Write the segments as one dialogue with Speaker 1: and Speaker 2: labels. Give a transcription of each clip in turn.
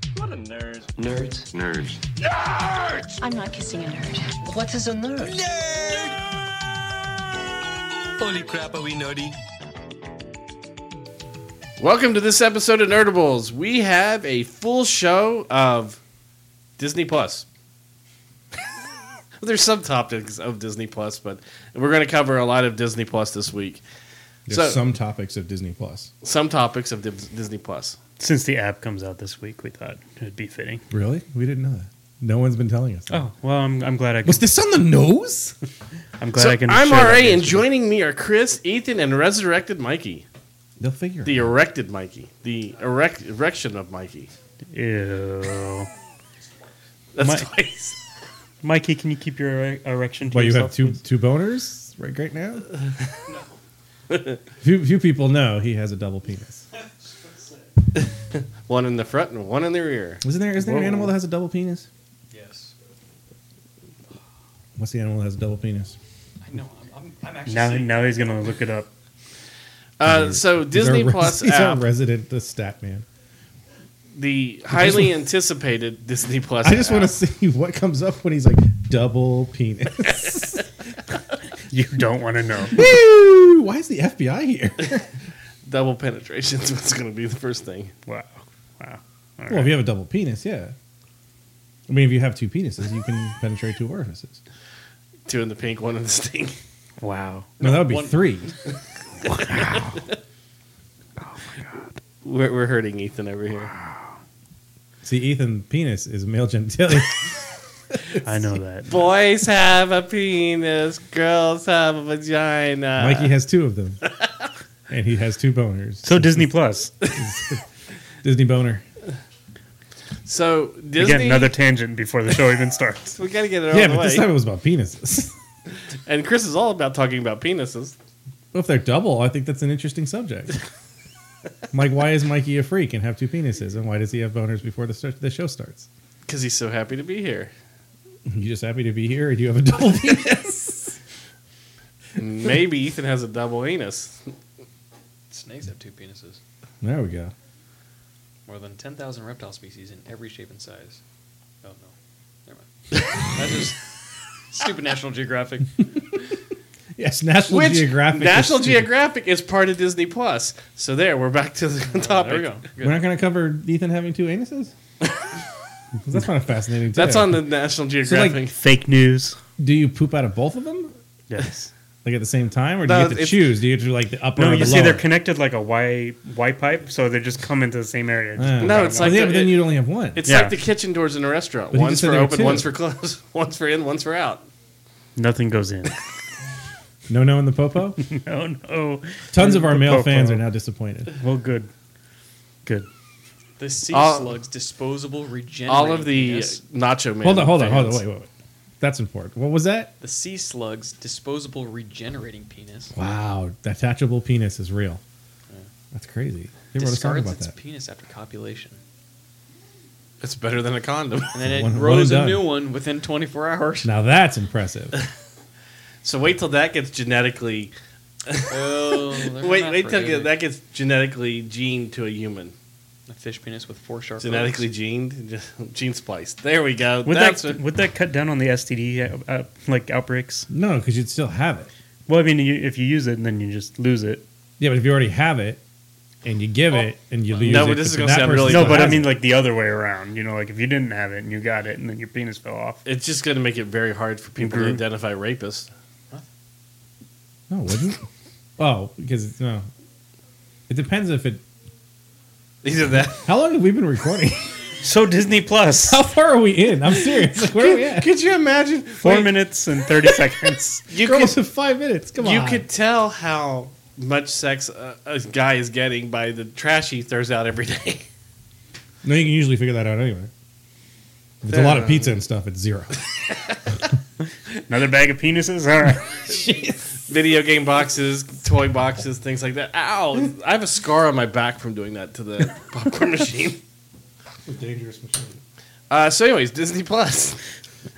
Speaker 1: Nerds.
Speaker 2: Nerds.
Speaker 3: Nerds.
Speaker 4: I'm not kissing a nerd.
Speaker 2: What is a nerd?
Speaker 5: Holy crap, are we nerdy?
Speaker 6: Welcome to this episode of Nerdables. We have a full show of Disney Plus. There's subtopics of Disney Plus, but we're going to cover a lot of Disney Plus this week.
Speaker 7: There's
Speaker 6: So-
Speaker 7: some topics of Disney Plus.
Speaker 6: Some topics of Dis- Disney Plus.
Speaker 1: Since the app comes out this week, we thought it'd be fitting.
Speaker 7: Really? We didn't know that. No one's been telling us. That.
Speaker 1: Oh well, I'm, I'm glad I
Speaker 7: Was
Speaker 1: could,
Speaker 7: this on the nose?
Speaker 1: I'm glad
Speaker 6: so
Speaker 1: I can.
Speaker 6: I'm
Speaker 1: share that
Speaker 6: RA, and
Speaker 1: news
Speaker 6: joining me are Chris, Ethan, and Resurrected Mikey.
Speaker 7: They'll figure.
Speaker 6: The erected Mikey. The erect erection of Mikey.
Speaker 1: with you. Ew.
Speaker 6: That's
Speaker 1: Mi-
Speaker 6: twice.
Speaker 1: Mikey, can you keep your ere- erection? To
Speaker 7: Well, you
Speaker 1: yourself,
Speaker 7: have two
Speaker 1: please?
Speaker 7: two boners right right now. few few people know he has a double penis.
Speaker 6: One in the front and one in the rear.
Speaker 7: Isn't there? Isn't there an
Speaker 6: Whoa.
Speaker 7: animal that has a double penis? Yes. What's the animal that has a double penis?
Speaker 1: Now, now he's gonna look it up.
Speaker 6: Uh, so Disney
Speaker 7: He's our res-
Speaker 6: Plus
Speaker 7: He's our
Speaker 6: app,
Speaker 7: resident the stat man.
Speaker 6: the highly anticipated Disney Plus.
Speaker 7: I just want to
Speaker 6: app.
Speaker 7: see what comes up when he's like double penis.
Speaker 1: You don't want to know.
Speaker 7: Woo! Why is the FBI here?
Speaker 6: double penetrations was going to be the first thing.
Speaker 1: Wow, wow. All
Speaker 7: Well, if
Speaker 1: right.
Speaker 7: you have a double penis, yeah. I mean, if you have two penises, you can penetrate two orifices.
Speaker 6: Two in the pink, one in the stink.
Speaker 1: Wow.
Speaker 7: No, that would be
Speaker 6: one-
Speaker 7: three.
Speaker 6: We're, we're hurting Ethan over here.
Speaker 7: See, Ethan, penis is male genitalia.
Speaker 1: I know that.
Speaker 6: Boys have a penis, girls have a vagina.
Speaker 7: Mikey has two of them, and he has two boners.
Speaker 1: So Disney Plus.
Speaker 7: Disney boner.
Speaker 6: so
Speaker 1: You
Speaker 6: Disney.
Speaker 1: get another tangent before the show even starts.
Speaker 6: we gotta get it out
Speaker 7: yeah,
Speaker 6: of the
Speaker 7: but
Speaker 6: way.
Speaker 7: this time it was about penises.
Speaker 6: and Chris is all about talking about penises.
Speaker 7: well, if they're double, I think that's an interesting subject. I'm like, why is Mikey a freak and have two penises, and why does he have boners before the start the show starts?
Speaker 6: Because he's so happy to be here.
Speaker 7: You just happy to be here, or do you have a double penis?
Speaker 6: Maybe Ethan has a double anus.
Speaker 2: Snakes have two penises.
Speaker 7: there we go.
Speaker 2: More than 10,000 reptile species in every shape and size. Oh, no. Never mind. That's just stupid National Geographic.
Speaker 7: Yes, National
Speaker 6: Which
Speaker 7: Geographic. is
Speaker 6: National
Speaker 7: stupid.
Speaker 6: Geographic is part of Disney Plus. So there, we're back to the topic.
Speaker 2: There we go. Good.
Speaker 7: We're not going to cover Ethan having two anuses. That's kind of fascinating. Too.
Speaker 6: That's on the National Geographic.
Speaker 1: Fake news.
Speaker 7: Do you poop out of both of them,
Speaker 1: Yes.
Speaker 7: like at the same time, or do
Speaker 6: No,
Speaker 7: you get to
Speaker 6: it's-
Speaker 7: choose? Do you get to like the upper?
Speaker 1: No,
Speaker 7: or
Speaker 1: you
Speaker 7: the
Speaker 1: see,
Speaker 7: lower?
Speaker 1: they're connected like a Y Y pipe, so they just come into the same area. Just-
Speaker 7: Ah.
Speaker 6: No, it's
Speaker 7: Well,
Speaker 6: like
Speaker 7: yeah,
Speaker 6: the-
Speaker 7: but then you'd only have one.
Speaker 6: It's
Speaker 1: Yeah.
Speaker 6: like the kitchen doors in a restaurant.
Speaker 7: But he
Speaker 6: one's
Speaker 7: just said
Speaker 6: for
Speaker 7: there were
Speaker 6: open,
Speaker 7: two.
Speaker 6: one's for closed, one's for in, one's for out.
Speaker 1: Nothing goes in.
Speaker 7: no, no, in the popo.
Speaker 1: no, no.
Speaker 7: Tons of our
Speaker 1: The
Speaker 7: male
Speaker 1: popo.
Speaker 7: fans are now disappointed.
Speaker 1: Well, good, good.
Speaker 2: The sea
Speaker 6: All-
Speaker 2: slugs disposable regenerate.
Speaker 6: All of the
Speaker 2: penis.
Speaker 6: nacho man.
Speaker 7: Hold on, hold on, hold on.
Speaker 6: fans.
Speaker 7: Wait, wait, wait. That's important. What was that?
Speaker 2: The sea slugs disposable regenerating penis.
Speaker 7: Wow, detachable penis is real. That's crazy. They wrote a song
Speaker 2: Discards
Speaker 7: about
Speaker 2: its
Speaker 7: that.
Speaker 2: penis after copulation.
Speaker 6: It's better than a condom.
Speaker 2: And then it
Speaker 7: One- one
Speaker 2: grows
Speaker 7: and
Speaker 2: a
Speaker 7: done.
Speaker 2: new one within 24 hours.
Speaker 7: Now that's impressive.
Speaker 6: so wait till that gets genetically.
Speaker 2: oh, they're
Speaker 6: Wait,
Speaker 2: not
Speaker 6: wait till
Speaker 2: pretty.
Speaker 6: that gets genetically gened to a human.
Speaker 2: A fish penis with four sharp
Speaker 6: Genetically gened, gene spliced. There we go.
Speaker 1: Would
Speaker 6: That's
Speaker 1: that
Speaker 6: what-
Speaker 1: would that cut down on the STD uh, uh, like outbreaks?
Speaker 7: no, because you'd still have it.
Speaker 1: Well, I mean, you, if you use it and then you just lose it.
Speaker 7: Yeah, but if you already have it and you give it and you lose
Speaker 6: Oh. No,
Speaker 7: it,
Speaker 6: but this is
Speaker 7: then
Speaker 6: gonna
Speaker 7: that
Speaker 6: sound
Speaker 7: person
Speaker 6: really
Speaker 7: still
Speaker 1: no, but I
Speaker 7: has
Speaker 1: mean,
Speaker 7: it.
Speaker 1: like the other way around. You know, like if you didn't have it and you got it and then your penis fell off.
Speaker 6: it's just going to make it very hard for people to
Speaker 7: Mm-hmm.
Speaker 1: Mhm.
Speaker 6: identify rapists.
Speaker 7: No, it wouldn't. oh, because it's no. It depends if it.
Speaker 6: Either that.
Speaker 7: How long have we been recording?
Speaker 1: So Disney Plus,
Speaker 7: how far are we in? I'm serious. Like, where are we at?
Speaker 6: Could you imagine?
Speaker 1: four
Speaker 6: Wait,
Speaker 1: minutes and thirty seconds.
Speaker 6: You
Speaker 7: We're
Speaker 6: could
Speaker 7: almost at five minutes. Come on.
Speaker 6: You could tell how much sex a, a guy is getting by the trash he throws out every day.
Speaker 7: No, you can usually figure that out anyway. If it's a lot of pizza and stuff, it's zero.
Speaker 1: Another bag of penises. All right.
Speaker 6: Video game boxes, toy boxes, things like that. Ow! I have a scar on my back from doing that to the popcorn machine.
Speaker 7: dangerous machine.
Speaker 6: Uh, so, anyways, Disney Plus.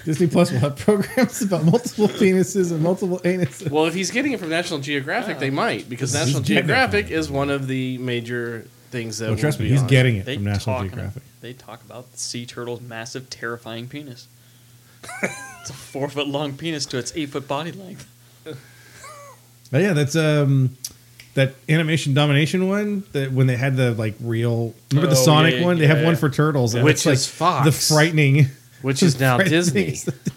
Speaker 7: Disney Plus will have programs about multiple penises and multiple anuses.
Speaker 6: Well, if Oh. he's getting it from National Geographic, they might because
Speaker 7: This is
Speaker 6: National
Speaker 7: geographic.
Speaker 6: Geographic is one of the major things that.
Speaker 7: Well, trust
Speaker 6: were
Speaker 7: me, he's
Speaker 6: beyond.
Speaker 7: getting it
Speaker 2: They
Speaker 7: from National
Speaker 2: talk,
Speaker 7: Geographic.
Speaker 2: They talk about the sea turtle's massive, terrifying penis. it's a four foot long penis to its eight foot body length.
Speaker 7: Oh, yeah, that's um that animation domination one that when they had the like real remember the
Speaker 2: Oh,
Speaker 7: Sonic
Speaker 2: yeah,
Speaker 7: one? They have
Speaker 2: yeah.
Speaker 7: one for turtles, and
Speaker 6: Which
Speaker 7: it's, like
Speaker 6: is Fox.
Speaker 7: the frightening,
Speaker 6: Which is now
Speaker 7: frightening
Speaker 6: Disney.
Speaker 7: is that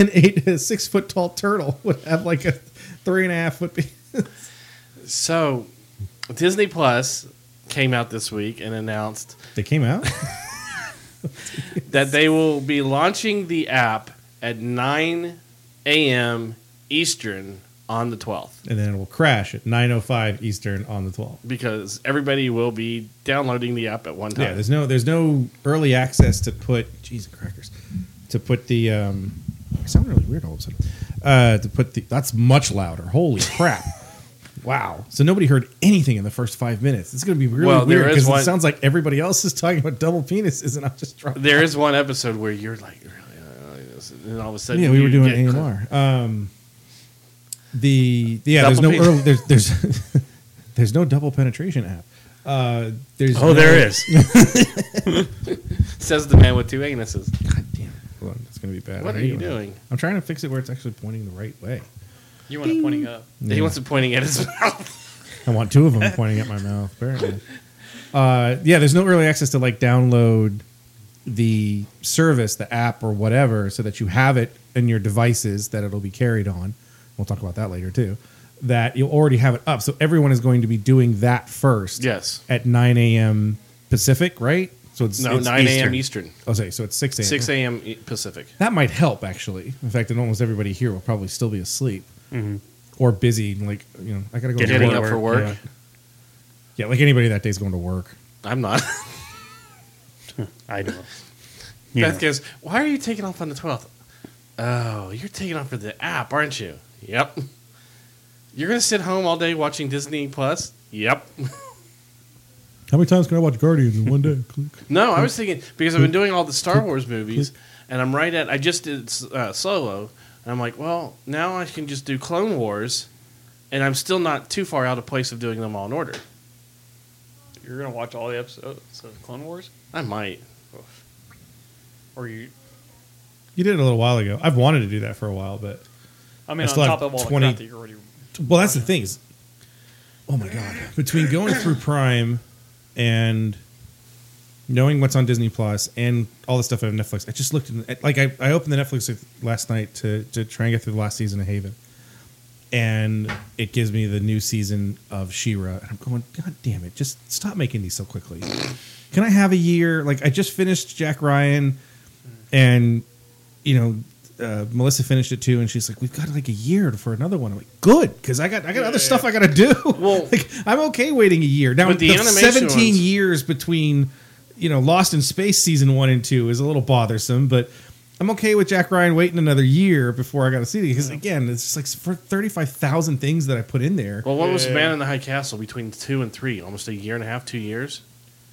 Speaker 7: An eight, a six foot tall turtle would have like a three and a half foot. Be-
Speaker 6: So, Disney Plus came out this week and announced
Speaker 7: they came out.
Speaker 6: that they will be launching the app at 9 a.m. Eastern on the 12th
Speaker 7: and then it will crash at 9:05 Eastern on the 12th.
Speaker 6: because everybody will be downloading the app at one
Speaker 7: Yeah,
Speaker 6: time.
Speaker 7: there's no there's no early access to put Jesus crackers to put the um I sound really weird all of a sudden. Uh, to put the that's much louder. Holy crap. Wow! So nobody heard anything in the first five minutes. It's going to be really
Speaker 6: Well, there
Speaker 7: weird
Speaker 6: is
Speaker 7: because
Speaker 6: one-
Speaker 7: it sounds like everybody else is talking about double penises, and I'm just dropping.
Speaker 6: there is one episode where you're like, really, I don't like this. and then all of a sudden,
Speaker 7: yeah, we
Speaker 6: you
Speaker 7: were doing
Speaker 6: get-
Speaker 7: AMR. Um, the yeah,
Speaker 6: Double
Speaker 7: there's no
Speaker 6: pen-
Speaker 7: early, there's there's there's no double penetration app. Uh, there's
Speaker 1: Oh,
Speaker 7: no-
Speaker 1: there is.
Speaker 6: Says the man with two anuses. God damn it.
Speaker 7: Hold on, it's going to be bad.
Speaker 6: What
Speaker 7: I
Speaker 6: are
Speaker 7: hate
Speaker 6: you
Speaker 7: when-
Speaker 6: doing?
Speaker 7: I'm trying to fix it where it's actually pointing the right way.
Speaker 2: You want to pointing up.
Speaker 6: He
Speaker 7: Yeah.
Speaker 6: wants it pointing at his mouth.
Speaker 7: I want two of them pointing at my mouth. Apparently, uh, yeah. There's no early access to like download the service, the app, or whatever, so that you have it in your devices that it'll be carried on. We'll talk about that later too. That you'll already have it up, so everyone is going to be doing that first.
Speaker 6: Yes.
Speaker 7: at 9 a.m. Pacific, right? So it's
Speaker 6: No,
Speaker 7: it's
Speaker 6: 9 a.m. Eastern.
Speaker 7: Oh, sorry, so it's 6 a.m.
Speaker 6: 6 a.m. E- Pacific.
Speaker 7: That might help, actually. In fact, and almost everybody here will probably still be asleep or busy. Like, you know, I gotta go
Speaker 1: Getting
Speaker 6: Getting
Speaker 1: to
Speaker 6: up for work.
Speaker 7: Yeah. Yeah, like anybody that day's going to work.
Speaker 6: I'm not.
Speaker 1: I know. You
Speaker 6: Beth
Speaker 1: know.
Speaker 6: goes, Why are you taking off on the 12th? Oh, you're taking off for the app, aren't you? Yep. You're going to sit home all day watching Disney Plus? Yep.
Speaker 7: How many times can I watch Guardians in one day? Click.
Speaker 6: No, I was thinking because I've been doing all the Star Wars movies, and I'm right at, I just did uh, Solo, and I'm like, well, now I can just do Clone Wars, and I'm still not too far out of place of doing them all in order.
Speaker 2: You're going to watch all the episodes of Clone Wars?
Speaker 6: I might.
Speaker 2: Or you.
Speaker 7: You did it a little while ago. I've wanted to do that for a while, but
Speaker 2: I
Speaker 7: I
Speaker 2: mean, on
Speaker 7: still have
Speaker 2: top of all the
Speaker 7: 20
Speaker 2: crap that you're already.
Speaker 7: well, that's the thing. Is, oh my god, between going through Prime and knowing what's on Disney Plus and all the stuff on Netflix, I just looked in, like I, I opened the Netflix last night to to try and get through the last season of Haven, and it gives me the new season of Shira, and I'm going, God damn it, just stop making these so quickly. Can I have a year? Like I just finished Jack Ryan, and you know. Uh, Melissa finished it too, and she's like, "We've got like a year for another one." I'm like, "Good," because I got I got other stuff I got to do.
Speaker 6: Well-
Speaker 7: like I'm okay waiting a year. Now
Speaker 6: But the
Speaker 7: the
Speaker 6: animation
Speaker 7: 17
Speaker 6: ones-
Speaker 7: years between you know Lost in Space season one and two is a little bothersome, but I'm okay with Jack Ryan waiting another year before I got to see it because again, it's just like for 35,000 things that I put in there.
Speaker 6: Well, what was Man in the High Castle between two and three? Almost a year and a half, two years.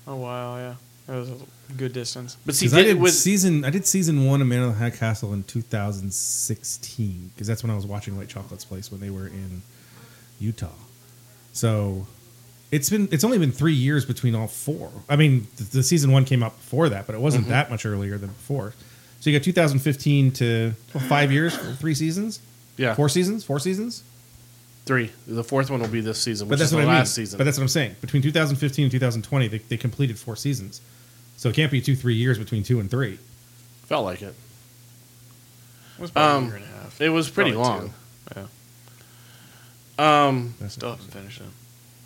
Speaker 2: Oh, wow, yeah. That was a good distance.
Speaker 6: But see,
Speaker 7: 'Cause I
Speaker 6: did,
Speaker 7: did
Speaker 6: with
Speaker 7: season I did season one of Man of the High Castle in 2016 because that's when I was watching White Chocolate's Place when they were in Utah. So it's been it's only been three years between all four. I mean, the, the season one came out before that, but it wasn't
Speaker 6: Mm-hmm.
Speaker 7: that much earlier than before. So you got 2015 to well, five years, three seasons,
Speaker 6: yeah,
Speaker 7: four seasons, four seasons.
Speaker 6: three. The fourth one will be this season, which
Speaker 7: But that's
Speaker 6: is
Speaker 7: what
Speaker 6: the
Speaker 7: I mean.
Speaker 6: last season.
Speaker 7: But that's what I'm saying. Between 2015 and 2020, they, they completed four seasons. So it can't be two, three years between two and three.
Speaker 6: felt like it.
Speaker 2: It was about
Speaker 6: Um,
Speaker 2: a year and a half.
Speaker 6: It was pretty
Speaker 2: Probably two.
Speaker 6: long. Um,
Speaker 2: Yeah. Still haven't finished it.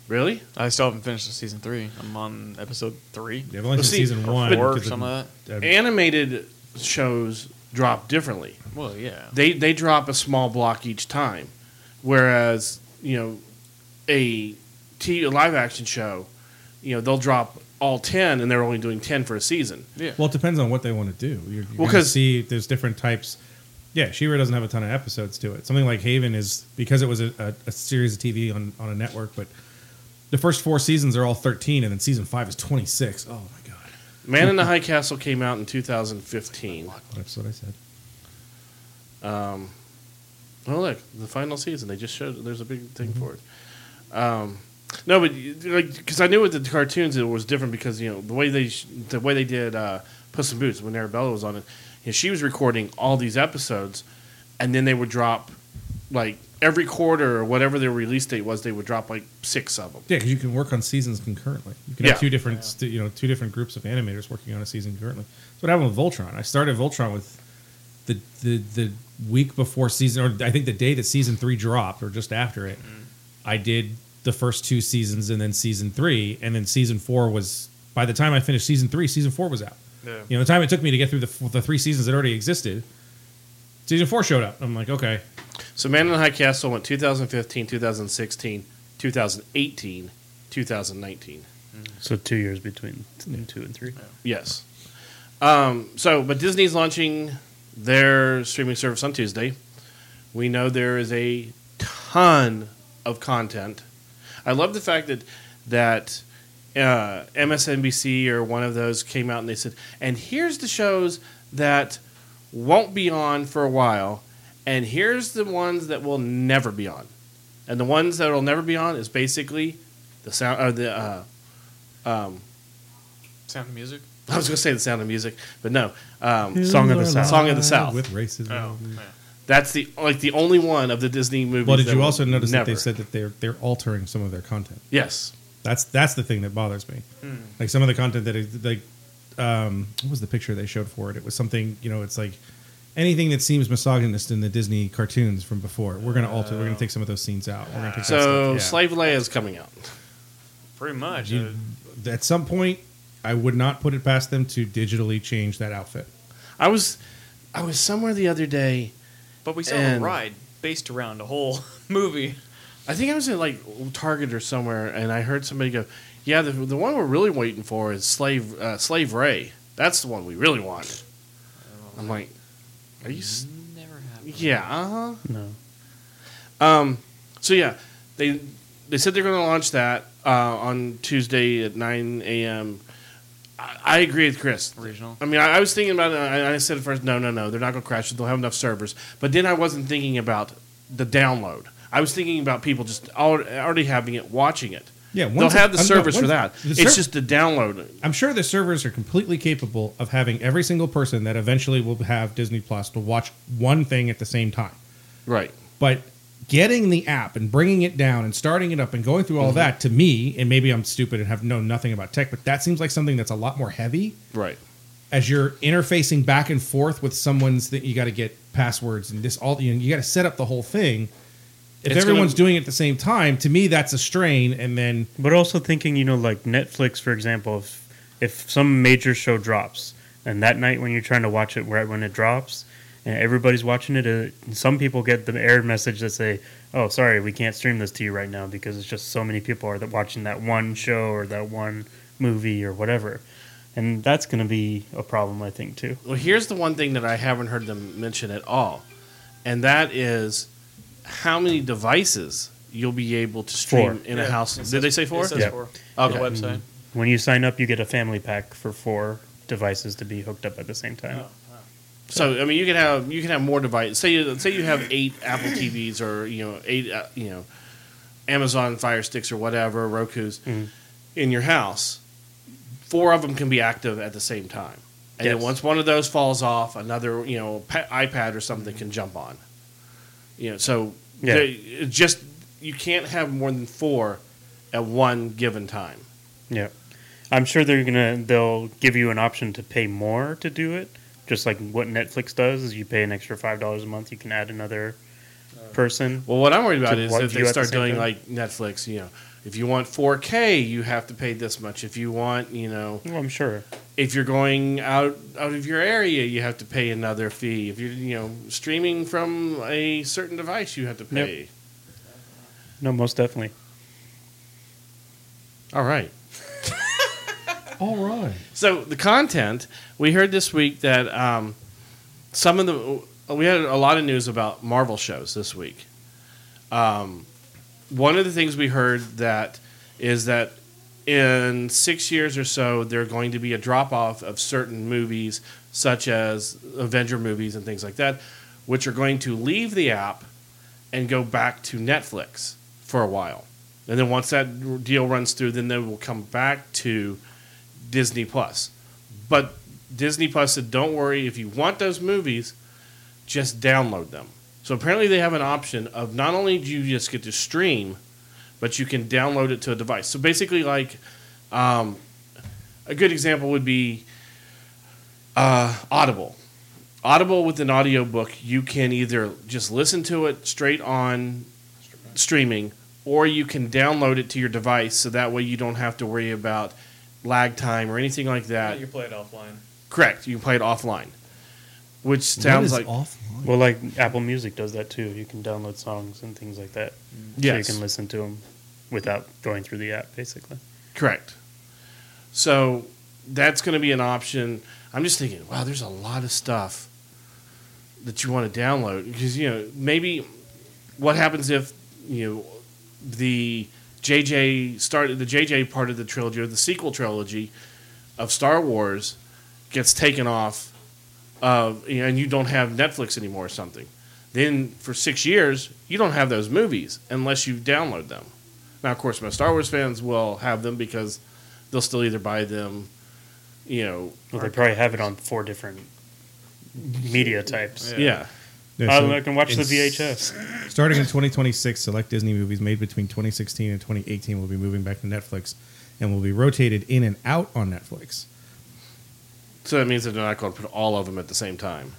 Speaker 6: really?
Speaker 2: I still haven't finished season three. I'm on episode three.
Speaker 7: They've only
Speaker 6: Well,
Speaker 7: seen
Speaker 6: see,
Speaker 7: season
Speaker 2: or
Speaker 7: one.
Speaker 2: four or
Speaker 7: 'cause it-
Speaker 2: some of
Speaker 7: uh,
Speaker 6: Animated shows drop differently.
Speaker 2: Well, yeah.
Speaker 6: They they drop a small block each time, whereas you know a t a live action show, you know they'll drop all ten and they're only doing ten for a season.
Speaker 2: Yeah.
Speaker 7: well, it depends on what they want to do. You're, you're
Speaker 6: Well,
Speaker 7: gonna
Speaker 6: 'cause-
Speaker 7: see, there's different types. Yeah, Shira doesn't have a ton of episodes to it. Something like Haven is because it was a, a, a series of TV on, on a network, but the first four seasons are all 13, and then season five is 26. Oh my god,
Speaker 6: Man in the High Castle came out in 2015.
Speaker 7: that's what I said.
Speaker 6: Um, oh look, the final season. They just showed. There's a big thing for it. Um, No, but like because I knew with the cartoons it was different because you know the way they sh- the way they did uh, Puss in Boots when Arabella was on it, you know, she was recording all these episodes, and then they would drop like every quarter or whatever their release date was, they would drop like six of them.
Speaker 7: Yeah, because you can work on seasons concurrently. You can
Speaker 6: Yeah.
Speaker 7: have two different, stu- you know, two different groups of animators working on a season concurrently. That's what happened with Voltron. I started Voltron with the the the week before season, or I think the day that season three dropped, or just after it.
Speaker 6: Mm-hmm.
Speaker 7: I did the first two seasons, and then season three, and then season four was. By the time I finished season three, season four was out.
Speaker 6: Yeah.
Speaker 7: You know, the time it took me to get through the f- the three seasons that already existed, season four showed up. I'm like, okay,
Speaker 6: So Man in the High Castle went 2015, 2016, 2018, 2019.
Speaker 1: So two years between two and three.
Speaker 6: Yes. Um, so, but Disney's launching their streaming service on Tuesday. We know there is a ton of content. I love the fact that that uh, MSNBC or one of those came out and they said, "And here's the shows that won't be on for a while, and here's the ones that will never be on." And the ones that will never be on is basically the sound or the uh, um,
Speaker 2: Sound of Music.
Speaker 6: I was going to say the Sound of Music, but no. Um,
Speaker 1: Song of the South.
Speaker 6: Song of the South. Oh.
Speaker 7: with racism.
Speaker 6: that's the like the only one of the Disney movies.
Speaker 7: Well, did
Speaker 6: that
Speaker 7: you
Speaker 6: will
Speaker 7: also notice that they
Speaker 6: never-
Speaker 7: said that they're they're altering some of their content?
Speaker 6: yes?
Speaker 7: That's that's the thing that bothers me.
Speaker 6: Hmm.
Speaker 7: Like some of the content that is like, um, what was the picture they showed for it? It was something you know. It's like anything that seems misogynist in the Disney cartoons from before. We're gonna alter. We're gonna take some of those scenes out. We're gonna take
Speaker 6: So
Speaker 7: that stuff.
Speaker 6: Slave Leia is coming out.
Speaker 2: Pretty much. Uh,
Speaker 7: You- Yeah. at some point, I would not put it past them to digitally change that outfit.
Speaker 6: I was I was somewhere the other day.
Speaker 2: but we saw
Speaker 6: and-
Speaker 2: a ride based around a whole movie.
Speaker 6: I think I was in like Target or somewhere, and I heard somebody go, "Yeah, the, the one we're really waiting for is Slave uh, Slave Ray. That's the one we really want." I'm like, "Are you?" s
Speaker 2: Never happened.
Speaker 6: yeah. Uh huh.
Speaker 1: No.
Speaker 6: Um, so yeah, they they said they're going to launch that uh, on Tuesday at nine a.m. I, I agree with Chris.
Speaker 2: Original.
Speaker 6: I mean, I, I was thinking about it. And I, I said at first, no, no, no, they're not going to crash. it. They'll have enough servers. But then I wasn't thinking about the download. I was thinking about people just al- already having it, watching it.
Speaker 7: Yeah,
Speaker 6: They'll
Speaker 7: once it-
Speaker 6: have the
Speaker 7: I'm-
Speaker 6: servers for
Speaker 7: once-
Speaker 6: that.
Speaker 7: the
Speaker 6: it's
Speaker 7: serv-
Speaker 6: just the download.
Speaker 7: I'm sure the servers are completely capable of having every single person that eventually will have Disney Plus to watch one thing at the same time.
Speaker 6: Right.
Speaker 7: But getting the app and bringing it down and starting it up and going through all that to me, and maybe I'm stupid and have known nothing about tech, but that seems like something that's a lot more heavy
Speaker 6: Right.
Speaker 7: as you're interfacing back and forth with someone's that you got to get passwords and this all you, know, you got to set up the whole thing. If
Speaker 6: It's
Speaker 7: everyone's
Speaker 6: gonna-
Speaker 7: doing it at the same time, to me that's a strain. And then
Speaker 1: But also thinking, you know, like Netflix, for example, if if some major show drops, and that night when you're trying to watch it, right when it drops, and everybody's watching it, uh, some people get the error message that say, "Oh, sorry, we can't stream this to you right now because it's just so many people are that watching that one show or that one movie or whatever," and that's going to be a problem, I think, too.
Speaker 6: Well, here's the one thing that I haven't heard them mention at all, and that is how many devices you'll be able to stream
Speaker 1: Four.
Speaker 6: in a house. Did they say four?
Speaker 2: It says
Speaker 1: Yeah.
Speaker 2: four. On
Speaker 6: Okay.
Speaker 2: the website.
Speaker 1: When you sign up, you get a family pack for four devices to be hooked up at the same time.
Speaker 6: So I mean, you can have you can have more devices. Say you say you have eight Apple TVs or you know eight uh, you know Amazon Fire Sticks or whatever Roku's
Speaker 1: Mm-hmm.
Speaker 6: in your house. Four of them can be active at the same time, and then
Speaker 1: Yes.
Speaker 6: once one of those falls off, another you know pa- iPad or something can jump on. You know, so
Speaker 1: Mm-hmm. Yeah.
Speaker 6: they, it just you can't have more than four at one given time.
Speaker 1: Yeah, I'm sure they're gonna they'll give you an option to pay more to do it, just like what Netflix does. Is you pay an extra five dollars a month, you can add another person.
Speaker 6: Well, what I'm worried about
Speaker 1: To
Speaker 6: is
Speaker 1: what
Speaker 6: if they
Speaker 1: view at the
Speaker 6: start
Speaker 1: same
Speaker 6: doing
Speaker 1: time?
Speaker 6: like Netflix, you know, if you want 4K, you have to pay this much. If you want, you know,
Speaker 1: Well, I'm sure.
Speaker 6: if you're going out out of your area, you have to pay another fee. If you're, you know, streaming from a certain device, you have to pay.
Speaker 1: No, most definitely.
Speaker 6: All right.
Speaker 7: all right,
Speaker 6: So the content we heard this week that um, some of the we had a lot of news about Marvel shows this week. Um, one of the things we heard that is that in six years or so there are going to be a drop off of certain movies such as Avenger movies and things like that, which are going to leave the app and go back to Netflix for a while. And then once that deal runs through, then they will come back to Disney Plus. But Disney Plus said, "Don't worry, if you want those movies, just download them." So apparently, they have an option of not only do you just get to stream, but you can download it to a device. So basically, like um, a good example would be uh, Audible. Audible with an audiobook, you can either just listen to it straight on streaming, or you can download it to your device so that way you don't have to worry about lag time or anything like that.
Speaker 3: you play it offline.
Speaker 6: Correct. You can play it offline, which sounds like
Speaker 7: offline.
Speaker 1: Well, like Apple Music does that too. You can download songs and things like that.
Speaker 6: Yes.
Speaker 1: So you can listen to them without going through the app, basically.
Speaker 6: Correct. So that's going to be an option. I'm just thinking, wow, there's a lot of stuff that you want to download because you know maybe what happens if you know the JJ started the JJ part of the trilogy or the sequel trilogy of Star Wars gets taken off of you know, and you don't have Netflix anymore or something. Then for six years you don't have those movies unless you download them. Now, of course, my Star Wars fans will have them because they'll still either buy them, you know,
Speaker 1: Well, they probably have it on four different media types.
Speaker 6: yeah.
Speaker 1: I, don't know, I can watch the VHS.
Speaker 7: Starting in 2026, select Disney movies made between 2016 and 2018 will be moving back to Netflix and will be rotated in and out on Netflix.
Speaker 6: So that means that they're not going to put all of them at the same time.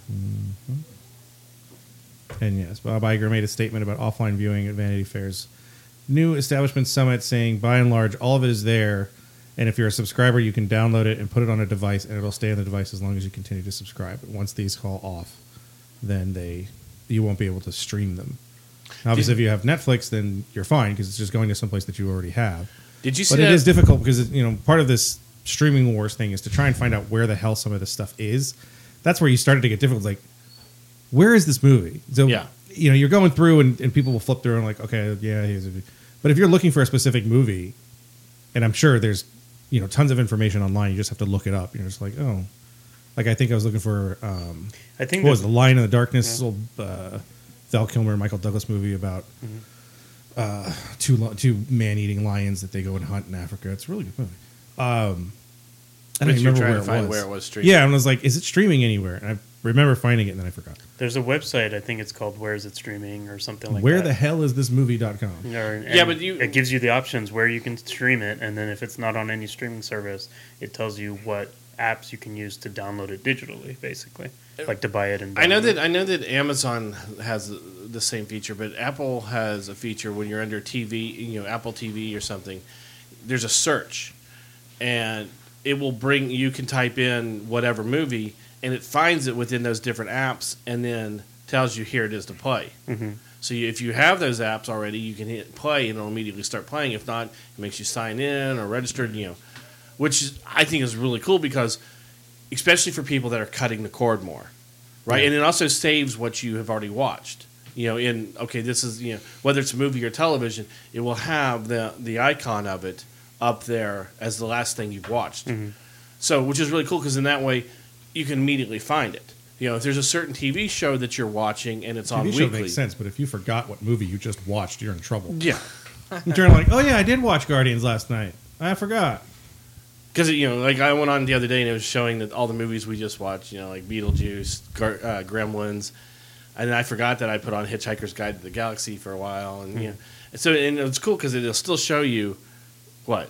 Speaker 7: And yes, Bob Iger made a statement about offline viewing at Vanity Fair's new establishment summit, saying, by and large, all of it is there. And if you're a subscriber, you can download it and put it on a device, and it'll stay on the device as long as you continue to subscribe. But once these call off, then they you won't be able to stream them. And obviously, if you have Netflix, then you're fine because it's just going to someplace that you already have.
Speaker 6: Did you see
Speaker 7: But
Speaker 6: that?
Speaker 7: it is difficult because it, you know part of this streaming wars thing is to try and find out where the hell some of this stuff is. That's where you started to get difficult. Like, where is this movie? So,
Speaker 6: Yeah.
Speaker 7: you know, you're going through and, and people will flip through and like, okay, yeah, here's a. But if you're looking for a specific movie, and I'm sure there's, you know, tons of information online. You just have to look it up. You're just like, oh, like I think I was looking for um,
Speaker 1: I think
Speaker 7: what was the
Speaker 1: that-
Speaker 7: Lion in the Darkness, old uh, Val Kilmer, and Michael Douglas movie about uh, two lo- two man eating lions that they go and hunt in Africa. It's a really good movie. Um, I
Speaker 6: But
Speaker 7: don't even
Speaker 6: you're
Speaker 7: remember
Speaker 6: trying
Speaker 7: where
Speaker 6: to
Speaker 7: it, was.
Speaker 6: find where it was streaming.
Speaker 7: Yeah, and I was like, is it streaming anywhere? And I remember finding it, and then I forgot.
Speaker 1: there's a website. I think it's called Where Is It Streaming or
Speaker 6: Oh
Speaker 1: something like
Speaker 7: where
Speaker 1: that.
Speaker 7: the hell is this movie.com?
Speaker 1: Or-
Speaker 6: Yeah,
Speaker 1: and
Speaker 6: but you-
Speaker 1: it gives you the options where you can stream it, and then if it's not on any streaming service, it tells you what apps you can use to download it digitally, basically, like to buy it. And
Speaker 6: I know
Speaker 1: download
Speaker 6: that
Speaker 1: it.
Speaker 6: I know that Amazon has the same feature, but Apple has a feature when you're under TV, you know, Apple TV or something. There's a search, and it will bring. You can type in whatever movie, and it finds it within those different apps, and then tells you here it is to play. So you, if you have those apps already, you can hit play, and it'll immediately start playing. If not, it makes you sign in or register. You know, which is, I think is really cool because, especially for people that are cutting the cord more right? And it also saves what you have already watched. You know, in okay, this is you know whether it's a movie or television, it will have the the icon of it up there as the last thing you've watched.
Speaker 7: Mm-hmm.
Speaker 6: So, which is really cool because in that way, you can immediately find it. You know, if there's a certain TV show that you're watching and it's on
Speaker 7: TV show
Speaker 6: weekly,
Speaker 7: makes sense, but if you forgot what movie you just watched, you're in trouble.
Speaker 6: yeah,
Speaker 7: You're like, oh yeah, I did watch Guardians last night. I forgot.
Speaker 6: Because you know, like I went on the other day and it was showing that all the movies we just watched, you know, like Beetlejuice, Gar- uh, Gremlins, and I forgot that I put on Hitchhiker's Guide to the Galaxy for a while, and
Speaker 7: Hmm.
Speaker 6: you know, so and it's cool because it'll still show you what.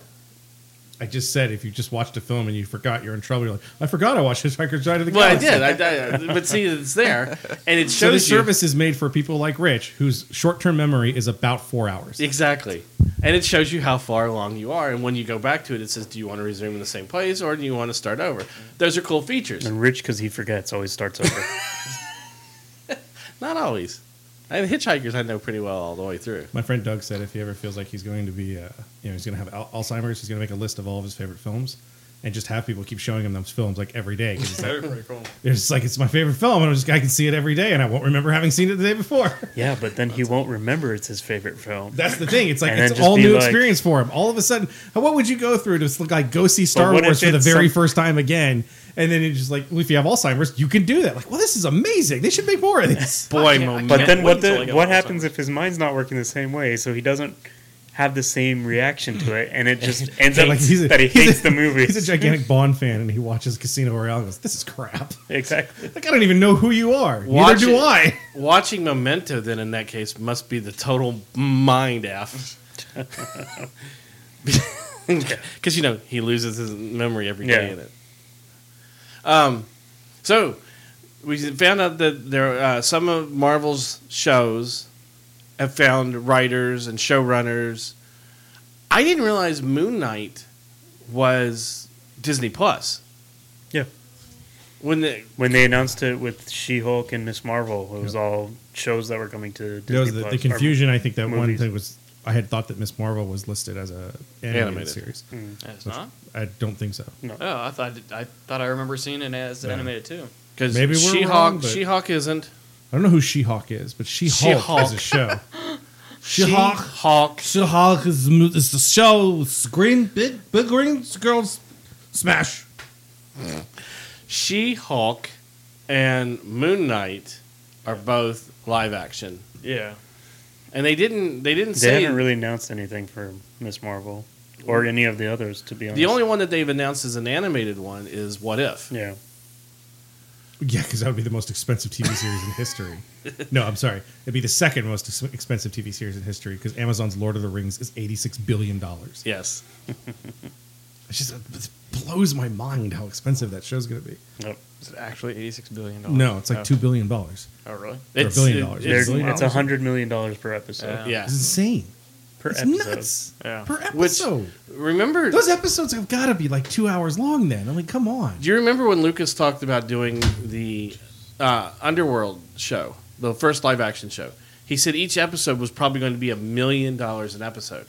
Speaker 7: I just said if you just watched a film and you forgot, you're in trouble. You're like, I forgot I watched Hitchhiker's Guide to the
Speaker 6: Well, I
Speaker 7: Galaxy.
Speaker 6: did, I, I, but see, it's there, and it
Speaker 7: So the
Speaker 6: shows you
Speaker 7: service is made for people like Rich, whose short-term memory is about four hours.
Speaker 6: exactly, and it shows you how far along you are, and when you go back to it, it says, "Do you want to resume in the same place, or do you want to start over?" Those are cool features.
Speaker 7: Mm.
Speaker 1: And Rich, because he forgets, always starts over.
Speaker 6: Not always. And Hitchhikers, I know pretty well all the way through.
Speaker 7: My friend Doug said if he ever feels like he's going to be, uh, you know, he's going to have Al- Alzheimer's, he's going to make a list of all of his favorite films and just have people keep showing him those films like every day. 'cause it's like,
Speaker 3: That'd be pretty cool.
Speaker 7: they're just like, it's my favorite film, and I'm just, I can see it every day, and I won't remember having seen it the day before.
Speaker 1: yeah, but then he won't remember it's his favorite film.
Speaker 7: That's the thing. It's like
Speaker 1: And then
Speaker 7: it's
Speaker 1: just
Speaker 7: all
Speaker 1: be
Speaker 7: new
Speaker 1: like-
Speaker 7: experience for him. All of a sudden, what would you go through to like go see Star
Speaker 1: what if
Speaker 7: Wars for the
Speaker 1: it's
Speaker 7: very
Speaker 1: some-
Speaker 7: first time again? And then it's just like, well, if you have Alzheimer's, you can do that. Like, well, this is amazing. They should make more of this.
Speaker 6: Boy, moment.
Speaker 1: But
Speaker 3: wait
Speaker 1: then what
Speaker 3: till I
Speaker 1: the,
Speaker 3: get
Speaker 1: what
Speaker 3: Alzheimer's.
Speaker 1: happens if his mind's not working the same way, so he doesn't have the same reaction to it, and it just ends up
Speaker 7: like he's a-
Speaker 1: that he
Speaker 7: he's a-
Speaker 1: hates the movie.
Speaker 7: He's a gigantic Bond fan, and he watches Casino Royale. and Goes, this is crap.
Speaker 1: exactly.
Speaker 7: Like I don't even know who you are.
Speaker 6: Watch
Speaker 7: Neither do
Speaker 6: it.
Speaker 7: I.
Speaker 6: Watching Memento, then in that case, must be the total mind f. Because you know he loses his memory every day
Speaker 1: Yeah.
Speaker 6: in it. Um, so we found out that there uh, some of Marvel's shows have found writers and showrunners. I didn't realize Moon Knight was Disney Plus.
Speaker 1: Yeah.
Speaker 6: When the
Speaker 1: When they announced it with She Hulk and Miss Marvel, it was all shows that were coming to Disney
Speaker 7: That was the,
Speaker 1: Plus,
Speaker 7: the
Speaker 1: or-
Speaker 7: confusion. I think that one
Speaker 1: movies.
Speaker 7: thing was I had thought that Miss Marvel was listed as a animated,
Speaker 6: Animated. Hmm.
Speaker 7: series.
Speaker 2: It's not.
Speaker 7: I don't think so.
Speaker 2: Oh, I thought I thought I remember seeing it as
Speaker 7: Yeah.
Speaker 2: animated too.
Speaker 6: because
Speaker 7: Maybe we're wrong,
Speaker 6: She-Hulk,
Speaker 7: but-
Speaker 6: She-Hulk isn't.
Speaker 7: I don't know who She Hulk is, but She Hulk is a
Speaker 6: She-Hulk.
Speaker 7: show.
Speaker 6: She-Hulk.
Speaker 7: She Hulk is, is the show. Green big big green girls smash.
Speaker 6: She Hulk and Moon Knight are both live action,
Speaker 2: Yeah.
Speaker 6: and they didn't they didn't
Speaker 1: They
Speaker 6: say
Speaker 1: haven't really announced anything for Miss Marvel or any of the others, to be honest.
Speaker 6: the only one that they've announced as an animated one is What If.
Speaker 1: yeah,
Speaker 7: Yeah, because that would be the most expensive TV series in history. No, I'm sorry. It'd be the second most ex- expensive TV series in history because Amazon's Lord of the Rings is 86 billion dollars.
Speaker 6: Yes,
Speaker 7: It just it blows my mind how expensive that show's going to be.
Speaker 1: Yep.
Speaker 2: Is it actually eighty six billion dollars?
Speaker 7: No, it's like
Speaker 2: Oh.
Speaker 7: two billion dollars.
Speaker 2: Oh, really?
Speaker 7: Or a
Speaker 6: It's-
Speaker 7: billion
Speaker 6: it-
Speaker 7: dollars.
Speaker 1: They're-
Speaker 6: it's-
Speaker 1: it's
Speaker 7: Really?
Speaker 1: a hundred million dollars per episode.
Speaker 2: Yeah.
Speaker 6: yeah.
Speaker 7: It's insane.
Speaker 1: Per
Speaker 7: it's
Speaker 1: episode.
Speaker 7: nuts.
Speaker 2: Yeah.
Speaker 7: Per
Speaker 6: Which-
Speaker 7: episode.
Speaker 6: Remember,
Speaker 7: Those
Speaker 6: do
Speaker 7: episodes have got to be like two hours long. Then I'm like, come on.
Speaker 6: you remember when Lucas talked about doing the uh, Underworld show, the first live action show? He said each episode was probably going to be a million dollars an episode.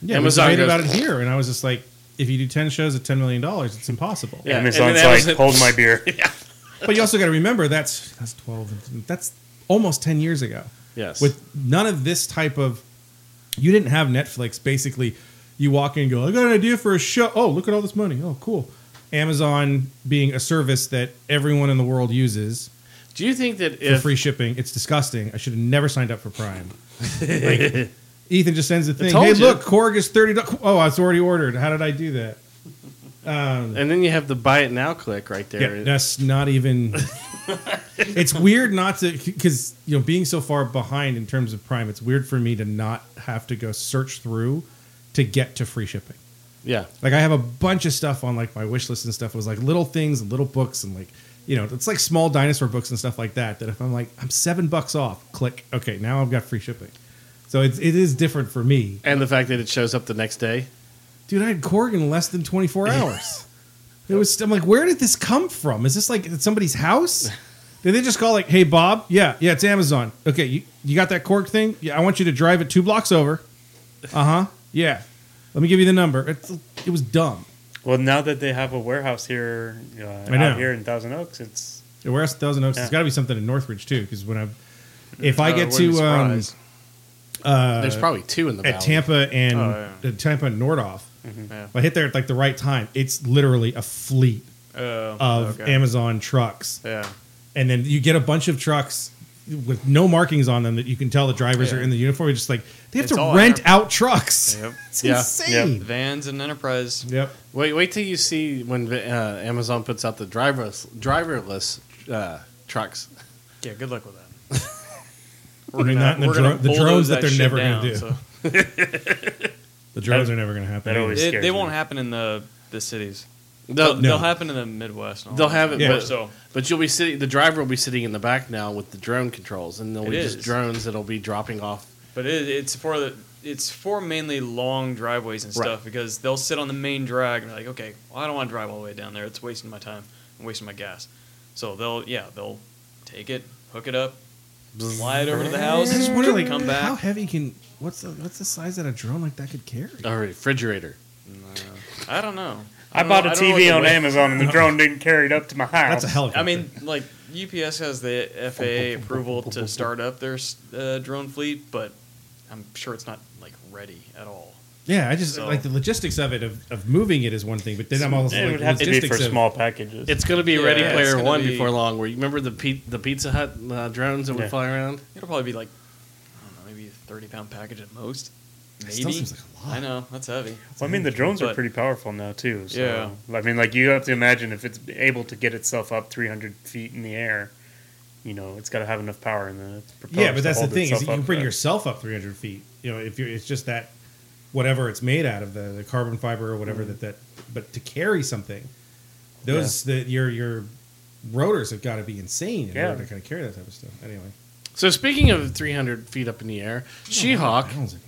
Speaker 7: Yeah,
Speaker 6: Amazon
Speaker 7: we debated
Speaker 6: goes-
Speaker 7: about it here, and I was just like, if you do ten shows at ten million dollars, it's impossible.
Speaker 6: Yeah,
Speaker 1: And
Speaker 6: and
Speaker 1: Amazon's
Speaker 6: then that was
Speaker 1: like,
Speaker 6: it.
Speaker 1: hold my beer.
Speaker 7: But you also got to remember that's that's twelve. and- That's almost ten years ago.
Speaker 6: Yes,
Speaker 7: With none of this type of, you didn't have Netflix. Basically, you walk in and go, I got an idea for a show. Oh, look at all this money. Oh, cool. Amazon being a service that everyone in the world uses
Speaker 6: do you think that
Speaker 7: for
Speaker 6: if
Speaker 7: free shipping. It's disgusting. I should have never signed up for Prime. Like, Ethan just sends a thing.
Speaker 6: told
Speaker 7: Hey,
Speaker 6: you.
Speaker 7: look, Korg is thirty. dollars. Oh, it's already ordered. How did I do that?
Speaker 6: And then you have the buy it now click right there.
Speaker 7: Yeah, that's not even. it's weird not to because you know being so far behind in terms of Prime. It's weird for me to not have to go search through to get to free shipping.
Speaker 6: yeah.
Speaker 7: Like I have a bunch of stuff on like my wish list and stuff. It was like little things and little books and like you know it's like small dinosaur books and stuff like that. That if I'm like I'm seven bucks off, click. Okay, now I've got free shipping. So it's, it is different for me,
Speaker 6: And the fact that it shows up the next day.
Speaker 7: dude. I had Korg in less than 24 hours. it was. I'm like, where did this come from? Is this like at somebody's house? Did they just call like, hey Bob? Yeah, yeah, it's Amazon. Okay, you, you got that Korg thing? Yeah, I want you to drive it two blocks over. Uh huh. Yeah. Let me give you the number. It's, it was dumb.
Speaker 1: Well, now that they have a warehouse here, uh,
Speaker 7: I know.
Speaker 1: out here in Thousand Oaks, it's
Speaker 7: Yeah, Where's Thousand Oaks?
Speaker 1: Yeah.
Speaker 7: There's got to be something in Northridge too, because when I, if I
Speaker 6: Oh,
Speaker 7: get
Speaker 6: wouldn't be
Speaker 7: to um,
Speaker 6: surprised. There's probably two in the
Speaker 7: Uh, at
Speaker 6: valley.
Speaker 7: Tampa and
Speaker 2: Oh,
Speaker 7: uh, Tampa and Nordoff,
Speaker 6: Mm-hmm.
Speaker 2: Yeah.
Speaker 7: if I hit there at like the right time, it's literally a fleet
Speaker 2: Oh,
Speaker 7: of
Speaker 2: okay.
Speaker 7: Amazon trucks,
Speaker 2: Yeah.
Speaker 7: and then you get a bunch of trucks with no markings on them that you can tell the drivers are in the uniform. It's just like they have
Speaker 2: It's
Speaker 7: to
Speaker 2: all
Speaker 7: rent
Speaker 2: Am-
Speaker 7: out trucks.
Speaker 2: Yep.
Speaker 7: It's
Speaker 6: Yeah.
Speaker 7: insane.
Speaker 2: Vans and Enterprise.
Speaker 7: Yep.
Speaker 6: Wait, wait till you see when uh, Amazon puts out the driverless driverless uh, trucks.
Speaker 2: Yeah. Good luck with that.
Speaker 7: I mean, that and the dro- the
Speaker 2: bulldoze
Speaker 7: drones that they're
Speaker 2: shit
Speaker 7: never gonna do. The drones
Speaker 1: That-
Speaker 7: are never going to happen.
Speaker 1: that
Speaker 7: either.
Speaker 1: always-
Speaker 2: They,
Speaker 1: scares
Speaker 2: they
Speaker 1: me.
Speaker 2: won't happen in the the cities.
Speaker 6: No,
Speaker 2: they'll,
Speaker 7: Oh, no.
Speaker 2: they'll happen in the Midwest. and all
Speaker 6: They'll
Speaker 2: that.
Speaker 6: have it,
Speaker 7: Yeah.
Speaker 6: but,
Speaker 2: So-
Speaker 6: but you'll be sitting. The driver will be sitting in the back now with the drone controls, and there'll be
Speaker 2: It
Speaker 6: just
Speaker 2: is.
Speaker 6: drones that'll be dropping off.
Speaker 2: But it, it's for the it's for mainly long driveways and
Speaker 6: Right.
Speaker 2: stuff because they'll sit on the main drag and they're like, okay, well, I don't want to drive all the way down there. It's wasting my time and wasting my gas. So they'll yeah they'll take it, hook it up, slide over to the house,
Speaker 7: I just wonder, like,
Speaker 2: come
Speaker 7: how
Speaker 2: back.
Speaker 7: heavy can what's the what's the size that a drone like that could carry?
Speaker 6: A refrigerator.
Speaker 2: I don't know.
Speaker 1: I
Speaker 2: don't
Speaker 1: bought
Speaker 2: know-
Speaker 1: a
Speaker 2: I don't know what
Speaker 1: TV
Speaker 2: the
Speaker 1: on
Speaker 2: weight-
Speaker 1: Amazon and the drone didn't carry it up to my house.
Speaker 7: That's a helicopter.
Speaker 2: I mean, like UPS has the FAA approval to start up their s- uh, drone fleet, but I'm sure it's not like ready at all.
Speaker 7: yeah, I just
Speaker 2: So-
Speaker 7: like the logistics of it of, of moving it is one thing, but then I'm also
Speaker 1: it
Speaker 7: like
Speaker 1: would
Speaker 7: the
Speaker 1: have to be
Speaker 7: logistics
Speaker 1: for
Speaker 7: of
Speaker 1: small packages.
Speaker 6: It's going to be
Speaker 2: Yeah,
Speaker 6: Ready
Speaker 2: it's
Speaker 6: Player
Speaker 2: gonna
Speaker 6: One
Speaker 2: be-
Speaker 6: before long. Where you remember the pe- the Pizza Hut uh, drones that would
Speaker 1: Yeah.
Speaker 6: fly around?
Speaker 2: It'll probably be like I don't know, maybe a 30 pound package at most.
Speaker 7: Still
Speaker 2: Maybe.
Speaker 7: seems like a lot.
Speaker 2: I know that's heavy.
Speaker 1: Well, I mean, the
Speaker 6: Mm-hmm.
Speaker 1: drones are
Speaker 2: But-
Speaker 1: pretty powerful now too. So,
Speaker 2: Yeah.
Speaker 1: I mean, like you have to imagine if it's able to get itself up 300 feet in the air, you know, it's got to have enough power in the propellers
Speaker 7: Yeah, but
Speaker 1: to
Speaker 7: that's the
Speaker 1: hold
Speaker 7: thing is
Speaker 1: itself
Speaker 7: you can
Speaker 1: up
Speaker 7: bring
Speaker 1: there.
Speaker 7: yourself up 300 feet. You know, if you're, it's just that whatever it's made out of the, the carbon fiber or
Speaker 1: Mm.
Speaker 7: whatever that that. But to carry something, those that your your rotors have got to be insane in
Speaker 1: Yeah.
Speaker 7: order to kind of carry that type of stuff. Anyway,
Speaker 6: So speaking of 300 feet up in the air, She-Hawk.
Speaker 7: Pounds in here.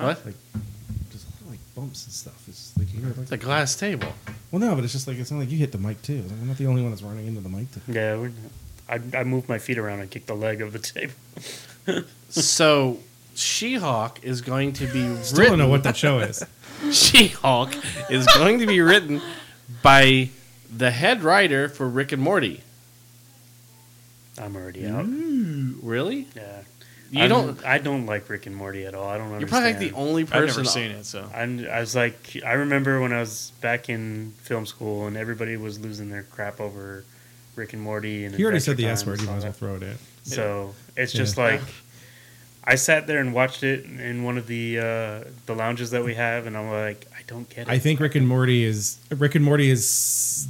Speaker 7: Oh,
Speaker 6: What?
Speaker 7: There's a lot of like bumps and stuff. It's like you hear like
Speaker 6: The glass table.
Speaker 7: well, no, but it's just like it's not like you hit the mic too. I'm not the only one that's running into the mic. Too.
Speaker 1: Yeah, we're, I, I moved my feet around and kicked the leg of the table.
Speaker 6: So She-Hulk is going to be written.
Speaker 7: Still don't know what that show is.
Speaker 6: She-Hulk is going to be written by the head writer for Rick and Morty.
Speaker 1: I'm already out.
Speaker 7: Mm-hmm.
Speaker 6: Really?
Speaker 1: Yeah,
Speaker 6: You
Speaker 1: I'm-
Speaker 6: don't.
Speaker 1: I don't like Rick and Morty at all. I don't
Speaker 6: You're
Speaker 1: understand.
Speaker 6: probably like the only
Speaker 2: I've
Speaker 6: person.
Speaker 2: never seen it, so
Speaker 1: I'm, I was like, I remember when I was back in film school and everybody was losing their crap over Rick and Morty. And
Speaker 7: He already
Speaker 1: Adventure
Speaker 7: said the
Speaker 1: Time
Speaker 7: S word.
Speaker 1: and
Speaker 7: You might
Speaker 1: all
Speaker 7: as well
Speaker 1: that.
Speaker 7: throw it in.
Speaker 1: So it's
Speaker 7: Yeah.
Speaker 1: just like I sat there and watched it in one of the uh, the lounges that we have, and I'm like, I don't get it.
Speaker 7: I think Rick and Morty is Rick and Morty is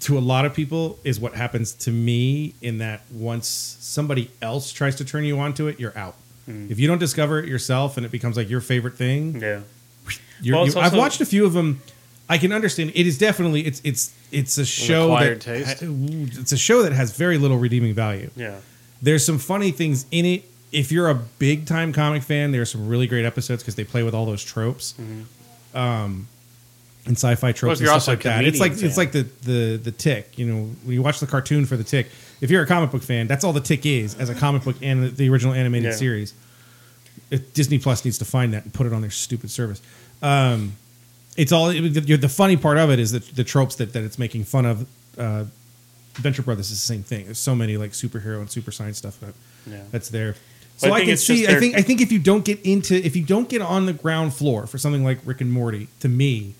Speaker 7: to a lot of people is what happens to me in that once somebody else tries to turn you onto it, you're out.
Speaker 1: Hmm.
Speaker 7: If you don't discover it yourself and it becomes like your favorite thing,
Speaker 1: yeah,
Speaker 7: you're,
Speaker 1: Hmm. Well, it's
Speaker 7: you- I've
Speaker 1: also-
Speaker 7: watched a few of them. I can understand it is definitely it's it's it's a show
Speaker 6: acquired
Speaker 7: that
Speaker 6: taste.
Speaker 7: it's a show that has very little redeeming value.
Speaker 1: yeah,
Speaker 7: There's some funny things in it. If you're a big time comic fan, there are some really great episodes because they play with all those tropes, um, and sci-fi tropes
Speaker 6: Mm-hmm. Well, if
Speaker 7: and
Speaker 6: you're
Speaker 7: stuff
Speaker 6: also a
Speaker 7: like that. It's like
Speaker 6: comedian
Speaker 7: it's like the the the Tick. You know, when you watch the cartoon for the Tick, if you're a comic book fan, that's all the Tick is as a comic book and the original animated
Speaker 1: Yeah.
Speaker 7: series. If Disney Plus needs to find that and put it on their stupid service. Um, it's all the, the funny part of it is that the tropes that, that it's making fun of. Uh, Venture Brothers is the same thing. There's so many like superhero and super science stuff that,
Speaker 1: Yeah.
Speaker 7: that's there.
Speaker 1: But
Speaker 7: So I,
Speaker 1: I think
Speaker 7: can
Speaker 1: it's just
Speaker 7: see.
Speaker 1: their-
Speaker 7: I think I think if you don't get into if you don't get on the ground floor for something like Rick and Morty, to me,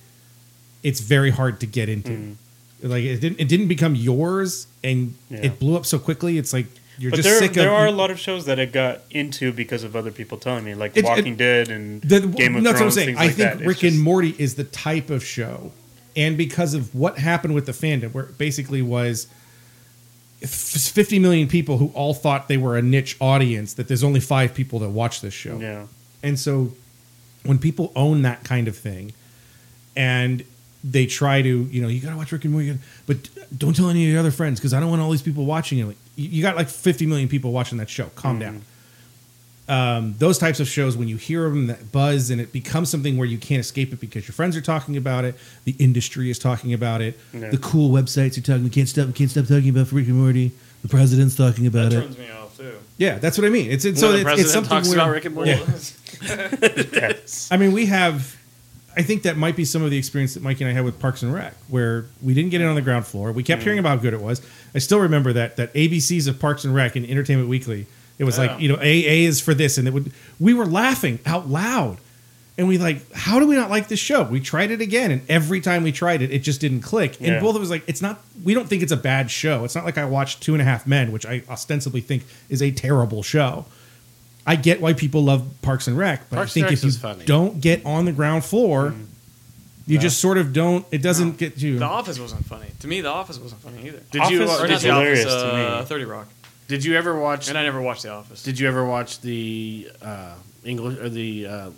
Speaker 7: it's very hard to get into.
Speaker 1: Mm.
Speaker 7: Like it didn't it didn't become yours, and
Speaker 1: Yeah.
Speaker 7: it blew up so quickly. It's like you're
Speaker 1: but
Speaker 7: just
Speaker 1: there
Speaker 7: sick
Speaker 1: there
Speaker 7: of.
Speaker 1: are a lot of shows that I got into because of other people telling me, like
Speaker 7: It- it-
Speaker 1: Walking Dead and
Speaker 7: The,
Speaker 1: Game of
Speaker 7: no, that's
Speaker 1: Thrones.
Speaker 7: what I'm saying.
Speaker 1: things
Speaker 7: I
Speaker 1: like
Speaker 7: think
Speaker 1: that. It's
Speaker 7: Rick
Speaker 1: just-
Speaker 7: and Morty is the type of show, and because of what happened with the fandom, where it basically was f- 50 million people who all thought they were a niche audience, that there's only five people that watch this show.
Speaker 1: yeah,
Speaker 7: And so when people own that kind of thing and they try to, you know, you got to watch Rick and Morty, but don't tell any of your other friends because I don't want all these people watching it. Like, you you got like 50 million people watching that show. Calm down.
Speaker 6: Mm-hmm.
Speaker 7: Um, those types of shows, when you hear them that buzz and it becomes something where you can't escape it because your friends are talking about it, the industry is talking about it,
Speaker 1: Yeah.
Speaker 7: the cool websites are talking. We can't stop, we can't stop talking about Rick and Morty. The president's talking about
Speaker 2: that
Speaker 7: it.
Speaker 2: turns me off too.
Speaker 7: yeah, that's what I mean. It's, it's so
Speaker 6: when the
Speaker 7: it's,
Speaker 6: president
Speaker 7: it's something
Speaker 6: talks
Speaker 7: where-
Speaker 6: about Rick and Morty.
Speaker 7: Yeah. I mean, we have. I think that might be some of the experience that Mikey and I had with Parks and Rec, where we didn't get in on the ground floor. We kept hearing about how good it was. I still remember that that ABCs of Parks and Rec and Entertainment Weekly. It was
Speaker 2: Yeah.
Speaker 7: like you know A A is for this, and it would. We were laughing out loud, and we like, how do we not like this show? We tried it again, and every time we tried it, it just didn't click. And
Speaker 1: Yeah.
Speaker 7: both of us like, it's not. We don't think it's a bad show. It's not like I watched Two and a Half Men, which I ostensibly think is a terrible show. I get why people love Parks and Rec, but
Speaker 6: Parks
Speaker 7: I think
Speaker 6: and Rec
Speaker 7: if you
Speaker 6: is funny.
Speaker 7: don't get on the ground floor, you just sort of don't. It doesn't get you.
Speaker 2: The Office wasn't funny to me. The Office wasn't funny either.
Speaker 6: Did you-
Speaker 2: Office,
Speaker 6: uh,
Speaker 2: or not
Speaker 6: did
Speaker 2: the
Speaker 6: you-
Speaker 2: Office?
Speaker 1: Hilarious to
Speaker 2: Uh,
Speaker 1: me.
Speaker 2: Thirty Rock.
Speaker 6: Did you ever watch?
Speaker 2: And I never watched The Office.
Speaker 6: Did you ever watch the uh, English or the? Uh,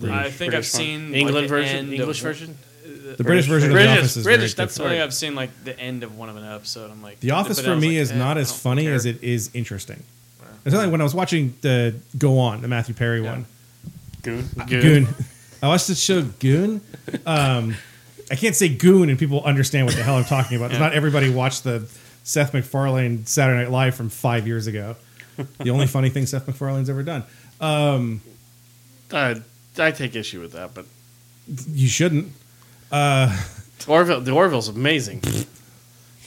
Speaker 6: the
Speaker 2: I think I've seen
Speaker 6: England
Speaker 2: like, the
Speaker 6: version,
Speaker 2: end
Speaker 6: English
Speaker 2: of-
Speaker 6: version.
Speaker 7: the British, version of
Speaker 6: British-
Speaker 7: the Office is
Speaker 6: British,
Speaker 7: very
Speaker 6: that's
Speaker 7: different.
Speaker 2: I think I've seen like the end of one of an episode. I'm like
Speaker 7: The Office
Speaker 2: but
Speaker 7: for
Speaker 2: I was
Speaker 7: me
Speaker 2: like,
Speaker 7: is
Speaker 2: eh,
Speaker 7: not
Speaker 2: I
Speaker 7: as
Speaker 2: don't
Speaker 7: funny
Speaker 2: care.
Speaker 7: as it is interesting. It's not like when I was watching the Go On, the Matthew Perry
Speaker 2: Yeah.
Speaker 7: one,
Speaker 1: Goon.
Speaker 7: Goon. I watched the show Goon. Um, I can't say Goon and people understand what the hell I'm talking about. 'cause Not everybody watched the Seth MacFarlane Saturday Night Live from five years ago. The only funny thing Seth MacFarlane's ever done.
Speaker 6: Uh, I take issue with that, but
Speaker 7: You shouldn't.
Speaker 6: Orville, the Orville's amazing.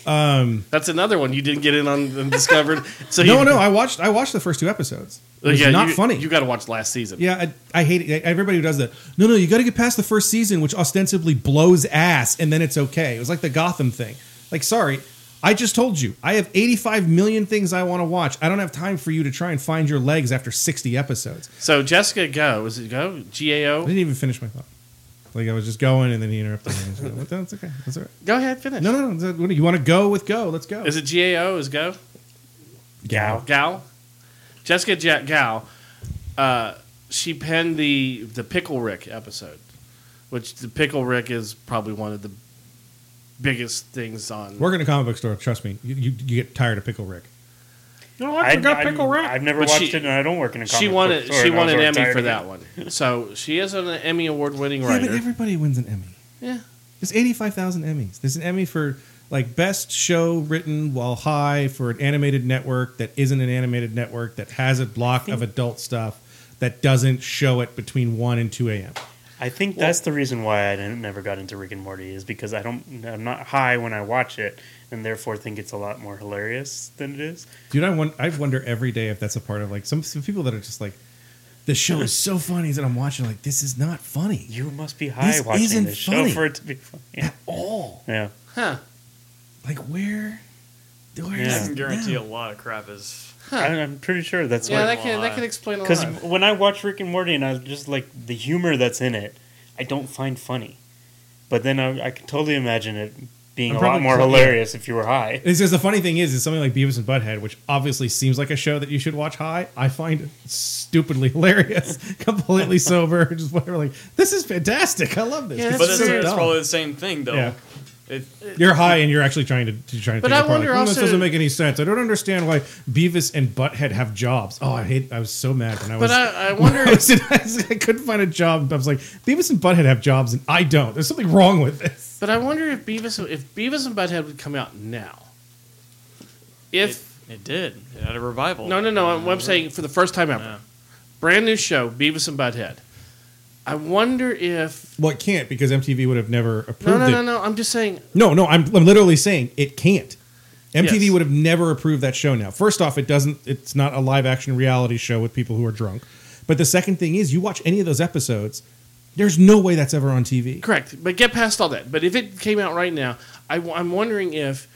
Speaker 6: Um, that's another one you didn't get in on and discovered. So
Speaker 7: No,
Speaker 6: you, uh,
Speaker 7: no, I watched. I watched the first two episodes. It's
Speaker 6: yeah,
Speaker 7: not
Speaker 6: you-
Speaker 7: funny.
Speaker 6: You got to watch last season.
Speaker 7: yeah, I, I hate it. Everybody who does that. No, no, you got to get past the first season, which ostensibly blows ass, and then it's okay. It was like the Gotham thing. Like, sorry, I just told you, I have 85 million things I want to watch. I don't have time for you to try and find your legs after 60 episodes.
Speaker 6: So Jessica Go, is it Go? G A
Speaker 7: I
Speaker 6: O?
Speaker 7: didn't even finish my thought. Like I was just going, and then he interrupted me. I was like, "What? That's okay. That's all right.
Speaker 6: Go ahead, finish.
Speaker 7: No, no, no. What do you want to go with? Go. Let's go.
Speaker 6: Is it G A O? Is Go?
Speaker 7: Gal?
Speaker 6: Gal? Jessica J- Gal. Uh, she penned the the Pickle Rick episode, which the Pickle Rick is probably one of the biggest things on.
Speaker 7: Work in a comic book store. Trust me, you, you, you get tired of Pickle Rick.
Speaker 6: No,
Speaker 1: I forgot Pickle Rick. I've never
Speaker 6: But
Speaker 1: watched
Speaker 6: she-
Speaker 1: it, and I don't work in a comic
Speaker 6: she
Speaker 1: book
Speaker 6: won it.
Speaker 1: store,
Speaker 6: She
Speaker 1: and I
Speaker 6: won
Speaker 1: was
Speaker 6: an
Speaker 1: already
Speaker 6: Emmy
Speaker 1: tired
Speaker 6: for
Speaker 1: of it.
Speaker 6: that one. So she is an Emmy award winning
Speaker 7: Yeah, but
Speaker 6: writer.
Speaker 7: everybody wins an Emmy.
Speaker 6: Yeah.
Speaker 7: There's 85,000 Emmys. There's an Emmy for like best show written while high for an animated network that isn't an animated network that has a block of adult stuff that doesn't show it between 1 and 2 a.m.
Speaker 1: I think that's the reason why I didn't, never got into Rick and Morty is because I don't I'm not high when I watch it, and therefore think it's a lot more hilarious than it is.
Speaker 7: Dude, I, won- I wonder every day if that's a part of like some, some people that are just like, the show is so funny that I'm watching like this is not funny
Speaker 1: You must be high
Speaker 7: This
Speaker 1: watching
Speaker 7: isn't
Speaker 1: this
Speaker 7: funny.
Speaker 1: show for it to be funny.
Speaker 7: at all.
Speaker 1: Yeah,
Speaker 6: Huh.
Speaker 7: Like where, where
Speaker 1: Yeah.
Speaker 7: is
Speaker 2: I can
Speaker 7: it
Speaker 2: guarantee
Speaker 7: now?
Speaker 2: a lot of crap is.
Speaker 1: I, I'm pretty sure that's
Speaker 6: Yeah,
Speaker 1: what.
Speaker 6: that can that can explain a
Speaker 1: Because
Speaker 6: lot.
Speaker 1: when I watch Rick and Morty, and I just like the humor that's in it, I don't find funny. But then I, I can totally imagine it being
Speaker 7: I'm
Speaker 1: a lot
Speaker 7: probably
Speaker 1: more
Speaker 7: cl- yeah.
Speaker 1: hilarious if you were high.
Speaker 7: It's just the funny thing is, is something like Beavis and Butthead, which obviously seems like a show that you should watch high. I find stupidly hilarious, completely sober, just whatever. Like this is fantastic. I love this.
Speaker 6: Yeah,
Speaker 7: This
Speaker 2: But
Speaker 7: is
Speaker 2: that's,
Speaker 6: so
Speaker 2: that's
Speaker 7: dumb."
Speaker 2: probably the same thing, though.
Speaker 7: Yeah.
Speaker 2: It,
Speaker 7: You're high and you're actually trying to, to try and.
Speaker 6: But
Speaker 7: take
Speaker 6: I
Speaker 7: it apart.
Speaker 6: wonder
Speaker 7: like, "Oh, this
Speaker 6: also-
Speaker 7: doesn't make any sense. I don't understand why Beavis and Butthead have jobs. Oh, I hate. I was so mad when I was.
Speaker 6: But I, I wonder.
Speaker 7: I, was in- I couldn't find a job. I was like, Beavis and Butthead have jobs, and I don't. There's something wrong with this.
Speaker 6: but I wonder if Beavis if Beavis and Butthead would come out now. If
Speaker 2: it, it did. It had a revival.
Speaker 6: no no no, I'm, I'm saying for the first time ever,
Speaker 2: Yeah.
Speaker 6: brand new show Beavis and Butthead. I wonder if
Speaker 7: Well, it can't because MTV would have never
Speaker 6: no
Speaker 7: approved
Speaker 6: no
Speaker 7: it.
Speaker 6: no no. I'm just saying
Speaker 7: No, no, I'm, I'm literally saying it can't. MTV
Speaker 6: Yes.
Speaker 7: would have never approved that show now. First off, it doesn't it's not a live action reality show with people who are drunk. But the second thing is you watch any of those episodes, there's no way that's ever on TV.
Speaker 6: Correct, but get past all that. But if it came out right now, I, am wondering if,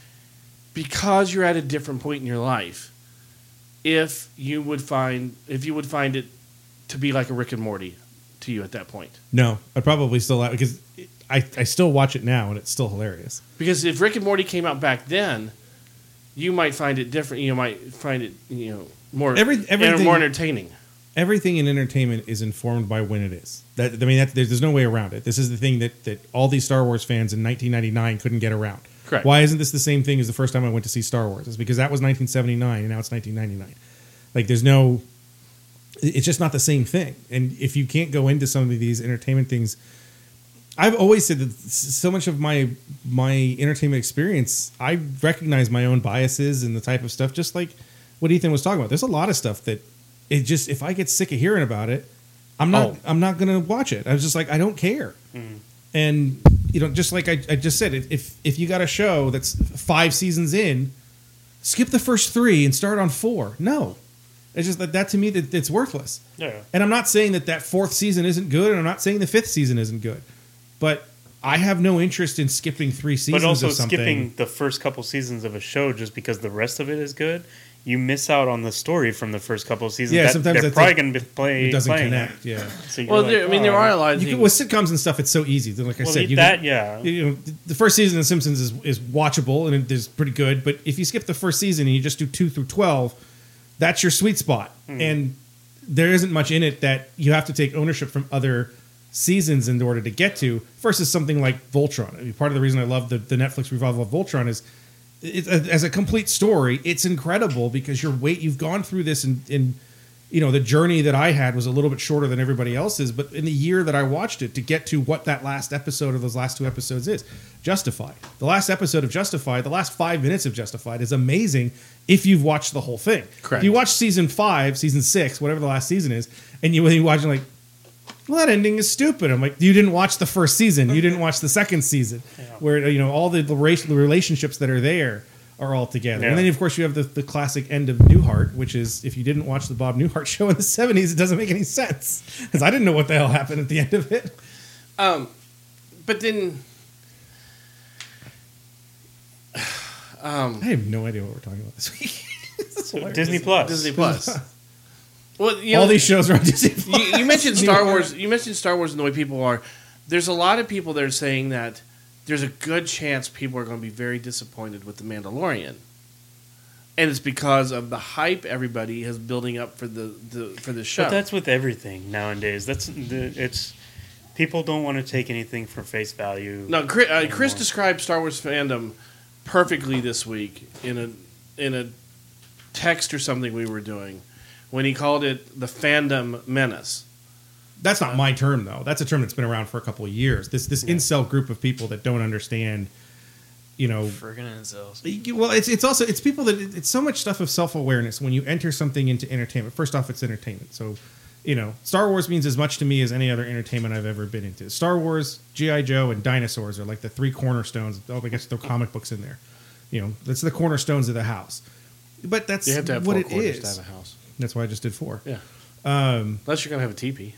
Speaker 6: because you're at a different point in your life, if you would find if you would find it to be like a Rick and Morty to you at that point.
Speaker 7: No, I'd probably still like because I, I still watch it now and it's still hilarious.
Speaker 6: Because if Rick and Morty came out back then, you might find it different. You might find it you know more
Speaker 7: Every-
Speaker 6: and
Speaker 7: everything-
Speaker 6: more entertaining.
Speaker 7: Everything in entertainment is informed by when it is. That I mean, that, there's, there's no way around it. This is the thing that that all these Star Wars fans in 1999 couldn't get around.
Speaker 6: Correct.
Speaker 7: Why isn't this the same thing as the first time I went to see Star Wars? It's because that was 1979 and now it's 1999. Like there's no, it- it's just not the same thing. And if you can't go into some of these entertainment things, I've always said that s- so much of my my entertainment experience, I recognize my own biases and the type of stuff. Just like what Ethan was talking about, there's a lot of stuff that it just if I get sick of hearing about it, I'm not
Speaker 6: Oh.
Speaker 7: I'm not gonna watch it. I was just like I don't care.
Speaker 1: Mm-hmm.
Speaker 7: And you know, just like I, I just said, if- if if you got a show that's five seasons in, skip the first three and start on four. No, it's just that that to me that it's worthless.
Speaker 1: Yeah.
Speaker 7: And I'm not saying that that fourth season isn't good, and I'm not saying the fifth season isn't good, but I have no interest in skipping three seasons
Speaker 1: But also
Speaker 7: of something.
Speaker 1: skipping the first couple seasons of a show just because the rest of it is good, you miss out on the story from the first couple seasons.
Speaker 7: Yeah, sometimes
Speaker 1: they're
Speaker 7: that's
Speaker 1: probably
Speaker 7: it.
Speaker 1: going to be play,
Speaker 7: it doesn't
Speaker 1: playing.
Speaker 7: connect. Yeah,
Speaker 1: So you're
Speaker 6: Well,
Speaker 1: like,
Speaker 6: there, I mean, there
Speaker 1: "Oh,
Speaker 6: are a lot of
Speaker 7: you
Speaker 6: things.
Speaker 7: can, with sitcoms and stuff, it's so easy. Like I
Speaker 1: Well,
Speaker 7: said,
Speaker 1: eat
Speaker 7: you
Speaker 1: that,
Speaker 7: can-
Speaker 1: yeah.
Speaker 7: you know, the first season in Simpsons is, is watchable and it is pretty good. But if you skip the first season and you just do two through twelve, that's your sweet spot. And there isn't much in it that you have to take ownership from other seasons in order to get to. Versus something like Voltron. I mean, part of the reason I love the, the Netflix revival of Voltron is. It, as a complete story, it's incredible because you're wait you've gone through this and, and you know the journey that I had was a little bit shorter than everybody else's, but in the year that I watched it to get to what that last episode of those last two episodes is, Justified. The last episode of Justified, the last five minutes of Justified is amazing if you've watched the whole thing.
Speaker 6: Correct.
Speaker 7: If you watch season five, season six, whatever the last season is, and you when you watch it like, well, that ending is stupid. I'm like, you didn't watch the first season. You didn't watch the second season, where you know all the, the racial the relationships that are there are all together.
Speaker 1: Yeah.
Speaker 7: And then of course you have the, the classic end of Newhart, which is if you didn't watch the Bob Newhart show in the '70s, it doesn't make any sense because I didn't know what the hell happened at the end of it.
Speaker 6: Um, but then Um,
Speaker 7: I have no idea what we're talking about this week. It's hilarious.
Speaker 1: Disney Plus.
Speaker 6: Disney Plus. well, you know,
Speaker 7: All these shows are on Disney Plus.
Speaker 6: you, you mentioned Star Wars. You mentioned Star Wars and the way people are. There's a lot of people that are saying that there's a good chance people are going to be very disappointed with the Mandalorian, and it's because of the hype everybody has building up for the, the for the show.
Speaker 1: But that's with everything nowadays. That's the, it's people don't want to take anything for face value.
Speaker 6: No, Chris, uh, Chris
Speaker 1: Anymore.
Speaker 6: described Star Wars fandom perfectly this week in a in a text or something we were doing when he called it the fandom menace.
Speaker 7: That's not my term though. That's a term that's been around for a couple of years. This this incel group of people that don't understand, you know,
Speaker 2: Friggin' incels.
Speaker 7: You- Well, it's it's also it's people that it's so much stuff of self awareness when you enter something into entertainment. First off, it's entertainment. So, you know, Star Wars means as much to me as any other entertainment I've ever been into. Star Wars, GI Joe, and dinosaurs are like the three cornerstones. Oh, I guess throw comic books in there. You know, that's the cornerstones of the house. But that's
Speaker 6: You have to have
Speaker 7: what
Speaker 6: four
Speaker 7: it
Speaker 6: quarters to
Speaker 7: is.
Speaker 6: have a house.
Speaker 7: That's why I just did four.
Speaker 6: Yeah,
Speaker 7: Um,
Speaker 6: unless you're going to have a teepee.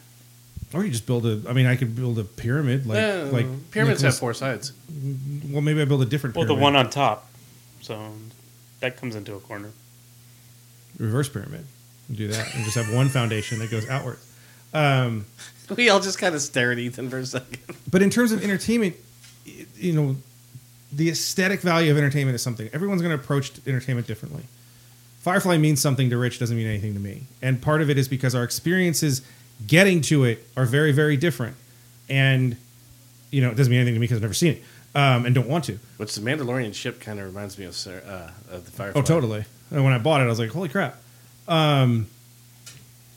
Speaker 7: or you just build a. I mean, I could build a pyramid like
Speaker 6: No, no, no,
Speaker 7: like
Speaker 6: no. Oh, pyramids
Speaker 7: Nicholas-
Speaker 6: have four sides.
Speaker 7: Well, maybe I build a different.
Speaker 1: Well, the
Speaker 7: pyramid.
Speaker 1: one on top. So that comes into a corner.
Speaker 7: reverse pyramid. Do that and just have one foundation that goes outward. Um,
Speaker 6: We all just kind of stare at Ethan for a second.
Speaker 7: but in terms of entertainment, it- you know, the aesthetic value of entertainment is something everyone's going to approach entertainment differently. Firefly means something to Rich, doesn't mean anything to me. And part of it is because our experiences getting to it are very, very different. And, you know, it doesn't mean anything to me because I've never seen it um, and don't want to.
Speaker 6: Which the Mandalorian ship kind of reminds me of, Sar- uh, of the Firefly.
Speaker 7: Oh, totally. And when I bought it, I was like, holy crap. Um,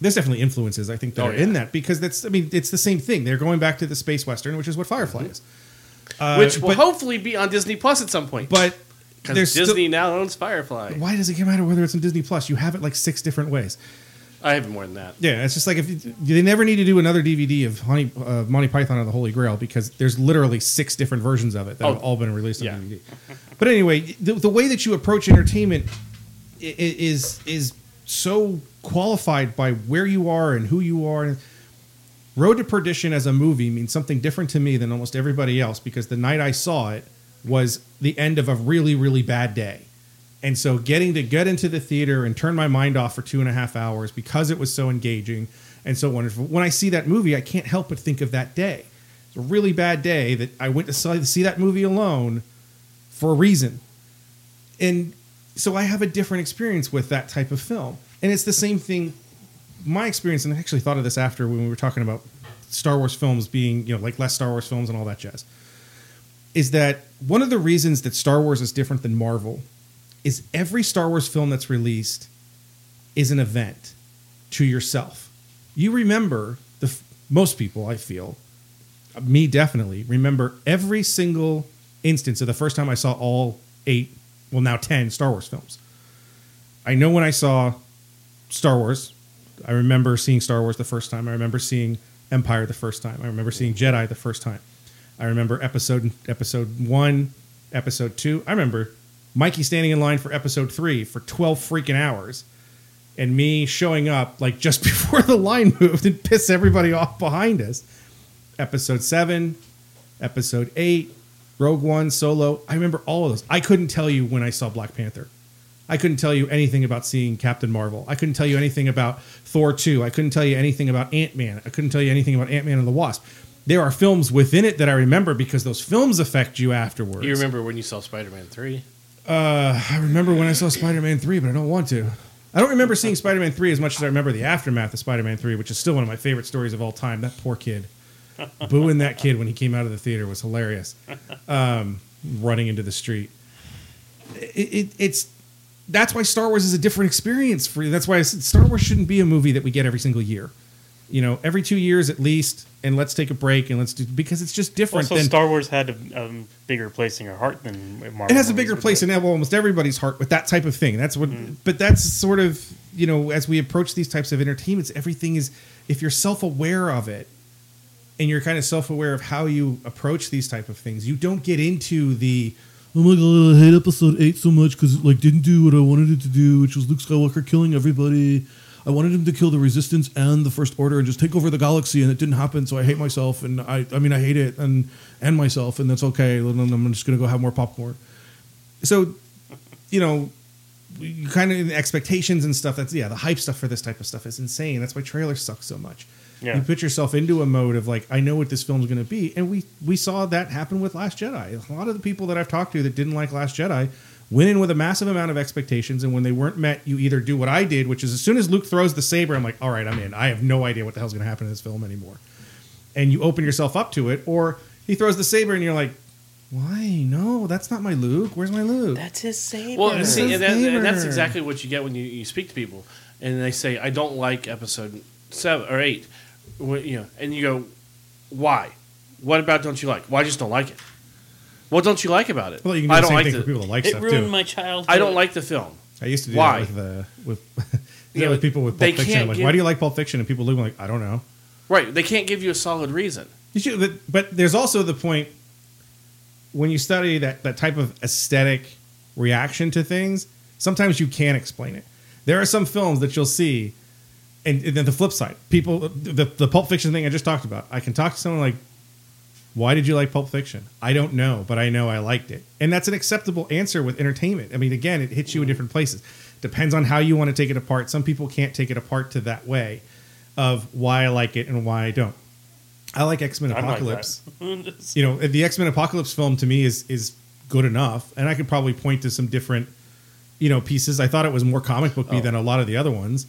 Speaker 7: there's definitely influences I think that
Speaker 6: Oh,
Speaker 7: are
Speaker 6: yeah.
Speaker 7: in that because that's I mean it's the same thing. They're going back to the space western, which is what Firefly is. Uh,
Speaker 6: Mm-hmm. Which will
Speaker 7: but,
Speaker 6: hopefully be on Disney Plus at some point.
Speaker 7: but
Speaker 6: because
Speaker 7: there's
Speaker 6: Disney
Speaker 7: still-
Speaker 6: now owns Firefly.
Speaker 7: why does it matter whether it's on Disney Plus? You have it like six different ways.
Speaker 6: I have more than that.
Speaker 7: Yeah, it's just like if you, they never need to do another DVD of Honey, uh, Monty Python and the Holy Grail because there's literally six different versions of it that have
Speaker 6: Oh,
Speaker 7: all been released on
Speaker 6: yeah.
Speaker 7: DVD. But anyway, the, the way that you approach entertainment i- i- is is so qualified by where you are and who you are. Road to Perdition as a movie means something different to me than almost everybody else because the night I saw it was the end of a really, really bad day. And so getting to get into the theater and turn my mind off for two and a half hours because it was so engaging and so wonderful. When I see that movie, I can't help but think of that day. It's a really bad day that I went to see see that movie alone for a reason. And so I have a different experience with that type of film. And it's the same thing my experience, and I actually thought of this after when we were talking about Star Wars films being, you know, like less Star Wars films and all that jazz, is that one of the reasons that Star Wars is different than Marvel is every Star Wars film that's released is an event to yourself. You remember the f- most people, I feel, me definitely remember every single instance of the first time I saw all eight, well now ten Star Wars films. I know when I saw Star Wars. I remember seeing Star Wars the first time. I remember seeing Empire the first time. I remember seeing Jedi the first time. I remember episode episode one, episode two. I remember Mikey standing in line for episode three for twelve freaking hours, and me showing up like just before the line moved and piss everybody off behind us. Episode seven, episode eight, Rogue One, Solo. I remember all of those. I couldn't tell you when I saw Black Panther. I couldn't tell you anything about seeing Captain Marvel. I couldn't tell you anything about Thor 2. I couldn't tell you anything about Ant Man. I couldn't tell you anything about Ant Man and the Wasp. There are films within it that I remember because those films affect you afterwards.
Speaker 6: You remember when you saw Spider Man three?
Speaker 7: Uh, I remember when I saw Spider Man 3, but I don't want to. I don't remember seeing Spider Man 3 as much as I remember the aftermath of Spider Man 3, which is still one of my favorite stories of all time. That poor kid. Booing that kid when he came out of the theater was hilarious. Um, running into the street. It, it, it's that's why Star Wars is a different experience for you. That's why I said Star Wars shouldn't be a movie that we get every single year. You know, every two years at least, and let's take a break and let's do because it's just different
Speaker 1: Also,
Speaker 7: than
Speaker 1: Star Wars had a um, bigger place in your heart than Marvel.
Speaker 7: it has a
Speaker 1: movies Mm-hmm.
Speaker 7: bigger
Speaker 1: did.
Speaker 7: place in almost everybody's heart with that type of thing. That's what, but that's sort of you know as we approach these types of entertainments, everything is if you're self aware of it, and you're kind of self aware of how you approach these type of things, you don't get into the oh my god, I hate episode eight so much because it like didn't do what I wanted it to do, which was Luke Skywalker killing everybody. I wanted him to kill the Resistance and the First Order and just take over the galaxy, and it didn't happen. So I hate myself, and I, I mean, I hate it and and myself, and that's okay. Then I'm just gonna go have more popcorn so you know, you kind of expectations and stuff. That's yeah, the hype stuff for this type of stuff is insane. That's why trailers suck so much.
Speaker 1: Yeah.
Speaker 7: You put yourself into a mode of like, I know what this film's going to be, and we we saw that happen with Last Jedi. A lot of the people that I've talked to that didn't like Last Jedi went in with a massive amount of expectations, and when they weren't met, you either do what I did, which is as soon as Luke throws the saber, I'm like, all right, I'm in. I have no idea what the hell's going to happen in this film anymore, and you open yourself up to it, or he throws the saber, and you're like. Why? No, that's not my Luke. Where's my Luke?
Speaker 3: That's his saber.
Speaker 6: Well, and see,
Speaker 7: Saber.
Speaker 6: and, that, and that's
Speaker 7: Saber.
Speaker 6: exactly what you get when you, you speak to people, and they say, "I don't like episode seven or eight. What, you know, and you go, "Why? What about don't you like? Well, I just don't like it. What don't you like about it?
Speaker 7: Well, you can do
Speaker 6: I
Speaker 7: the
Speaker 6: don't
Speaker 7: same
Speaker 6: like
Speaker 7: thing
Speaker 6: the,
Speaker 7: for people that like
Speaker 3: it
Speaker 7: stuff
Speaker 3: ruined
Speaker 7: too.
Speaker 3: my childhood.
Speaker 6: I don't like the film.
Speaker 7: I used to do
Speaker 6: Why?
Speaker 7: that with the with yeah,
Speaker 6: Yeah,
Speaker 7: with people with
Speaker 6: they
Speaker 7: Pulp Fiction.
Speaker 6: can't
Speaker 7: I'm like,
Speaker 6: give-
Speaker 7: why do you like Pulp Fiction? And people look like, I don't know.
Speaker 6: Right? They can't give you a solid reason.
Speaker 7: You should, but, but there's also the point when you study that that type of aesthetic reaction to things. Sometimes you can't explain it. There are some films that you'll see, and, and then the flip side, people the the Pulp Fiction thing I just talked about. I can talk to someone like, why did you like Pulp Fiction? I don't know, but I know I liked it. And that's an acceptable answer with entertainment. I mean, again, it hits you in
Speaker 1: Mm-hmm.
Speaker 7: different places. Depends on how you want to take it apart. Some people can't take it apart to that way of why I like it and why I don't. I like X Men
Speaker 1: I'm like
Speaker 7: Apocalypse. you know, the X Men Apocalypse film to me is is good enough, and I could probably point to some different you know pieces. I thought it was more comic booky
Speaker 6: Oh.
Speaker 7: than a lot of the other ones.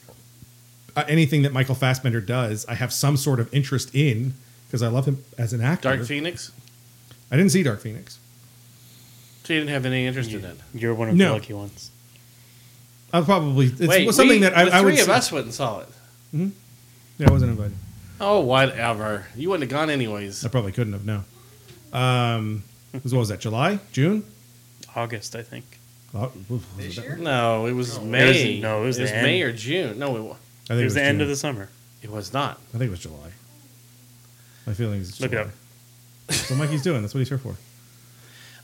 Speaker 7: Uh, anything that Michael Fassbender does, I have some sort of interest in because I love him as an actor.
Speaker 6: Dark Phoenix.
Speaker 7: I didn't see Dark Phoenix.
Speaker 6: So you didn't have any interest in it.
Speaker 1: You're one of
Speaker 7: No.
Speaker 1: the lucky ones.
Speaker 7: I Uh, probably it's
Speaker 6: Wait,
Speaker 7: was something
Speaker 6: we-
Speaker 7: that I,
Speaker 6: the
Speaker 7: I
Speaker 6: three
Speaker 7: would.
Speaker 6: of
Speaker 7: say-
Speaker 6: us went and saw it.
Speaker 7: Yeah, I wasn't invited.
Speaker 6: Oh, whatever. You wouldn't have gone anyways.
Speaker 7: I probably couldn't have. No. Um, it was, what was that? July, June.
Speaker 1: August, I think.
Speaker 7: Oh, oof, was it that-
Speaker 6: No, it was May.
Speaker 1: no, it was the end.
Speaker 6: May or June. No, it, wa-
Speaker 7: I think
Speaker 1: It was the end
Speaker 7: June.
Speaker 1: of the summer.
Speaker 6: it was not.
Speaker 7: I think it was July. My feelings. It's
Speaker 1: Look it
Speaker 7: July.
Speaker 1: up.
Speaker 7: So Mikey's doing. That's what he's here for. Is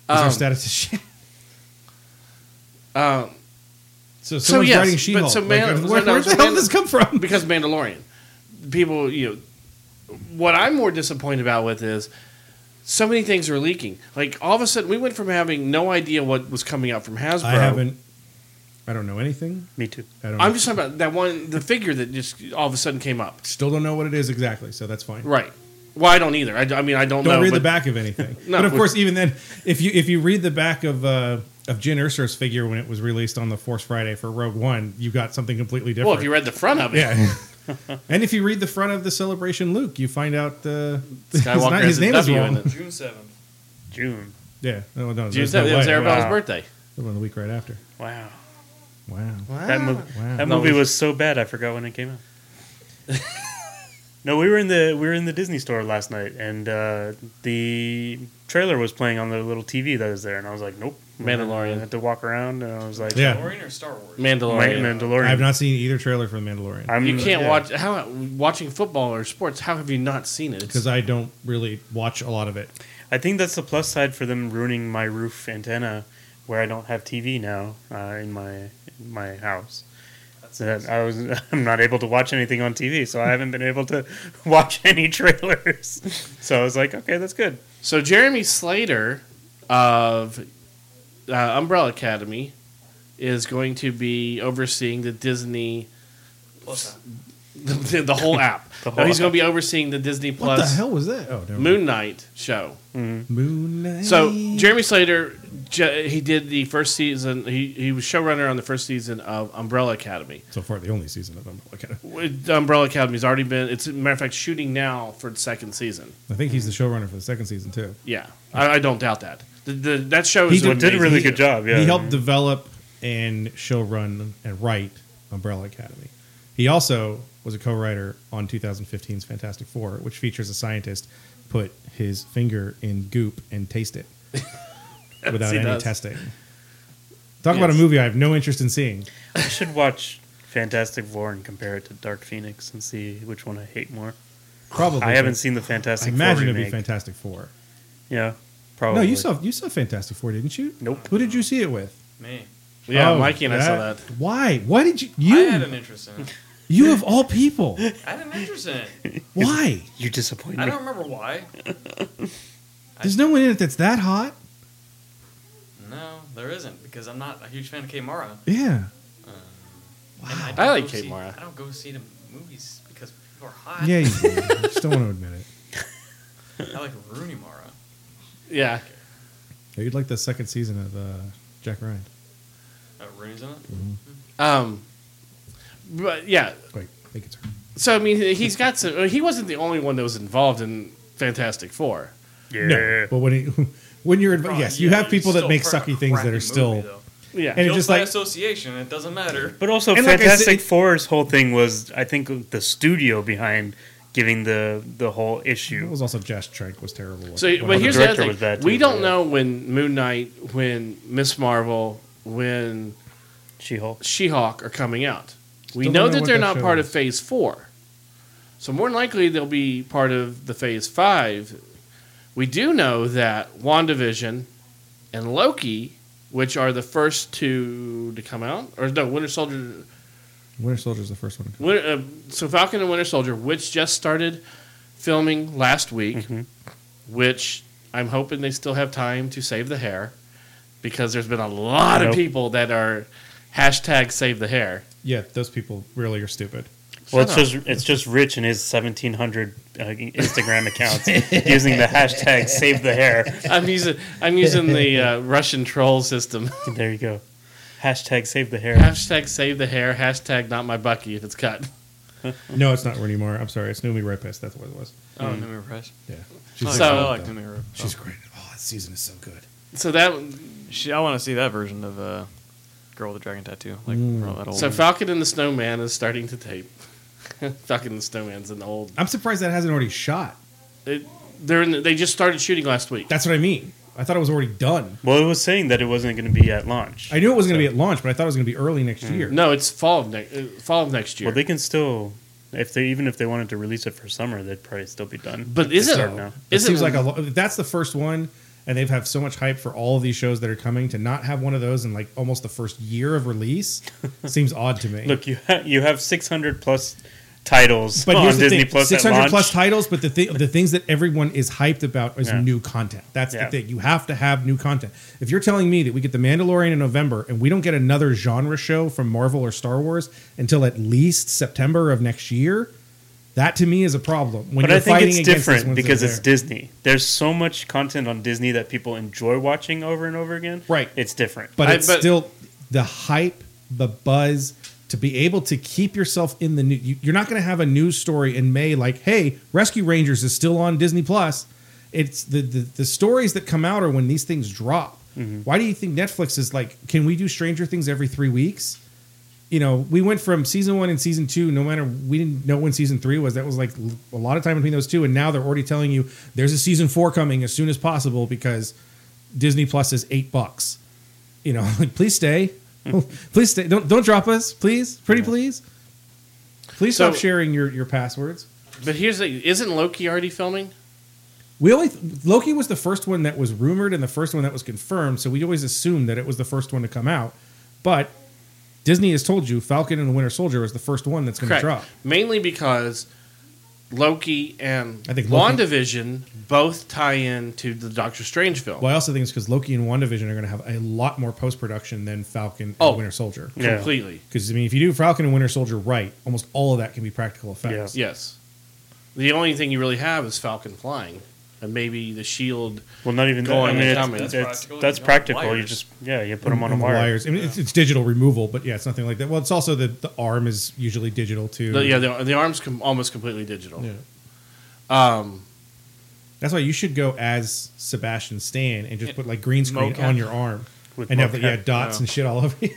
Speaker 6: Um,
Speaker 7: our status is shit.
Speaker 6: Um,
Speaker 7: So someone's
Speaker 6: yes,
Speaker 7: writing
Speaker 6: but
Speaker 7: She-Hulk.
Speaker 6: so
Speaker 7: Like,
Speaker 6: Man-
Speaker 7: where
Speaker 6: so
Speaker 7: where
Speaker 6: no,
Speaker 7: the
Speaker 6: so
Speaker 7: hell
Speaker 6: Man-
Speaker 7: did this come from?
Speaker 6: because Mandalorian, people, you know, what I'm more disappointed about with is so many things are leaking. Like all of a sudden, we went from having no idea what was coming out from Hasbro.
Speaker 7: I haven't. I don't know anything.
Speaker 1: Me too.
Speaker 7: I don't.
Speaker 6: I'm
Speaker 7: know.
Speaker 6: just talking about that one, the figure that just all of a sudden came up.
Speaker 7: still don't know what it is exactly. So that's fine.
Speaker 6: Right. Well, I don't either. I, I mean, I don't,
Speaker 7: don't
Speaker 6: know.
Speaker 7: read the
Speaker 6: but-
Speaker 7: back of anything.
Speaker 6: No,
Speaker 7: but of
Speaker 6: we-
Speaker 7: course, even then, if you if you read the back of uh, of Jin Erso's figure when it was released on the Force Friday for Rogue One, you got something completely different.
Speaker 6: Well, if you read the front of it,
Speaker 7: yeah. and if you read the front of the Celebration Luke, you find out uh, his,
Speaker 6: Skywalker
Speaker 7: ni-
Speaker 6: has
Speaker 7: his
Speaker 6: a
Speaker 7: name is
Speaker 6: W in
Speaker 7: wrong.
Speaker 6: it.
Speaker 2: June seventh.
Speaker 1: June.
Speaker 7: Yeah, Oh, no, no,
Speaker 6: June
Speaker 7: there's no
Speaker 6: seventh. It was
Speaker 7: way.
Speaker 6: Arabella's
Speaker 1: Wow.
Speaker 6: birthday.
Speaker 7: The one the week right after.
Speaker 1: Wow.
Speaker 7: Wow.
Speaker 1: That, mo- that
Speaker 6: No,
Speaker 1: movie
Speaker 6: we-
Speaker 1: was so bad I forgot when it came out. no, we were in the we were in the Disney store last night and uh, the trailer was playing on the little TV that was there and I was like, Nope.
Speaker 6: Mandalorian.
Speaker 1: I had to walk around and I was like,
Speaker 7: Yeah,
Speaker 2: Mandalorian or Star Wars?
Speaker 1: Ma-
Speaker 6: Mandalorian.
Speaker 1: Mandalorian.
Speaker 7: I have not seen either trailer for The Mandalorian
Speaker 1: I'm-
Speaker 6: you can't
Speaker 1: yeah.
Speaker 6: watch how watching football or sports. How have you not seen it? It's-
Speaker 7: because I don't really watch a lot of it.
Speaker 1: I think that's the plus side for them ruining my roof antenna, where I don't have TV now uh, in my in my house. So that I was I'm not able to watch anything on TV, so I haven't been able to watch any trailers. So I was like, okay, that's good.
Speaker 6: So Jeremy Slater of uh, Umbrella Academy is going to be overseeing the Disney,
Speaker 2: Plus,
Speaker 6: the, the whole app.
Speaker 1: The
Speaker 6: no,
Speaker 1: whole
Speaker 6: he's
Speaker 1: app.
Speaker 6: going to be overseeing the Disney
Speaker 7: What the
Speaker 6: Plus
Speaker 7: hell was that? Oh, never mind.
Speaker 6: Moon Knight show.
Speaker 7: Moon Knight.
Speaker 6: So Jeremy Slater, j- he did the first season. He he was showrunner on the first season of Umbrella Academy.
Speaker 7: so far the only season of Umbrella Academy.
Speaker 6: With- Umbrella Academy's already been. It's a matter of fact shooting now for the second season.
Speaker 7: I think he's the showrunner for the second season too.
Speaker 6: Yeah, I, I don't doubt that. The, the, that show
Speaker 7: He
Speaker 6: is
Speaker 1: So it did a
Speaker 6: amazing.
Speaker 1: really good job. Yeah,
Speaker 7: He helped develop and show run and write Umbrella Academy. He also was a co-writer on 2015's Fantastic Four, which features a scientist put his finger in goop and taste it without
Speaker 6: he
Speaker 7: any
Speaker 6: does.
Speaker 7: testing. Talk
Speaker 6: Yes.
Speaker 7: about a movie I have no interest in seeing.
Speaker 1: I should watch Fantastic Four and compare it to Dark Phoenix and see which one I hate more.
Speaker 7: Probably
Speaker 1: I haven't
Speaker 7: but
Speaker 1: seen the
Speaker 7: I
Speaker 1: Fantastic Four
Speaker 7: imagine it'd be
Speaker 1: remake.
Speaker 7: Fantastic Four.
Speaker 1: yeah, probably.
Speaker 7: No, you saw you saw Fantastic Four, didn't you?
Speaker 1: Nope.
Speaker 7: Who did you see it with?
Speaker 2: me.
Speaker 6: Yeah,
Speaker 7: Oh,
Speaker 6: Mikey and I saw that.
Speaker 7: Why? Why did you
Speaker 2: I
Speaker 7: you
Speaker 2: had an interest in it.
Speaker 7: you of all people?
Speaker 2: I had an interest in it.
Speaker 7: Why?
Speaker 1: You disappoint
Speaker 2: I
Speaker 1: me.
Speaker 2: don't remember why.
Speaker 7: There's no one in it that's that hot.
Speaker 2: No, there isn't because I'm not a huge fan of Kate Mara.
Speaker 7: Yeah.
Speaker 2: And
Speaker 6: I
Speaker 2: I, don't
Speaker 6: like
Speaker 2: go
Speaker 6: Kate
Speaker 2: see-
Speaker 6: Mara.
Speaker 2: I don't go see the movies because people are hot.
Speaker 7: Yeah, you do. I just don't want to admit it.
Speaker 2: I like Rooney Mara.
Speaker 6: Yeah.
Speaker 7: Yeah, you'd like the second season of uh, Jack Ryan.
Speaker 2: Uh, Rooney's in it.
Speaker 6: Um, but yeah,
Speaker 7: Wait, I think it's her.
Speaker 6: so I mean, he's got some. He wasn't the only one that was involved in Fantastic Four.
Speaker 1: Yeah.
Speaker 7: No, but when you when you're
Speaker 2: Bro,
Speaker 7: inv- yes,
Speaker 2: yeah,
Speaker 7: you have
Speaker 2: it's
Speaker 7: people that
Speaker 2: still
Speaker 7: make
Speaker 2: cra-
Speaker 7: sucky things that
Speaker 2: crappy
Speaker 7: are
Speaker 2: movie,
Speaker 7: still.
Speaker 2: though.
Speaker 6: Yeah,
Speaker 7: And it
Speaker 2: Guilt
Speaker 7: just
Speaker 2: by
Speaker 7: like
Speaker 2: association. It doesn't matter.
Speaker 1: But also,
Speaker 7: And like I
Speaker 1: Fantastic
Speaker 7: said-
Speaker 1: Four's whole thing was, I think, the studio behind giving the the whole issue.
Speaker 7: it was also Josh Trank was terrible.
Speaker 6: So,
Speaker 7: When
Speaker 6: but
Speaker 7: I-
Speaker 6: here's
Speaker 1: the
Speaker 6: the other
Speaker 1: director
Speaker 6: thing:
Speaker 1: was bad
Speaker 6: we
Speaker 1: too,
Speaker 6: don't
Speaker 1: yeah.
Speaker 6: know when Moon Knight, when Miss Marvel, when
Speaker 1: She Hulk.
Speaker 6: She-Hulk are coming out. we
Speaker 7: Still don't
Speaker 6: know
Speaker 7: know
Speaker 6: that
Speaker 7: what
Speaker 6: they're
Speaker 7: that
Speaker 6: not
Speaker 7: show
Speaker 6: part of
Speaker 7: is.
Speaker 6: Phase Four, so more than likely they'll be part of the Phase Five. We do know that WandaVision and Loki, which are the first two to come out, or no, Winter Soldier.
Speaker 7: Winter Soldier's the first one. to come.
Speaker 6: Winter, uh, so Falcon and Winter Soldier, which just started filming last week,
Speaker 1: Mm-hmm.
Speaker 6: which I'm hoping they still have time to save the hair, because there's been a lot of
Speaker 1: Nope.
Speaker 6: people that are hashtag save the hair.
Speaker 7: Yeah, those people really are stupid.
Speaker 1: Well,
Speaker 6: Shut
Speaker 1: it's just it's just Rich and his seventeen hundred uh, Instagram accounts using the hashtag Save the Hair.
Speaker 6: I'm using I'm using the uh, Russian troll system.
Speaker 1: There you go. Hashtag Save the Hair.
Speaker 6: hashtag save the hair. Hashtag not my Bucky if it's cut.
Speaker 7: No, it's not Rooney Mara. I'm sorry, it's Naomi Rapace. That's what it was.
Speaker 2: Oh, Numi Rice.
Speaker 7: Yeah,
Speaker 2: Oh,
Speaker 7: she's
Speaker 6: So-
Speaker 2: yeah, I
Speaker 7: though.
Speaker 2: like Numi Rice.
Speaker 7: she's great. Oh, that season is so good.
Speaker 6: So that
Speaker 2: She, I want to see that version of uh, Girl with the Dragon Tattoo. Like
Speaker 7: Mm.
Speaker 2: from that old.
Speaker 6: so Falcon and the Snowman is starting to tape. Falcon and the Snowman's an old.
Speaker 7: I'm surprised that hasn't already shot.
Speaker 6: It, they're in, they just started shooting last week.
Speaker 7: That's what I mean. I thought it was already done.
Speaker 1: Well, it was saying that it wasn't going to be at launch.
Speaker 7: I knew it was going to be at launch, but I thought it was going to be early
Speaker 2: Hmm.
Speaker 7: next year.
Speaker 6: No, it's fall of next fall of next year.
Speaker 1: Well, they can still, if they even if they wanted to release it for summer, they'd probably still be done.
Speaker 6: but is it?
Speaker 1: Start now.
Speaker 7: It
Speaker 6: Is it
Speaker 7: seems like a lo- that's the first one, and they've had so much hype for all of these shows that are coming to not have one of those in like almost the first year of release seems odd to me.
Speaker 1: Look, you ha- you have six hundred plus titles
Speaker 7: but
Speaker 1: on
Speaker 7: here's the
Speaker 1: Disney
Speaker 7: thing:
Speaker 1: Plus
Speaker 7: six
Speaker 1: at
Speaker 7: hundred
Speaker 1: launch.
Speaker 7: plus titles, but the thi- the things that everyone is hyped about is
Speaker 1: Yeah.
Speaker 7: new content. That's
Speaker 1: Yeah.
Speaker 7: the thing. You have to have new content. If you're telling me that we get the Mandalorian in November and we don't get another genre show from Marvel or Star Wars until at least September of next year, that to me is a problem. When
Speaker 1: but
Speaker 7: you're
Speaker 1: I think
Speaker 7: fighting
Speaker 1: it's
Speaker 7: against these
Speaker 1: different
Speaker 7: ones that are
Speaker 1: because it's
Speaker 7: there.
Speaker 1: Disney. There's so much content on Disney that people enjoy watching over and over again.
Speaker 7: Right.
Speaker 1: It's different.
Speaker 7: but
Speaker 6: I-
Speaker 7: it's
Speaker 6: but-
Speaker 7: still the hype, the buzz to be able to keep yourself in the new. You, you're not going to have a news story in May like, "Hey, Rescue Rangers is still on Disney Plus." It's the, the the stories that come out are when these things drop.
Speaker 6: Mm-hmm.
Speaker 7: Why do you think Netflix is like? Can we do Stranger Things every three weeks? You know, we went from season one and season two. No matter we didn't know when season three was. That was like l- a lot of time between those two, and now they're already telling you there's a season four coming as soon as possible because Disney Plus is eight bucks you know, like please stay, please stay. Don't don't drop us, please, pretty please. Please
Speaker 6: So-
Speaker 7: stop sharing your your passwords.
Speaker 6: But here's the isn't Loki already filming?
Speaker 7: We only Loki was the first one that was rumored and the first one that was confirmed, so we always assumed that it was the first one to come out. But Disney has told you Falcon and the Winter Soldier is the first one that's going to
Speaker 6: Correct.
Speaker 7: drop.
Speaker 6: Mainly because Loki and
Speaker 7: I think Loki-
Speaker 6: WandaVision both tie in to the Doctor Strange film.
Speaker 7: Well, I also think it's because Loki and WandaVision are going to have a lot more post production than Falcon and
Speaker 6: Oh.
Speaker 7: Winter Soldier.
Speaker 1: Yeah.
Speaker 6: Completely.
Speaker 7: Because I mean, if you do Falcon and Winter Soldier right, almost all of that can be practical
Speaker 1: Yeah.
Speaker 7: effects.
Speaker 6: Yes. The only thing you really have is Falcon flying. And maybe the shield
Speaker 1: well, not even that.
Speaker 6: Go
Speaker 1: I
Speaker 6: on,
Speaker 1: mean, it's,
Speaker 6: tell me.
Speaker 1: it's-
Speaker 6: That's
Speaker 1: that's
Speaker 2: practical.
Speaker 1: practical.
Speaker 2: You don't
Speaker 1: You
Speaker 2: wires.
Speaker 1: just yeah, you put them on a
Speaker 7: and the
Speaker 1: wire.
Speaker 7: wires. I mean, it's, it's digital removal, but yeah, it's nothing like that. Well, it's also the, the arm is usually digital too.
Speaker 6: the, yeah the, the arms com- almost completely digital.
Speaker 7: Yeah.
Speaker 6: Um,
Speaker 7: That's why you should go as Sebastian Stan and just put like green screen
Speaker 6: mocap.
Speaker 7: on your arm
Speaker 1: With
Speaker 7: and have
Speaker 1: mocap.
Speaker 7: yeah dots and shit all over you.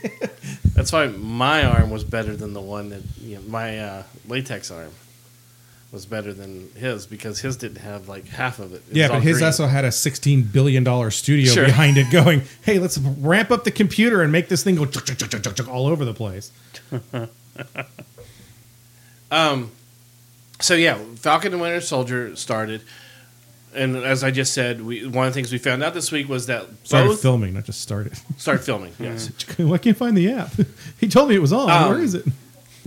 Speaker 6: that's why my arm was better than the one that you know, my uh, latex arm was better than his because his didn't have like half of it. It
Speaker 7: yeah,
Speaker 6: was all
Speaker 7: but his
Speaker 6: green.
Speaker 7: also had a sixteen billion dollar studio
Speaker 6: Sure.
Speaker 7: behind it, going, "Hey, let's ramp up the computer and make this thing go chuck, chuck, chuck, chuck, chuck, chuck all over the place."
Speaker 6: Um, so yeah, Falcon and Winter Soldier started, and as I just said, we one of the things we found out this week was that
Speaker 7: Started Mm-hmm.
Speaker 6: both
Speaker 7: filming, not just started.
Speaker 6: start filming. Yes,
Speaker 7: I can't find the app. he told me it was on.
Speaker 6: Um,
Speaker 7: Where is it?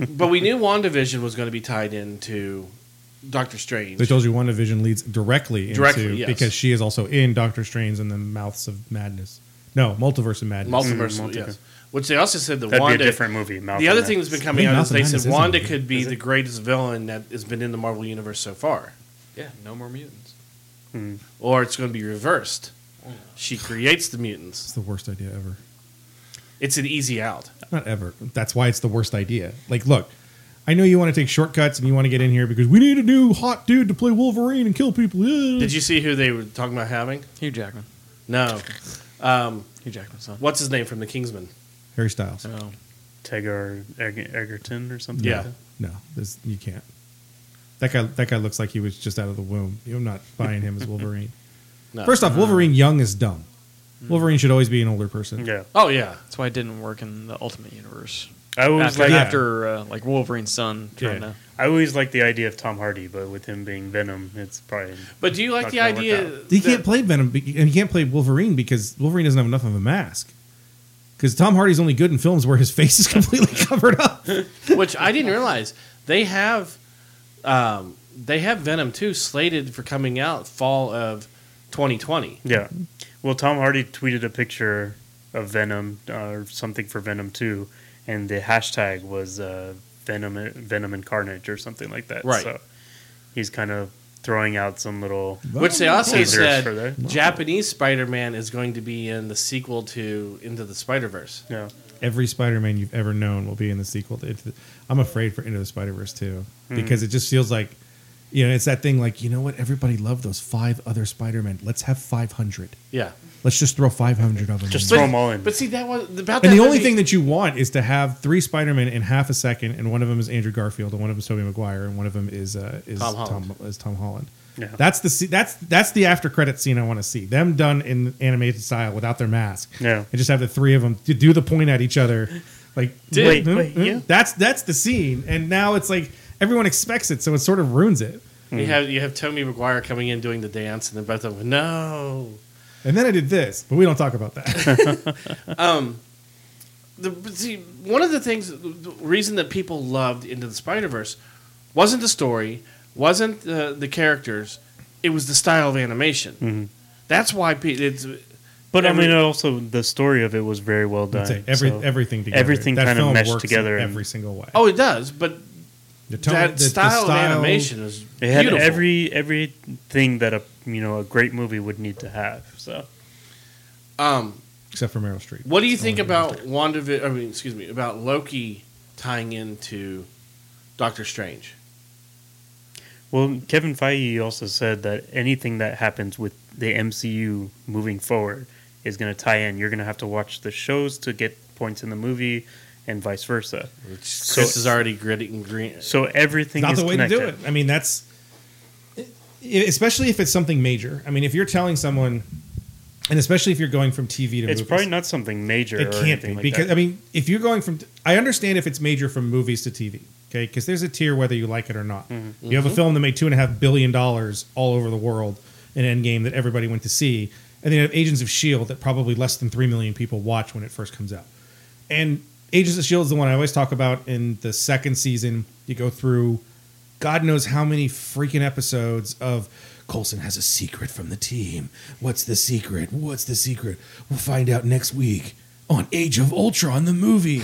Speaker 6: but we knew Wandavision was going to be tied into Doctor Strange.
Speaker 7: They told you WandaVision leads directly into
Speaker 6: Directly, yes.
Speaker 7: because she is also in Doctor Strange and the Mouths of Madness. No, Multiverse of Madness.
Speaker 6: Multiverse,
Speaker 1: Mm,
Speaker 6: yes. Which they also said that
Speaker 1: That'd
Speaker 6: Wanda.
Speaker 1: be a different movie. Malcolm
Speaker 6: the other
Speaker 1: X.
Speaker 6: thing that's been coming
Speaker 7: Yeah,
Speaker 6: out is
Speaker 7: Malcolm
Speaker 6: they
Speaker 7: X
Speaker 6: said
Speaker 7: is in
Speaker 6: Wanda
Speaker 7: it.
Speaker 6: could be
Speaker 1: Is it?
Speaker 6: the greatest villain that has been in the Marvel universe so far,
Speaker 2: Yeah, no more mutants.
Speaker 1: Mm.
Speaker 6: or it's going to be reversed. She creates the mutants.
Speaker 7: It's the worst idea ever.
Speaker 6: It's an easy out.
Speaker 7: Not ever. That's why it's the worst idea. Like, look, I know you want to take shortcuts and you want to get in here because we need a new hot dude to play Wolverine and kill people.
Speaker 6: Did you see who they were talking about having?
Speaker 2: Hugh Jackman.
Speaker 6: No. Um,
Speaker 2: Hugh Jackman's son.
Speaker 6: what's his name from the Kingsman?
Speaker 7: Harry Styles?
Speaker 2: No.
Speaker 1: Tegar Eg- Egerton or something.
Speaker 6: Yeah.
Speaker 1: like that.
Speaker 7: No, this, you can't. That guy. That guy looks like he was just out of the womb. I'm not buying him as Wolverine.
Speaker 6: No. Mm.
Speaker 7: First off, Wolverine young is dumb. Wolverine should always be an older person.
Speaker 1: Yeah,
Speaker 6: Oh yeah.
Speaker 2: That's why it didn't work in the Ultimate Universe.
Speaker 1: I always
Speaker 2: After,
Speaker 1: like
Speaker 2: after uh, like Wolverine's son trying
Speaker 1: Yeah.
Speaker 2: to.
Speaker 1: I always like the idea of Tom Hardy, but with him being Venom, it's probably
Speaker 6: But do you like
Speaker 1: Not
Speaker 6: the
Speaker 1: gonna work
Speaker 6: idea?
Speaker 1: out.
Speaker 7: He
Speaker 6: that-
Speaker 7: can't play Venom, be- and he can't play Wolverine because Wolverine doesn't have enough of a mask. Because Tom Hardy's only good in films where his face is completely covered up.
Speaker 6: which I didn't realize they have um, they have Venom 2 slated for coming out fall of 2020.
Speaker 1: yeah. Well, Tom Hardy tweeted a picture of Venom uh, or something for Venom Two, and the hashtag was uh, Venom Venom and Carnage or something like that.
Speaker 6: Right.
Speaker 1: So he's kind of throwing out some little
Speaker 6: Which they also
Speaker 1: Teasers
Speaker 6: said
Speaker 1: for that.
Speaker 6: Japanese Spider-Man is going to be in the sequel to Into the Spider-Verse.
Speaker 1: yeah.
Speaker 7: every Spider-Man you've ever known will be in the sequel. To Into the, I'm afraid for Into the Spider-Verse too, because it just feels like, you know, it's that thing like, you know what? Everybody loved those five other Spider-Men. Let's have 500.
Speaker 6: Yeah.
Speaker 7: Let's just throw 500 of them.
Speaker 1: Just
Speaker 7: in.
Speaker 1: throw 'em all in.
Speaker 6: But see that was about that
Speaker 7: and the only
Speaker 6: movie-
Speaker 7: thing that you want is to have three Spider-Men in half a second, and one of them is Andrew Garfield, and one of them is Tobey Maguire, and one of them is uh, is
Speaker 6: Tom
Speaker 7: Tom,
Speaker 6: Holland.
Speaker 7: is Tom Holland.
Speaker 1: Yeah.
Speaker 7: That's the se- that's that's the after credit scene I want to see them done in animated style without their mask.
Speaker 1: Yeah.
Speaker 7: and just have the three of them to do the point at each other, like
Speaker 1: Wait,
Speaker 7: mm,
Speaker 1: wait,
Speaker 7: mm.
Speaker 1: yeah.
Speaker 7: That's that's the scene, and now it's like everyone expects it, so it sort of ruins it.
Speaker 6: you have you have Tony Maguire coming in doing the dance and then both of them no.
Speaker 7: And then I did this, but we don't talk about that.
Speaker 6: The but see one of the things the reason that people loved Into the Spider-Verse wasn't the story, wasn't the, the characters, it was the style of animation.
Speaker 1: Mm-hmm.
Speaker 6: That's why pe- it's
Speaker 1: But
Speaker 6: Every-
Speaker 1: I mean, also the story of it was very well done.
Speaker 7: I'd say every,
Speaker 1: so-
Speaker 7: everything together,
Speaker 1: everything
Speaker 7: That
Speaker 1: kind of
Speaker 7: film
Speaker 1: meshed
Speaker 7: works in
Speaker 1: together. and
Speaker 7: every single way.
Speaker 6: Oh, it does, but
Speaker 7: The tone-
Speaker 6: that
Speaker 7: the- the
Speaker 6: style, of
Speaker 7: style-
Speaker 6: animation is
Speaker 1: it had
Speaker 6: beautiful.
Speaker 1: every everything that a you know a great movie would need to have. So
Speaker 6: Um,
Speaker 7: except for Meryl Streep.
Speaker 6: what do you think about WandaVision? I mean, excuse me, about Loki tying into Doctor Strange?
Speaker 1: well, Kevin Feige also said that anything that happens with the MCU moving forward is going to tie in. You're going to have to watch the shows to get points in the movie, and vice versa. So-
Speaker 6: Chris is already gritting green.
Speaker 1: So everything
Speaker 7: not
Speaker 1: is
Speaker 7: the way
Speaker 1: connected.
Speaker 7: to do it. I mean, that's i- especially if it's something major. I mean, if you're telling someone, and especially if you're going from TV to
Speaker 1: It's
Speaker 7: movies,
Speaker 1: probably not something major.
Speaker 7: it
Speaker 1: or
Speaker 7: can't
Speaker 1: anything
Speaker 7: be
Speaker 1: like
Speaker 7: because
Speaker 1: that.
Speaker 7: I mean, if you're going from, I understand if it's major from movies to TV, okay? Because there's a tier whether you like it or not.
Speaker 1: Mm-hmm.
Speaker 7: You have a film that made two and a half billion dollars all over the world, an Endgame that everybody went to see, and then you have Agents of Shield E that probably less than three million people watch when it first comes out. And Agents of Shield is the one I always talk about in the second season. You go through God knows how many freaking episodes of Colson has a secret from the team. What's the secret? What's the secret? We'll find out next week on Age of Ultron, the movie.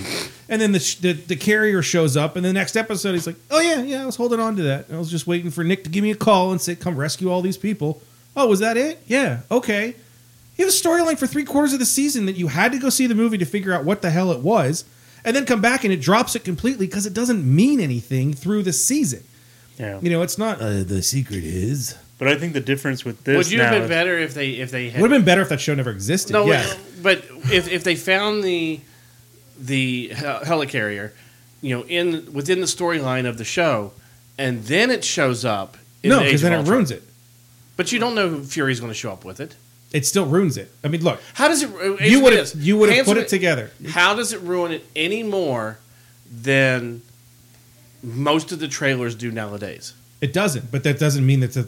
Speaker 7: And then the, sh- the the carrier shows up, and the next episode he's like, "Oh yeah, yeah, I was holding on to that. I was just waiting for Nick to give me a call and say, come rescue all these people.' Oh, was that it? Yeah, okay." You have a storyline for three quarters of the season that you had to go see the movie to figure out what the hell it was, and then come back and it drops it completely because it doesn't mean anything through the season.
Speaker 1: yeah.
Speaker 7: You know, it's not. Uh, the secret is.
Speaker 1: but I think the difference with this
Speaker 6: Would you
Speaker 1: now
Speaker 6: have
Speaker 1: is-
Speaker 6: been better if they if they had
Speaker 7: Would have been better if that show never existed.
Speaker 6: no,
Speaker 7: yeah.
Speaker 6: wait, but if if they found the the hel- helicarrier, you know, in within the storyline of the show, and then it shows up. In
Speaker 7: no,
Speaker 6: the Age
Speaker 7: because
Speaker 6: of
Speaker 7: then it
Speaker 6: Ultron.
Speaker 7: ruins it.
Speaker 6: But you don't know who Fury's going to show up with it.
Speaker 7: It still ruins it. I mean, look,
Speaker 6: How does it?
Speaker 7: you
Speaker 6: it's
Speaker 7: would
Speaker 6: this.
Speaker 7: have you would have
Speaker 6: Answer
Speaker 7: put
Speaker 6: me-
Speaker 7: it together.
Speaker 6: How does it ruin it any more than most of the trailers do nowadays?
Speaker 7: It doesn't, but that doesn't mean that. The,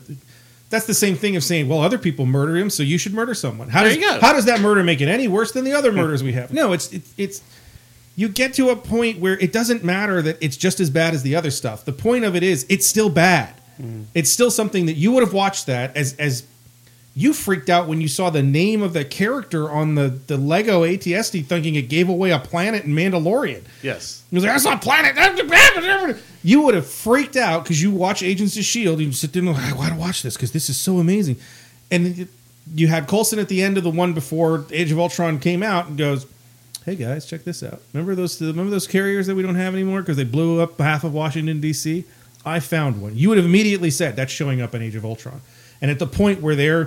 Speaker 7: that's the same thing of saying, well, other people murder him, so you should murder someone. How
Speaker 6: There
Speaker 7: does
Speaker 6: you go.
Speaker 7: how does that murder make it any worse than the other murders we have? No, it's it's, it's you get to a point where it doesn't matter that it's just as bad as the other stuff.
Speaker 6: Mm.
Speaker 7: The point of it is, it's still bad. It's still something that you would have watched that as as you freaked out when you saw the name of the character on the, the Lego ATSD, thinking it gave away a planet in Mandalorian.
Speaker 6: Yes.
Speaker 7: He was like, "That's not planet." You would have freaked out because you watch Agents of Shield. You sit there E and like, "I want to watch this because this is so amazing." And then you- you had Colson at the end of the one before Age of Ultron came out and goes, "Hey guys, check this out. Remember those? Remember those carriers that we don't have anymore because they blew up half of Washington D.C. I found one." You would have immediately said, "That's showing up in Age of Ultron." And at the point where they're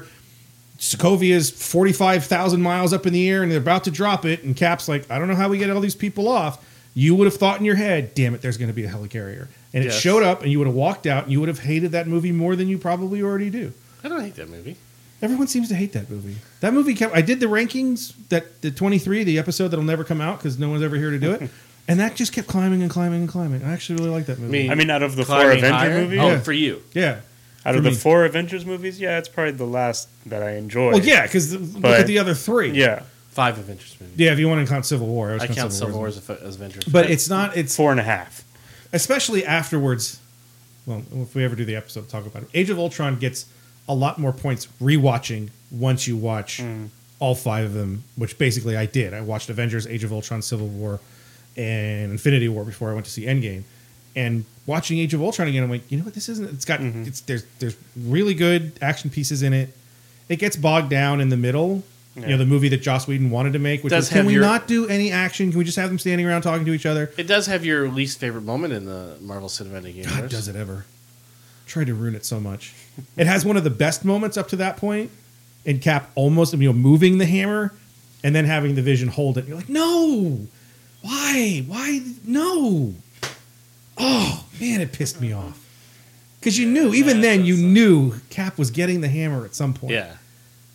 Speaker 7: Sokovia's 45,000 miles up in the air and they're about to drop it. And Cap's like, I don't know how we get all these people off. You would have thought in your head, damn it, there's going to be a helicarrier. And it
Speaker 6: Yes.
Speaker 7: showed up and you would have walked out and you would have hated that movie more than you probably already do.
Speaker 6: I don't hate that movie.
Speaker 7: Everyone seems to hate that movie. That movie kept. I did the rankings that the 23, the episode that'll never come out because no one's ever here to do it. and that just kept climbing and climbing and climbing. I actually really like that movie.
Speaker 6: Me.
Speaker 1: I mean, out of the four
Speaker 6: Climbing
Speaker 1: Avenger
Speaker 6: higher?
Speaker 1: movies,
Speaker 6: Oh,
Speaker 7: Yeah.
Speaker 6: for you.
Speaker 7: yeah.
Speaker 1: out
Speaker 7: for
Speaker 1: of the
Speaker 7: me.
Speaker 1: four Avengers movies, yeah, it's probably the last that I enjoyed.
Speaker 7: Well, yeah, because look
Speaker 1: But-
Speaker 7: at the other three.
Speaker 1: yeah,
Speaker 6: Five Avengers movies.
Speaker 7: Yeah, if you want to count Civil War, I, was
Speaker 6: I
Speaker 7: counting
Speaker 6: count Civil War
Speaker 7: War's-
Speaker 6: as, a, as Avengers.
Speaker 7: But it's not. It's
Speaker 1: four and a half.
Speaker 7: especially afterwards. Well, if we ever do the episode, we'll talk about it. Age of Ultron gets a lot more points rewatching once you watch
Speaker 6: Mm.
Speaker 7: all five of them, which basically I did. I watched Avengers, Age of Ultron, Civil War, and Infinity War before I went to see Endgame. And watching Age of Ultron again, I'm like, you know what? This isn't. It's got.
Speaker 6: Mm-hmm.
Speaker 7: It's there's there's really good action pieces in it. It gets bogged down in the middle. You know
Speaker 1: Yeah.
Speaker 7: the movie that Joss Whedon wanted to make, which
Speaker 6: Does
Speaker 7: was, can
Speaker 6: have
Speaker 7: we
Speaker 6: your-
Speaker 7: not do any action? Can we just have them standing around talking to each other?
Speaker 6: it does have your least favorite moment in the Marvel Cinematic Universe.
Speaker 7: God, does it ever? Tried to ruin it so much. It has one of the best moments up to that point, and Cap almost you know moving the hammer, and then having the Vision hold it. You're like, no, why, why, no? Oh man, it pissed me off because you knew even then you knew Cap was getting the hammer at some point.
Speaker 6: Yeah.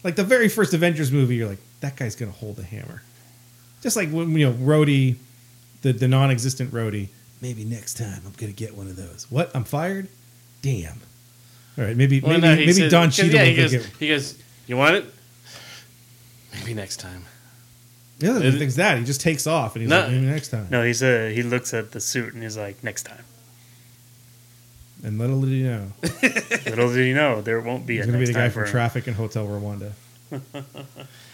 Speaker 7: like the very first Avengers movie, you're like, that guy's gonna hold the hammer, just like when you know Rhodey, the the non-existent Rhodey. Maybe next time I'm gonna get one of those. What? I'm fired? Damn. All right, maybe
Speaker 6: Well,
Speaker 7: maybe
Speaker 6: no, he
Speaker 7: maybe
Speaker 6: said-
Speaker 7: Don
Speaker 6: 'cause,
Speaker 7: Cheadle
Speaker 6: yeah, he
Speaker 7: will
Speaker 6: goes,
Speaker 7: get.
Speaker 6: he goes, You want it? Maybe next time.
Speaker 7: The other
Speaker 6: it-
Speaker 7: thing's that he just takes off and he's
Speaker 6: uh, No.
Speaker 7: like, maybe next time.
Speaker 1: No, he's a he looks at the suit and he's like, next time.
Speaker 7: And little did you know,
Speaker 1: Little did he know there won't be
Speaker 7: he's
Speaker 1: a
Speaker 7: gonna be
Speaker 1: next
Speaker 7: the
Speaker 1: time
Speaker 7: guy from
Speaker 1: for him.
Speaker 7: Traffic and Hotel Rwanda.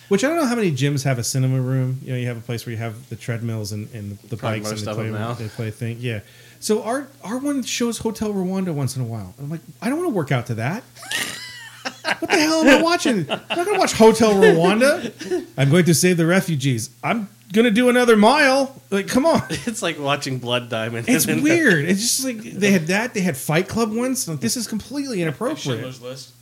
Speaker 7: Which I don't know how many gyms have a cinema room. You know, you have a place where you have the treadmills and, and the
Speaker 6: Probably
Speaker 7: bikes and
Speaker 6: most
Speaker 7: they
Speaker 6: of
Speaker 7: play,
Speaker 6: them now.
Speaker 7: they play thing. Yeah. So our our one shows Hotel Rwanda once in a while. I'm like, I don't want to work out to that. what the hell am I watching? I'm not gonna watch Hotel Rwanda. I'm going to save the refugees. I'm gonna do another mile. Like, come on.
Speaker 6: It's like watching Blood Diamond.
Speaker 7: It's
Speaker 6: and then-
Speaker 7: weird. It's just like they had that. They had Fight Club once. Like, this is completely inappropriate.
Speaker 2: Schindler's List.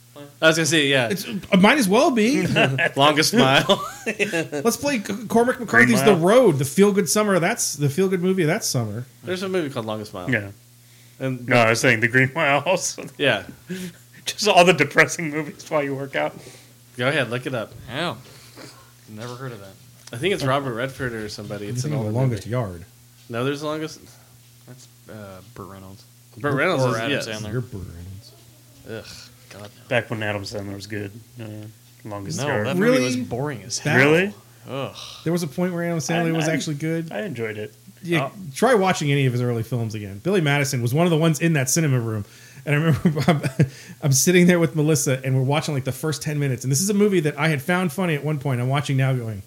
Speaker 6: I was going to say, yeah.
Speaker 7: It's it might as well be.
Speaker 6: Longest Mile.
Speaker 7: Let's play C- Cormac McCarthy's
Speaker 1: Green
Speaker 7: The
Speaker 1: Mile.
Speaker 7: Road, the feel good summer. That's the feel good movie of that summer.
Speaker 6: There's a movie called Longest Mile.
Speaker 1: Yeah.
Speaker 6: And,
Speaker 1: No, I was saying the Green Mile also.
Speaker 6: yeah.
Speaker 1: Just all the depressing movies while you work out.
Speaker 6: Go ahead, look it up.
Speaker 2: Yeah. Never heard of that.
Speaker 6: I think it's Robert Redford or somebody. It's
Speaker 7: It's
Speaker 6: an
Speaker 7: the
Speaker 6: older
Speaker 7: longest
Speaker 6: movie.
Speaker 7: yard.
Speaker 6: No, there's the longest.
Speaker 2: That's uh, Burt Reynolds.
Speaker 6: Burt Reynolds
Speaker 2: Or
Speaker 6: is
Speaker 2: Adam
Speaker 6: yes.
Speaker 2: Sandler.
Speaker 7: Your brains.
Speaker 6: Ugh, God.
Speaker 1: Back when Adam Sandler was good. Uh, longest
Speaker 2: No,
Speaker 1: Yard.
Speaker 2: that
Speaker 7: Really?
Speaker 2: movie was boring as hell.
Speaker 7: That-
Speaker 1: really?
Speaker 2: Ugh.
Speaker 7: There was a point where Adam Sandler
Speaker 1: I-
Speaker 7: was
Speaker 1: I-
Speaker 7: actually good.
Speaker 1: I enjoyed it.
Speaker 7: Yeah,
Speaker 1: Oh.
Speaker 7: try watching any of his early films again. Billy Madison was one of the ones in that cinema room. And I remember I'm, I'm sitting there with Melissa and we're watching like the first 10 minutes. And this is a movie that I had found funny at one point. I'm watching now going,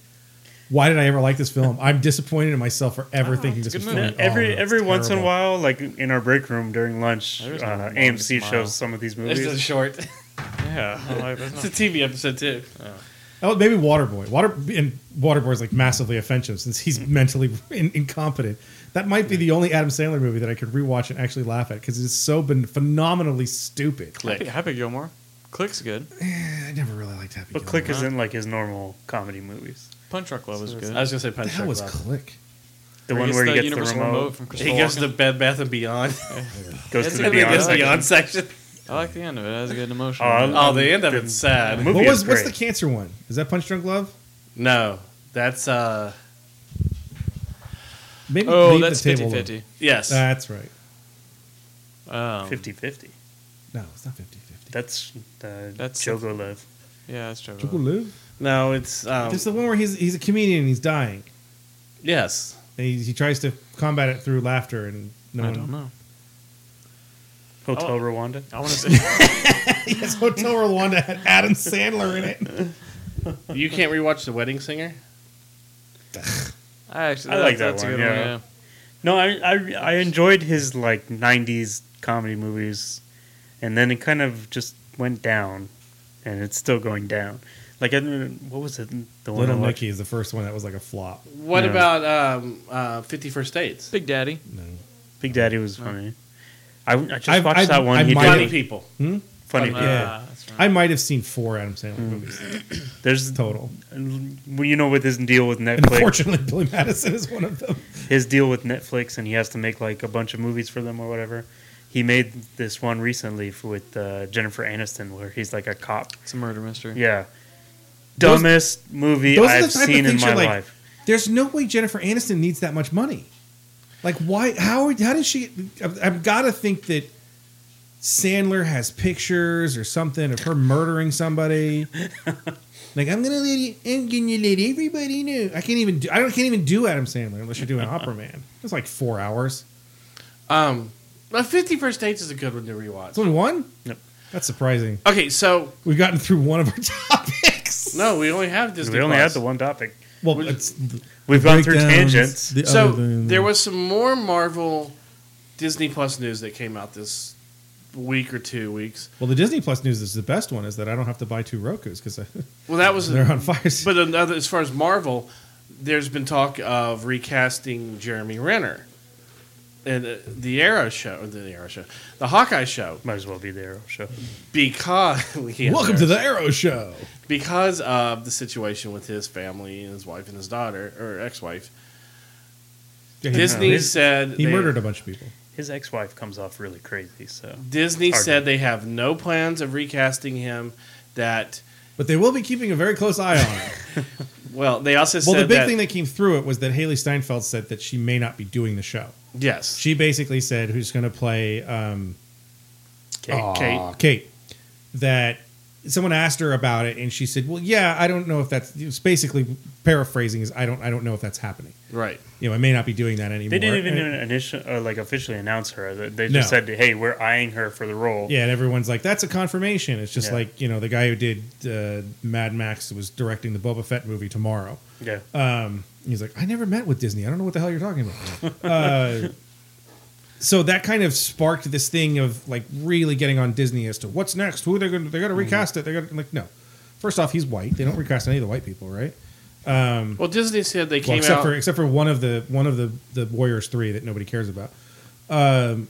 Speaker 7: why did I ever like this film? I'm disappointed in myself for
Speaker 1: Ah,
Speaker 7: ever thinking this
Speaker 2: it's a
Speaker 7: was
Speaker 2: good
Speaker 7: funny.
Speaker 1: No,
Speaker 7: Oh,
Speaker 1: every
Speaker 7: no, it's
Speaker 1: every once in a
Speaker 7: terrible.
Speaker 1: while, like in our break room during lunch,
Speaker 2: There is no
Speaker 1: uh,
Speaker 2: Longest
Speaker 1: AMC
Speaker 2: Mile.
Speaker 1: shows some of these
Speaker 6: It's a
Speaker 1: movies.
Speaker 6: short.
Speaker 2: Yeah. I'm like, that's
Speaker 6: it's a
Speaker 2: not-
Speaker 6: TV episode too.
Speaker 7: Oh, maybe Waterboy. Water and Waterboy is like massively offensive since he's mentally in, incompetent. That might be the only Adam Sandler movie that I could rewatch and actually laugh at because it's so been phenomenally stupid.
Speaker 2: Happy,
Speaker 6: Click.
Speaker 2: Happy Gilmore. Click's good.
Speaker 7: I never really liked Happy
Speaker 1: But
Speaker 7: Gilmore.
Speaker 1: Click is in like his normal comedy movies.
Speaker 2: Punch Drunk Love is good.
Speaker 6: I was gonna say Punch
Speaker 7: What the hell
Speaker 6: Drunk
Speaker 7: was
Speaker 6: Love.
Speaker 7: Click?
Speaker 1: The
Speaker 2: Where
Speaker 1: one
Speaker 2: he
Speaker 1: where he gets the
Speaker 2: universal
Speaker 1: remote,
Speaker 2: from Christopher
Speaker 6: He goes to
Speaker 2: Walken.
Speaker 6: Bed Bath and Beyond.
Speaker 1: goes
Speaker 2: That's
Speaker 1: to
Speaker 2: a
Speaker 1: the Beyond.
Speaker 2: good one.
Speaker 6: Beyond,
Speaker 1: section.
Speaker 6: Beyond section.
Speaker 2: I like the end of it. It has a good emotion.
Speaker 1: Oh, I love-
Speaker 6: Oh, the end of it's sad.
Speaker 1: Movie
Speaker 7: What
Speaker 1: is
Speaker 7: was what's the
Speaker 1: great.
Speaker 7: cancer one? Is that Punch Drunk Love?
Speaker 6: No, that's uh,
Speaker 7: Maybe
Speaker 2: oh
Speaker 7: leave
Speaker 2: that's
Speaker 7: the table
Speaker 2: 50
Speaker 7: alone.
Speaker 2: 50.
Speaker 6: yes.
Speaker 7: That's right.
Speaker 2: Um,
Speaker 1: 50-50.
Speaker 7: No, it's not 50-50.
Speaker 1: That's uh,
Speaker 2: That's-
Speaker 1: Chogo Live.
Speaker 2: Yeah, that's true.
Speaker 7: Chocolate Live?
Speaker 6: no, it's um,
Speaker 7: It's the one where he's he's a comedian and he's dying.
Speaker 6: yes.
Speaker 7: And he, he tries to combat it through laughter and no
Speaker 2: I
Speaker 7: one
Speaker 2: don't know.
Speaker 1: Hotel Rwanda.
Speaker 2: I want to say
Speaker 7: Yes, Hotel Rwanda had Adam Sandler in it.
Speaker 6: You can't rewatch The Wedding Singer.
Speaker 2: I actually
Speaker 1: I
Speaker 2: that-
Speaker 1: like that
Speaker 2: that's
Speaker 1: one,
Speaker 2: a good
Speaker 1: yeah.
Speaker 2: one.
Speaker 1: No, I, I I enjoyed his like '90s comedy movies, and then it kind of just went down, and it's still going down. Like I didn't- what was it? The one I
Speaker 7: Little
Speaker 1: watched?
Speaker 7: Nicky is the first one that was like a flop.
Speaker 6: What
Speaker 1: Yeah.
Speaker 6: about um, uh, Fifty First Dates?
Speaker 2: Big Daddy.
Speaker 7: No.
Speaker 1: Big Daddy was funny. I, I just
Speaker 7: I've-
Speaker 1: watched
Speaker 7: I've-
Speaker 1: that one.
Speaker 7: I've
Speaker 1: he
Speaker 7: might
Speaker 6: Funny
Speaker 7: have-
Speaker 1: did
Speaker 6: People.
Speaker 7: Hmm?
Speaker 1: funny.
Speaker 7: Yeah.
Speaker 2: Ah, that's right.
Speaker 7: I might have seen four Adam Sandler movies
Speaker 1: There's
Speaker 7: total.
Speaker 1: well, you know with his deal with
Speaker 7: And
Speaker 1: Netflix,
Speaker 7: unfortunately, Billy Madison is one of them.
Speaker 1: his deal with Netflix, and he has to make like a bunch of movies for them or whatever. He made this one recently f- with uh, Jennifer Aniston, where he's like a cop.
Speaker 2: It's a murder mystery.
Speaker 1: Yeah,
Speaker 7: Those-
Speaker 1: dumbest movie
Speaker 7: those are the
Speaker 1: I've
Speaker 7: type of
Speaker 1: seen in
Speaker 7: things
Speaker 1: my
Speaker 7: you're like-
Speaker 1: life.
Speaker 7: There's no way Jennifer Aniston needs that much money. Like, why? How? How does she? I've, I've got to think that Sandler has pictures or something of her murdering somebody. like, I'm gonna let you, I'm gonna let everybody know. I can't even. Do, I don't. Can't even do Adam Sandler unless you're doing Opera Man. It's like four hours.
Speaker 6: Um, but Fifty First Dates is a good one to
Speaker 7: It's
Speaker 6: rewatch.
Speaker 7: only one.
Speaker 1: Yep.
Speaker 7: That's surprising.
Speaker 6: Okay, so
Speaker 7: We've gotten through one of our topics.
Speaker 6: no, we only have Disney.
Speaker 1: we only
Speaker 6: Plus.
Speaker 1: had the one topic.
Speaker 7: Well, it's
Speaker 1: We've gone through
Speaker 7: breakdowns,
Speaker 1: tangents.
Speaker 7: the
Speaker 6: So
Speaker 7: other than-
Speaker 6: there was some more Marvel Disney Plus news that came out this week or two weeks.
Speaker 7: Well, the Disney Plus news is the best one. Is that I don't have to buy two Roku's because
Speaker 6: Well, that was
Speaker 7: they're on fire.
Speaker 6: But another, as far as Marvel, there's been talk of recasting Jeremy Renner and uh, the Arrow show, or the Arrow show, the Hawkeye show,
Speaker 1: Might as well be the Arrow show.
Speaker 6: because Yeah,
Speaker 7: Welcome
Speaker 6: there.
Speaker 7: to the Arrow Show.
Speaker 6: because of the situation with his family and his wife and his daughter or ex-wife. Disney
Speaker 1: his-
Speaker 6: said
Speaker 7: He
Speaker 6: they-
Speaker 7: murdered a bunch of people.
Speaker 1: His ex-wife comes off really crazy. So
Speaker 6: Disney
Speaker 1: Hard
Speaker 6: said
Speaker 1: to-
Speaker 6: they have no plans of recasting him. That
Speaker 7: But they will be keeping a very close eye on it.
Speaker 6: well, they also
Speaker 7: well,
Speaker 6: said
Speaker 7: the big
Speaker 6: that,
Speaker 7: thing that came through it was that Haley Steinfeld said that she may not be doing the show.
Speaker 6: yes,
Speaker 7: She basically said, "Who's going to play um,
Speaker 6: Kate, Kate,
Speaker 7: Kate?" That someone asked her about it, and she said, "Well, yeah, I don't know if that's." It's basically paraphrasing is, "I don't, I don't know if that's happening.
Speaker 6: right?
Speaker 7: You know, I may not be doing that anymore."
Speaker 1: They didn't even
Speaker 7: And-
Speaker 1: initial, uh, like officially announce her. They- They just
Speaker 7: No.
Speaker 1: said, "Hey, we're eyeing her for the role."
Speaker 7: Yeah, and everyone's like, "That's a confirmation." It's just
Speaker 1: Yeah.
Speaker 7: like you know, the guy who did uh, Mad Max was directing the Boba Fett movie tomorrow.
Speaker 1: yeah.
Speaker 7: Um, he's like, "I never met with Disney. I don't know what the hell you're talking about." uh, so that kind of sparked this thing of like really getting on Disney as to what's next. Who they're going to they're
Speaker 6: Mm-hmm.
Speaker 7: going to recast it? They're going to like no. First off, he's white. They don't recast any of the white people, right?
Speaker 6: Well, Disney said they
Speaker 7: Well,
Speaker 6: came
Speaker 7: except
Speaker 6: out.
Speaker 7: for except for one of the one of the the Warriors three that nobody cares about. Um,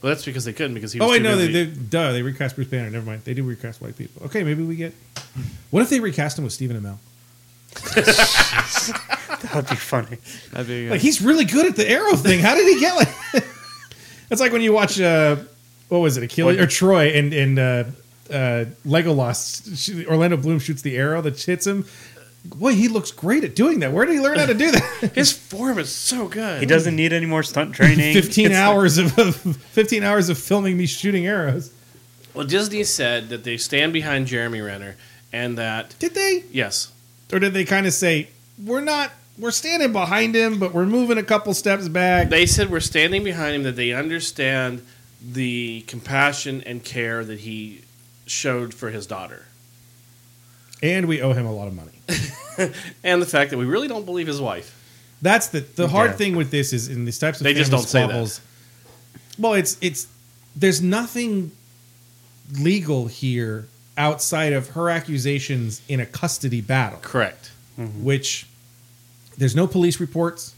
Speaker 6: well, that's because they couldn't because he. Was
Speaker 7: Oh wait,
Speaker 6: too
Speaker 7: no, they,
Speaker 6: busy.
Speaker 7: they duh, they recast Bruce Banner. Never mind, they do recast white people. Okay, maybe we get. What if they recast him with Stephen Amell?
Speaker 1: That'd be funny.
Speaker 2: That'd be
Speaker 7: Like he's really good at the arrow thing. How did he get like? That's like when you watch uh, what was it, Achilles or Troy and and uh, uh, Legolas. sh- Orlando Bloom shoots the arrow that hits him. Boy, he looks great at doing that. Where did he learn how to do that?
Speaker 6: His form is so good.
Speaker 1: He doesn't need any more stunt training.
Speaker 7: fifteen
Speaker 1: It's-
Speaker 7: hours of, of fifteen hours of filming me shooting arrows.
Speaker 6: Well, Disney said that they stand behind Jeremy Renner and that
Speaker 7: Did they?
Speaker 6: yes,
Speaker 7: or did they kind of say we're not we're standing behind him but we're moving a couple steps back
Speaker 6: they said we're standing behind him that they understand the compassion and care that he showed for his daughter
Speaker 7: and we owe him a lot of money
Speaker 6: and the fact that we really don't believe his wife.
Speaker 7: that's the the hard
Speaker 1: Yeah.
Speaker 7: thing with this is in these types of
Speaker 6: They just
Speaker 7: family
Speaker 6: don't say that.
Speaker 7: squabbles, well it's it's there's nothing legal here outside of her accusations in a custody battle
Speaker 6: Correct. Mm-hmm.
Speaker 7: which there's no police reports.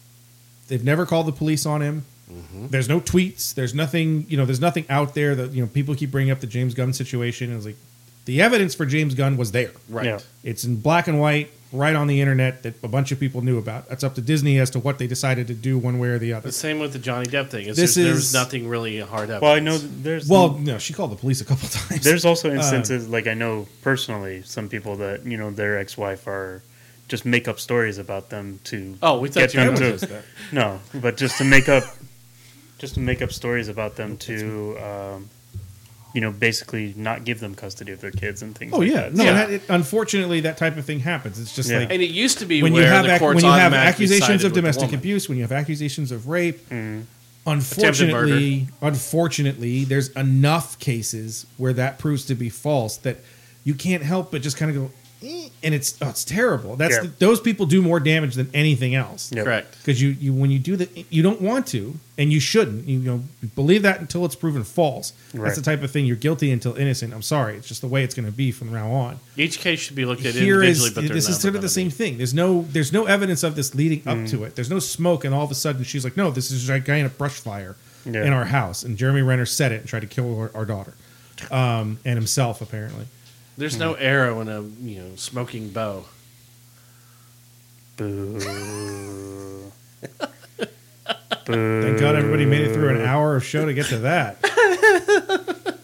Speaker 7: They've never called the police on him.
Speaker 6: Mm-hmm.
Speaker 7: There's no tweets. There's nothing. You know, there's nothing out there that you know. People keep bringing up the James Gunn situation. It's like the evidence for James Gunn was there.
Speaker 6: Right.
Speaker 1: Yeah.
Speaker 7: It's in black and white, right on the internet that a bunch of people knew about. That's up to Disney as to what they decided to do one way or the other.
Speaker 6: The same with the Johnny Depp thing. Is
Speaker 7: This
Speaker 6: there's, there's
Speaker 7: is-
Speaker 6: nothing really hard evidence.
Speaker 1: Well, I know that there's
Speaker 7: Well, uh, no, she called the police a couple times.
Speaker 1: there's also instances like I know personally some people that you know their ex-wife are just make up stories about them to
Speaker 6: Oh, we thought
Speaker 1: Get
Speaker 6: you were
Speaker 1: them
Speaker 6: going
Speaker 1: to-
Speaker 6: to. That.
Speaker 1: no, but just to make up just to make up stories about them to um, you know basically not give them custody of their kids and things.
Speaker 7: oh
Speaker 1: like
Speaker 7: yeah,
Speaker 1: that.
Speaker 7: no.
Speaker 6: Yeah.
Speaker 7: It, it, unfortunately, that type of thing happens. It's just
Speaker 1: Yeah.
Speaker 7: like
Speaker 6: And it used to be
Speaker 7: when you
Speaker 6: where
Speaker 7: have
Speaker 6: the
Speaker 7: ac-
Speaker 6: courts
Speaker 7: when you have
Speaker 6: automatically
Speaker 7: accusations
Speaker 6: sided
Speaker 7: of
Speaker 6: with the Mm-hmm.
Speaker 7: domestic
Speaker 6: woman.
Speaker 7: abuse, when you have accusations of rape, Unfortunately, unfortunately, there's enough cases where that proves to be false that you can't help but just kind of go, "Eh," and it's oh, it's terrible. That's
Speaker 1: Yeah.
Speaker 7: the, those people do more damage than anything else.
Speaker 1: Yep.
Speaker 6: Correct.
Speaker 7: Because you, you when you do that, you don't want to, and you shouldn't. You, know, believe that until it's proven false.
Speaker 1: Right.
Speaker 7: That's the type of thing you're guilty until innocent. I'm sorry, it's just the way it's going to be from now on.
Speaker 6: Each case should be looked at
Speaker 7: Here
Speaker 6: individually,
Speaker 7: is
Speaker 6: but they're
Speaker 7: this is
Speaker 6: not
Speaker 7: sort of
Speaker 6: gonna
Speaker 7: the same
Speaker 6: be.
Speaker 7: thing. There's no there's no evidence of this leading
Speaker 1: Mm.
Speaker 7: up to it. There's no smoke, and all of a sudden she's like, "No, this is a gigantic brush fire
Speaker 1: Yeah.
Speaker 7: in our house." And Jeremy Renner said it and tried to kill our, our daughter, um, and himself apparently.
Speaker 6: There's no arrow in a you know smoking bow.
Speaker 1: Boo.
Speaker 7: Thank God everybody made it through
Speaker 1: Uh.
Speaker 7: an hour of show to get to that.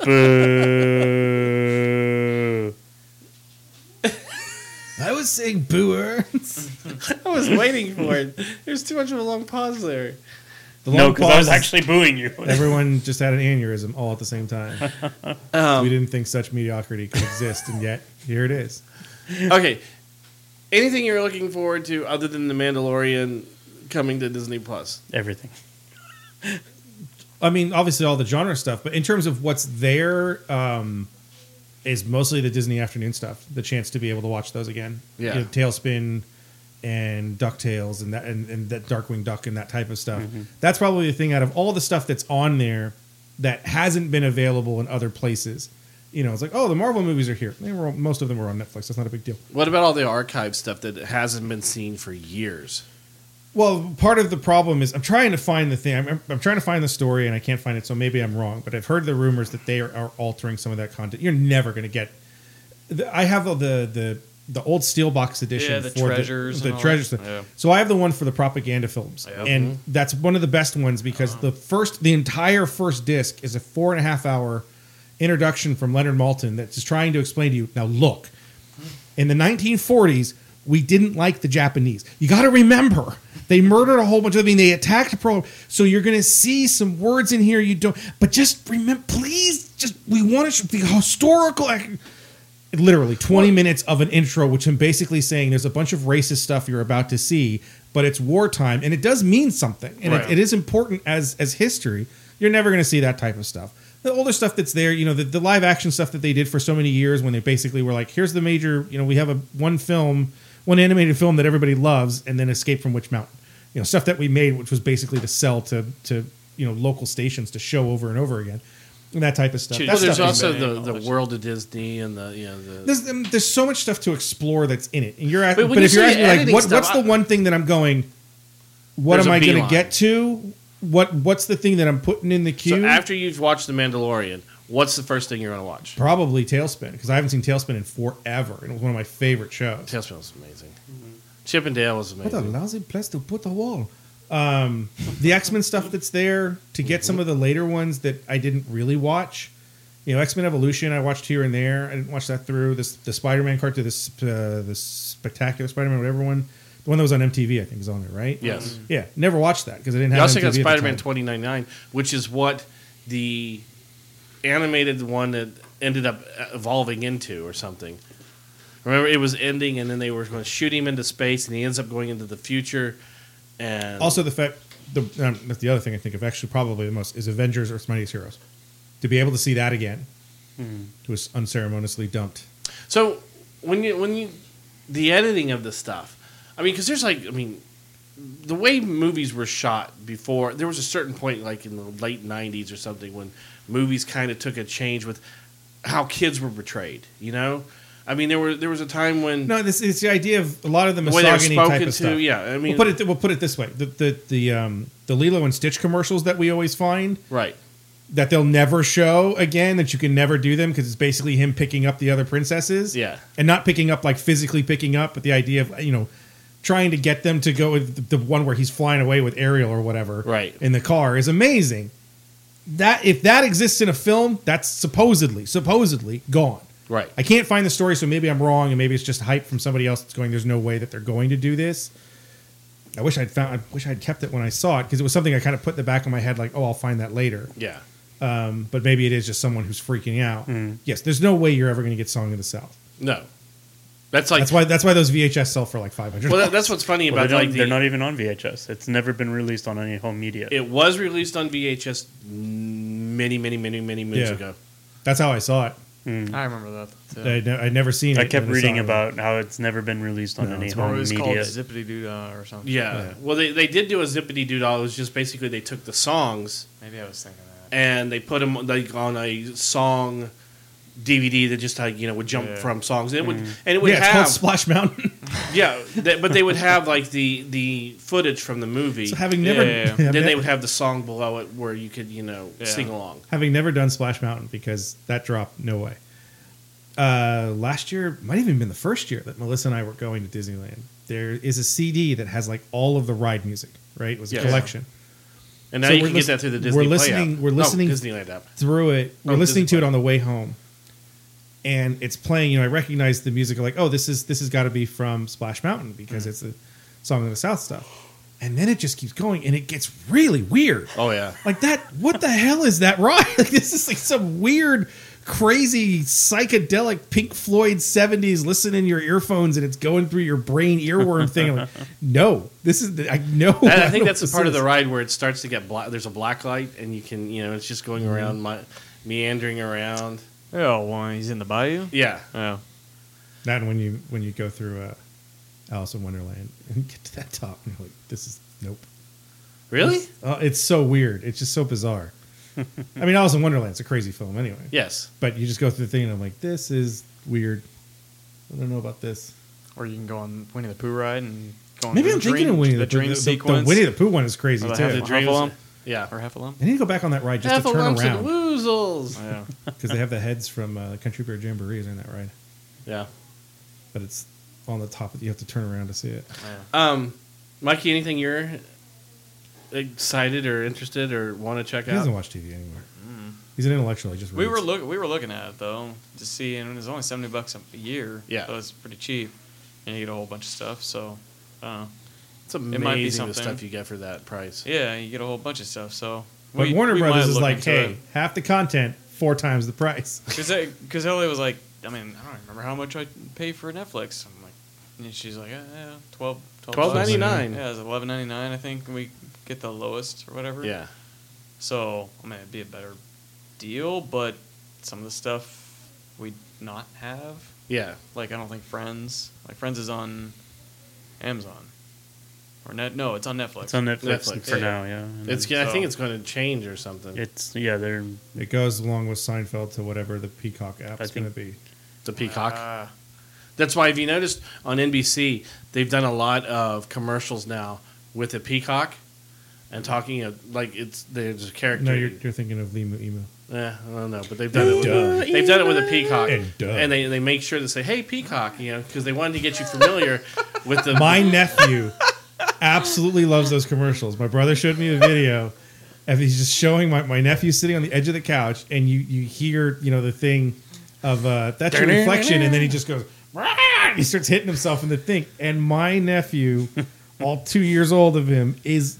Speaker 1: Boo.
Speaker 7: I was saying booer.
Speaker 6: I was waiting for it. There's too much of a long pause there.
Speaker 7: The
Speaker 1: No,
Speaker 7: long
Speaker 1: because I was
Speaker 7: pause is-
Speaker 1: actually booing you.
Speaker 7: Everyone just had an aneurysm all at the same time.
Speaker 6: Um,
Speaker 7: we didn't think such mediocrity could exist, and yet here it is.
Speaker 6: okay. Anything you're looking forward to other than The Mandalorian coming to Disney Plus?
Speaker 1: Everything.
Speaker 7: I mean, obviously all the genre stuff, but in terms of what's there, um, is mostly the Disney afternoon stuff. The chance to be able to watch those again.
Speaker 6: Yeah.
Speaker 7: You know, Tailspin and Ducktales and that and, and that Darkwing Duck and that type of stuff.
Speaker 6: Mm-hmm.
Speaker 7: That's probably the thing out of all the stuff that's on there that hasn't been available in other places. You know, it's like, oh, the Marvel movies are here. They were most of them were on Netflix. That's not a big deal.
Speaker 6: What about all the archive stuff that hasn't been seen for years?
Speaker 7: Well, part of the problem is I'm trying to find the thing. I'm- I'm, I'm trying to find the story and I can't find it, so maybe I'm wrong. But I've heard the rumors that they are, are altering some of that content. You're never going to get. The, I have the the the old steelbox edition
Speaker 2: Yeah, the treasures and
Speaker 7: the,
Speaker 2: all that.
Speaker 7: treasures.
Speaker 2: Yeah.
Speaker 7: So I have the one for the propaganda films,
Speaker 2: Yep. Mm-hmm. Uh-huh.
Speaker 7: and that's one of the best ones because the first the entire first disc is a four and a half hour introduction from Leonard Maltin that's just trying to explain to you. Now look, in the 1940s, we didn't like the Japanese. You got to remember, they murdered a whole bunch of. I mean, they attacked Pearl. So you're going to see some words in here you don't. But just remember, please, just we want to the historical. ac- Literally 20 minutes of an intro, which I'm basically saying there's a bunch of racist stuff you're about to see, but it's wartime and it does mean something, and
Speaker 6: Right.
Speaker 7: it, it is important as as history. You're never going to see that type of stuff. The older stuff that's there, you know, the, the live action stuff that they did for so many years when they basically were like, here's the major, you know, we have a one film, one animated film that everybody loves, and then Escape from Witch Mountain. You know, stuff that we made, which was basically to sell to to you know local stations to show over and over again, and that type of stuff.
Speaker 2: Dude,
Speaker 7: That
Speaker 6: Well, there's
Speaker 7: stuff is-
Speaker 6: also
Speaker 2: been-
Speaker 6: the,
Speaker 2: all
Speaker 6: the
Speaker 2: that
Speaker 6: world of Disney and the you know the
Speaker 7: there's, um, there's so much stuff to explore that's in it. And you're at,
Speaker 6: But
Speaker 7: but,
Speaker 6: when you
Speaker 7: if you're asking
Speaker 6: say
Speaker 7: me, like
Speaker 6: editing
Speaker 7: what,
Speaker 6: stuff,
Speaker 7: what's the
Speaker 6: I-
Speaker 7: one thing that I'm going what
Speaker 6: There's
Speaker 7: am
Speaker 6: a
Speaker 7: I going
Speaker 6: beeline.
Speaker 7: to get to? What what's the thing that I'm putting in the queue?
Speaker 6: So after you've watched The Mandalorian, what's the first thing you're going to watch?
Speaker 7: Probably Tailspin because I haven't seen Tailspin in forever, and it was one of my favorite shows.
Speaker 6: Tailspin was amazing. Chip and Dale was
Speaker 7: What a
Speaker 6: amazing.
Speaker 7: lousy place to put a wall. Um, the X Men stuff that's there to get some of the later ones that I didn't really watch. You know, X Men Evolution I watched here and there. I didn't watch that through. This the Spider Man cartoon, this uh, the spectacular Spider Man, whatever one, the one that was on MTV, I think, is on there, right?
Speaker 6: Yes.
Speaker 7: Yeah, never watched that because I didn't have.
Speaker 6: You also
Speaker 7: MTV
Speaker 6: got
Speaker 7: at the
Speaker 6: Spider Man
Speaker 7: time.
Speaker 6: 2099, which is what the animated one that ended up evolving into or something. Remember, it was ending, and then they were going to shoot him into space, and he ends up going into the future. And
Speaker 7: Also, the fact the um, that's the other thing I think of actually probably the most is Avengers: Earth's Mightiest Heroes. To be able to see that again,
Speaker 6: Hmm.
Speaker 7: was unceremoniously dumped.
Speaker 6: So when you when you the editing of the stuff, I mean, because there's like, I mean, the way movies were shot before, there was a certain point, like in the late '90s or something, when movies kind of took a change with how kids were portrayed. You know, I mean, there were there was a time when
Speaker 7: No, this is the idea of a lot of the
Speaker 6: the way they were
Speaker 7: misogyny type
Speaker 6: spoken
Speaker 7: of
Speaker 6: to,
Speaker 7: stuff.
Speaker 6: yeah. I mean,
Speaker 7: we'll put it. We'll put it this way: the the the um, the Lilo and Stitch commercials that we always find
Speaker 6: right.
Speaker 7: that they'll never show again. That you can never do them because it's basically him picking up the other princesses.
Speaker 6: Yeah.
Speaker 7: and not picking up like physically picking up, but the idea of you know trying to get them to go with the the one where he's flying away with Ariel or whatever.
Speaker 6: Right.
Speaker 7: in the car is amazing. That if that exists in a film, that's supposedly supposedly gone.
Speaker 6: Right.
Speaker 7: I can't find the story, so maybe I'm wrong, and maybe it's just hype from somebody else that's going. There's no way that they're going to do this. I wish I'd found. I wish I'd kept it when I saw it because it was something I kind of put in the back of my head, like, oh, I'll find that later.
Speaker 6: Yeah.
Speaker 7: Um, but maybe it is just someone who's freaking out. Yes, there's no way you're ever going to get Song of the South.
Speaker 6: No. That's like
Speaker 7: that's why that's why those VHS sell for like five hundred.
Speaker 6: well, that, that's what's funny
Speaker 1: Well, they
Speaker 6: about
Speaker 1: don't,
Speaker 6: like the,
Speaker 1: they're not even on VHS. It's never been released on any home media.
Speaker 6: it was released on VHS many, many, many, many moons
Speaker 7: Yeah.
Speaker 6: ago.
Speaker 7: that's how I saw it.
Speaker 2: uh, I remember that. too.
Speaker 7: I'd, ne- I'd never seen it.
Speaker 1: I kept
Speaker 7: when saw
Speaker 1: reading
Speaker 7: it.
Speaker 1: about how it's never been released on
Speaker 7: No,
Speaker 1: any
Speaker 7: it's
Speaker 2: Or it
Speaker 1: home
Speaker 2: was called
Speaker 1: media.
Speaker 2: Zippity Doodah or something.
Speaker 6: Yeah.
Speaker 7: Yeah.
Speaker 6: Well, they, they did do a zippity doodah. It was just basically they took the songs
Speaker 2: Maybe I was thinking that.
Speaker 6: and they put them like on a song DVD that just like you know would jump
Speaker 2: Yeah.
Speaker 6: from songs. It would and it would
Speaker 7: yeah, it's
Speaker 6: have
Speaker 7: called Splash Mountain.
Speaker 6: yeah, that- but they would have like the the footage from the movie.
Speaker 7: so having never,
Speaker 2: Yeah, yeah, yeah.
Speaker 6: then
Speaker 7: having
Speaker 6: they
Speaker 7: ne-
Speaker 6: would have the song below it where you could you know
Speaker 2: Yeah.
Speaker 6: sing along.
Speaker 7: having never done Splash Mountain because that dropped no way. Uh, last year might even been the first year that Melissa and I were going to Disneyland. There is a CD that has like all of the ride music. Right, it was a
Speaker 6: Yeah.
Speaker 7: collection.
Speaker 6: And now
Speaker 7: So
Speaker 6: you
Speaker 7: we're
Speaker 6: can
Speaker 7: lis-
Speaker 6: get that through the
Speaker 7: we're
Speaker 6: Disney. Play
Speaker 7: listening-
Speaker 6: app.
Speaker 7: we're
Speaker 6: No,
Speaker 7: listening-
Speaker 6: Disneyland app.
Speaker 7: through it. We're
Speaker 6: Oh,
Speaker 7: listening to
Speaker 6: Disney
Speaker 7: it on the way home, and it's playing. You know, I recognize the music. Like, oh, this is this has got to be from Splash Mountain because it's the song of the South stuff. And then it just keeps going, and it gets really weird.
Speaker 6: Oh yeah.
Speaker 7: Like that. What the hell is that? Right? Like this is like some weird, crazy psychedelic Pink Floyd seventies. Listen in your earphones, and it's going through your brain earworm thing. I'm like, no, this is. The, I know.
Speaker 6: I, I think
Speaker 7: know
Speaker 6: that's the
Speaker 7: what
Speaker 6: part of
Speaker 7: this
Speaker 6: the
Speaker 7: is.
Speaker 6: ride where it starts to get black. There's a black light, and you can, you know, it's just
Speaker 7: Mm-hmm.
Speaker 6: going around, my, meandering around.
Speaker 2: Oh, well, he's in the bayou?
Speaker 6: Yeah,
Speaker 2: Yeah.
Speaker 7: That and when you when you go through uh, Alice in Wonderland and get to that top, and you're like, this is nope.
Speaker 6: really?
Speaker 7: Uh, it's so weird. It's just so bizarre. I mean, Alice in Wonderland's a crazy film anyway.
Speaker 6: Yes.
Speaker 7: But you just go through the thing, and I'm like, this is weird. I don't know about this.
Speaker 2: Or you can go on Winnie the Pooh ride and go on
Speaker 7: Maybe
Speaker 2: the
Speaker 7: I'm
Speaker 2: dream,
Speaker 7: thinking of Winnie the,
Speaker 2: the
Speaker 7: Pooh.
Speaker 2: dream
Speaker 7: the, the, the
Speaker 2: sequence.
Speaker 7: Winnie the Pooh one is crazy
Speaker 2: Or the
Speaker 7: too.
Speaker 2: Half-
Speaker 7: I
Speaker 2: Half Alum.
Speaker 6: Yeah.
Speaker 2: Or Half Alum.
Speaker 7: need to go back on that ride just to turn
Speaker 6: Heffalumps
Speaker 7: around
Speaker 6: and woozles.
Speaker 2: Yeah.
Speaker 7: because they have the heads from uh, Country Bear Jamborees in that ride,
Speaker 6: Yeah.
Speaker 7: but it's on the top. Of, you have to turn around to see it.
Speaker 6: Um, Mikey, anything you're excited or interested or want to check
Speaker 7: He doesn't
Speaker 6: out?
Speaker 7: watch TV anymore. He's an intellectual. He just
Speaker 2: We were
Speaker 7: reads.
Speaker 2: look we were looking at it though to see, and it was only seventy bucks a year.
Speaker 6: Yeah.
Speaker 2: so it's pretty cheap, and you get a whole bunch of stuff. So, uh,
Speaker 6: It's amazing
Speaker 2: might be
Speaker 6: the
Speaker 2: something.
Speaker 6: stuff you get for that price.
Speaker 2: yeah, you get a whole bunch of stuff. So,
Speaker 7: But Warner
Speaker 2: we
Speaker 7: Brothers
Speaker 2: might
Speaker 7: is
Speaker 2: look
Speaker 7: like,
Speaker 2: into
Speaker 7: hey,
Speaker 2: it.
Speaker 7: half the content, four times the price.
Speaker 2: Cause, I, Cause Ellie was like, I mean, I don't remember how much I pay for Netflix. I'm like, and she's like, yeah, yeah 12 12 bucks.
Speaker 6: $12.99.
Speaker 2: Yeah, it's eleven ninety nine. I think and we get the lowest or whatever.
Speaker 6: Yeah.
Speaker 2: So I mean, it'd be a better deal, but some of the stuff we not have.
Speaker 6: Yeah.
Speaker 2: Like I don't think Friends. Like Friends is on Amazon. Or net? No, it's on Netflix.
Speaker 1: It's on Netflix,
Speaker 6: Netflix,
Speaker 1: for
Speaker 6: yeah.
Speaker 1: now. Yeah, And
Speaker 6: It's.
Speaker 1: then-
Speaker 6: I think
Speaker 2: so-
Speaker 6: it's going to change or something.
Speaker 1: it's yeah. They're
Speaker 7: It goes along with Seinfeld to whatever the Peacock app
Speaker 1: I
Speaker 7: is
Speaker 1: think-
Speaker 7: going to be.
Speaker 6: the Peacock.
Speaker 2: Ah,
Speaker 6: That's why, if you noticed on NBC, they've done a lot of commercials now with a peacock and talking of, like it's there's a character.
Speaker 7: No, you're, you're thinking of Lima Emo.
Speaker 6: Eh, I don't know, but they've done it. With,
Speaker 7: Duh.
Speaker 6: they've done it with a peacock,
Speaker 7: And duh.
Speaker 6: and they, they make sure to say, "Hey, peacock," you know, because they wanted to get you familiar with the.
Speaker 7: My nephew absolutely loves those commercials. My brother showed me a video of he's just showing my, my nephew sitting on the edge of the couch, and you you hear you know the thing of uh, that's your reflection, and then he just goes. "Rah!" He starts hitting himself in the thing, and my nephew, all two years old of him, is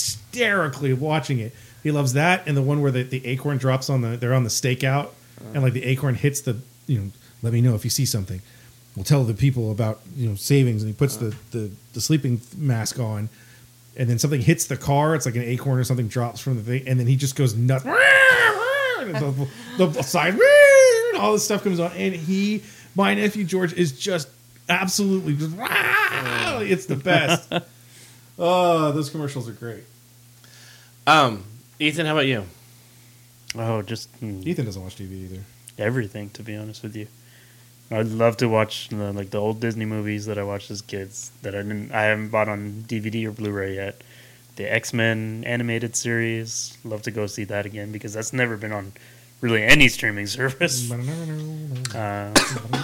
Speaker 7: hysterically watching it. He loves that, and the one where the, the acorn drops on the they're on the stakeout, and like the acorn hits the you know. Let me know if you see something. We'll tell the people about you know savings, and he puts the, the the sleeping mask on, and then something hits the car. It's like an acorn or something drops from the thing, and then he just goes nuts. And the, the side, and all this stuff comes on, and he, my nephew George, is just absolutely just. It's the best. Oh, those commercials are great.
Speaker 6: um, Ethan, how about you?
Speaker 1: oh, just mm,
Speaker 7: Ethan doesn't watch TV either.
Speaker 1: everything. To be honest with you, I'd love to watch the, like the old Disney movies that I watched as kids that I didn't. I haven't bought on DVD or Blu-ray yet. The X Men animated series. Love to go see that again because that's never been on really any streaming service. Uh,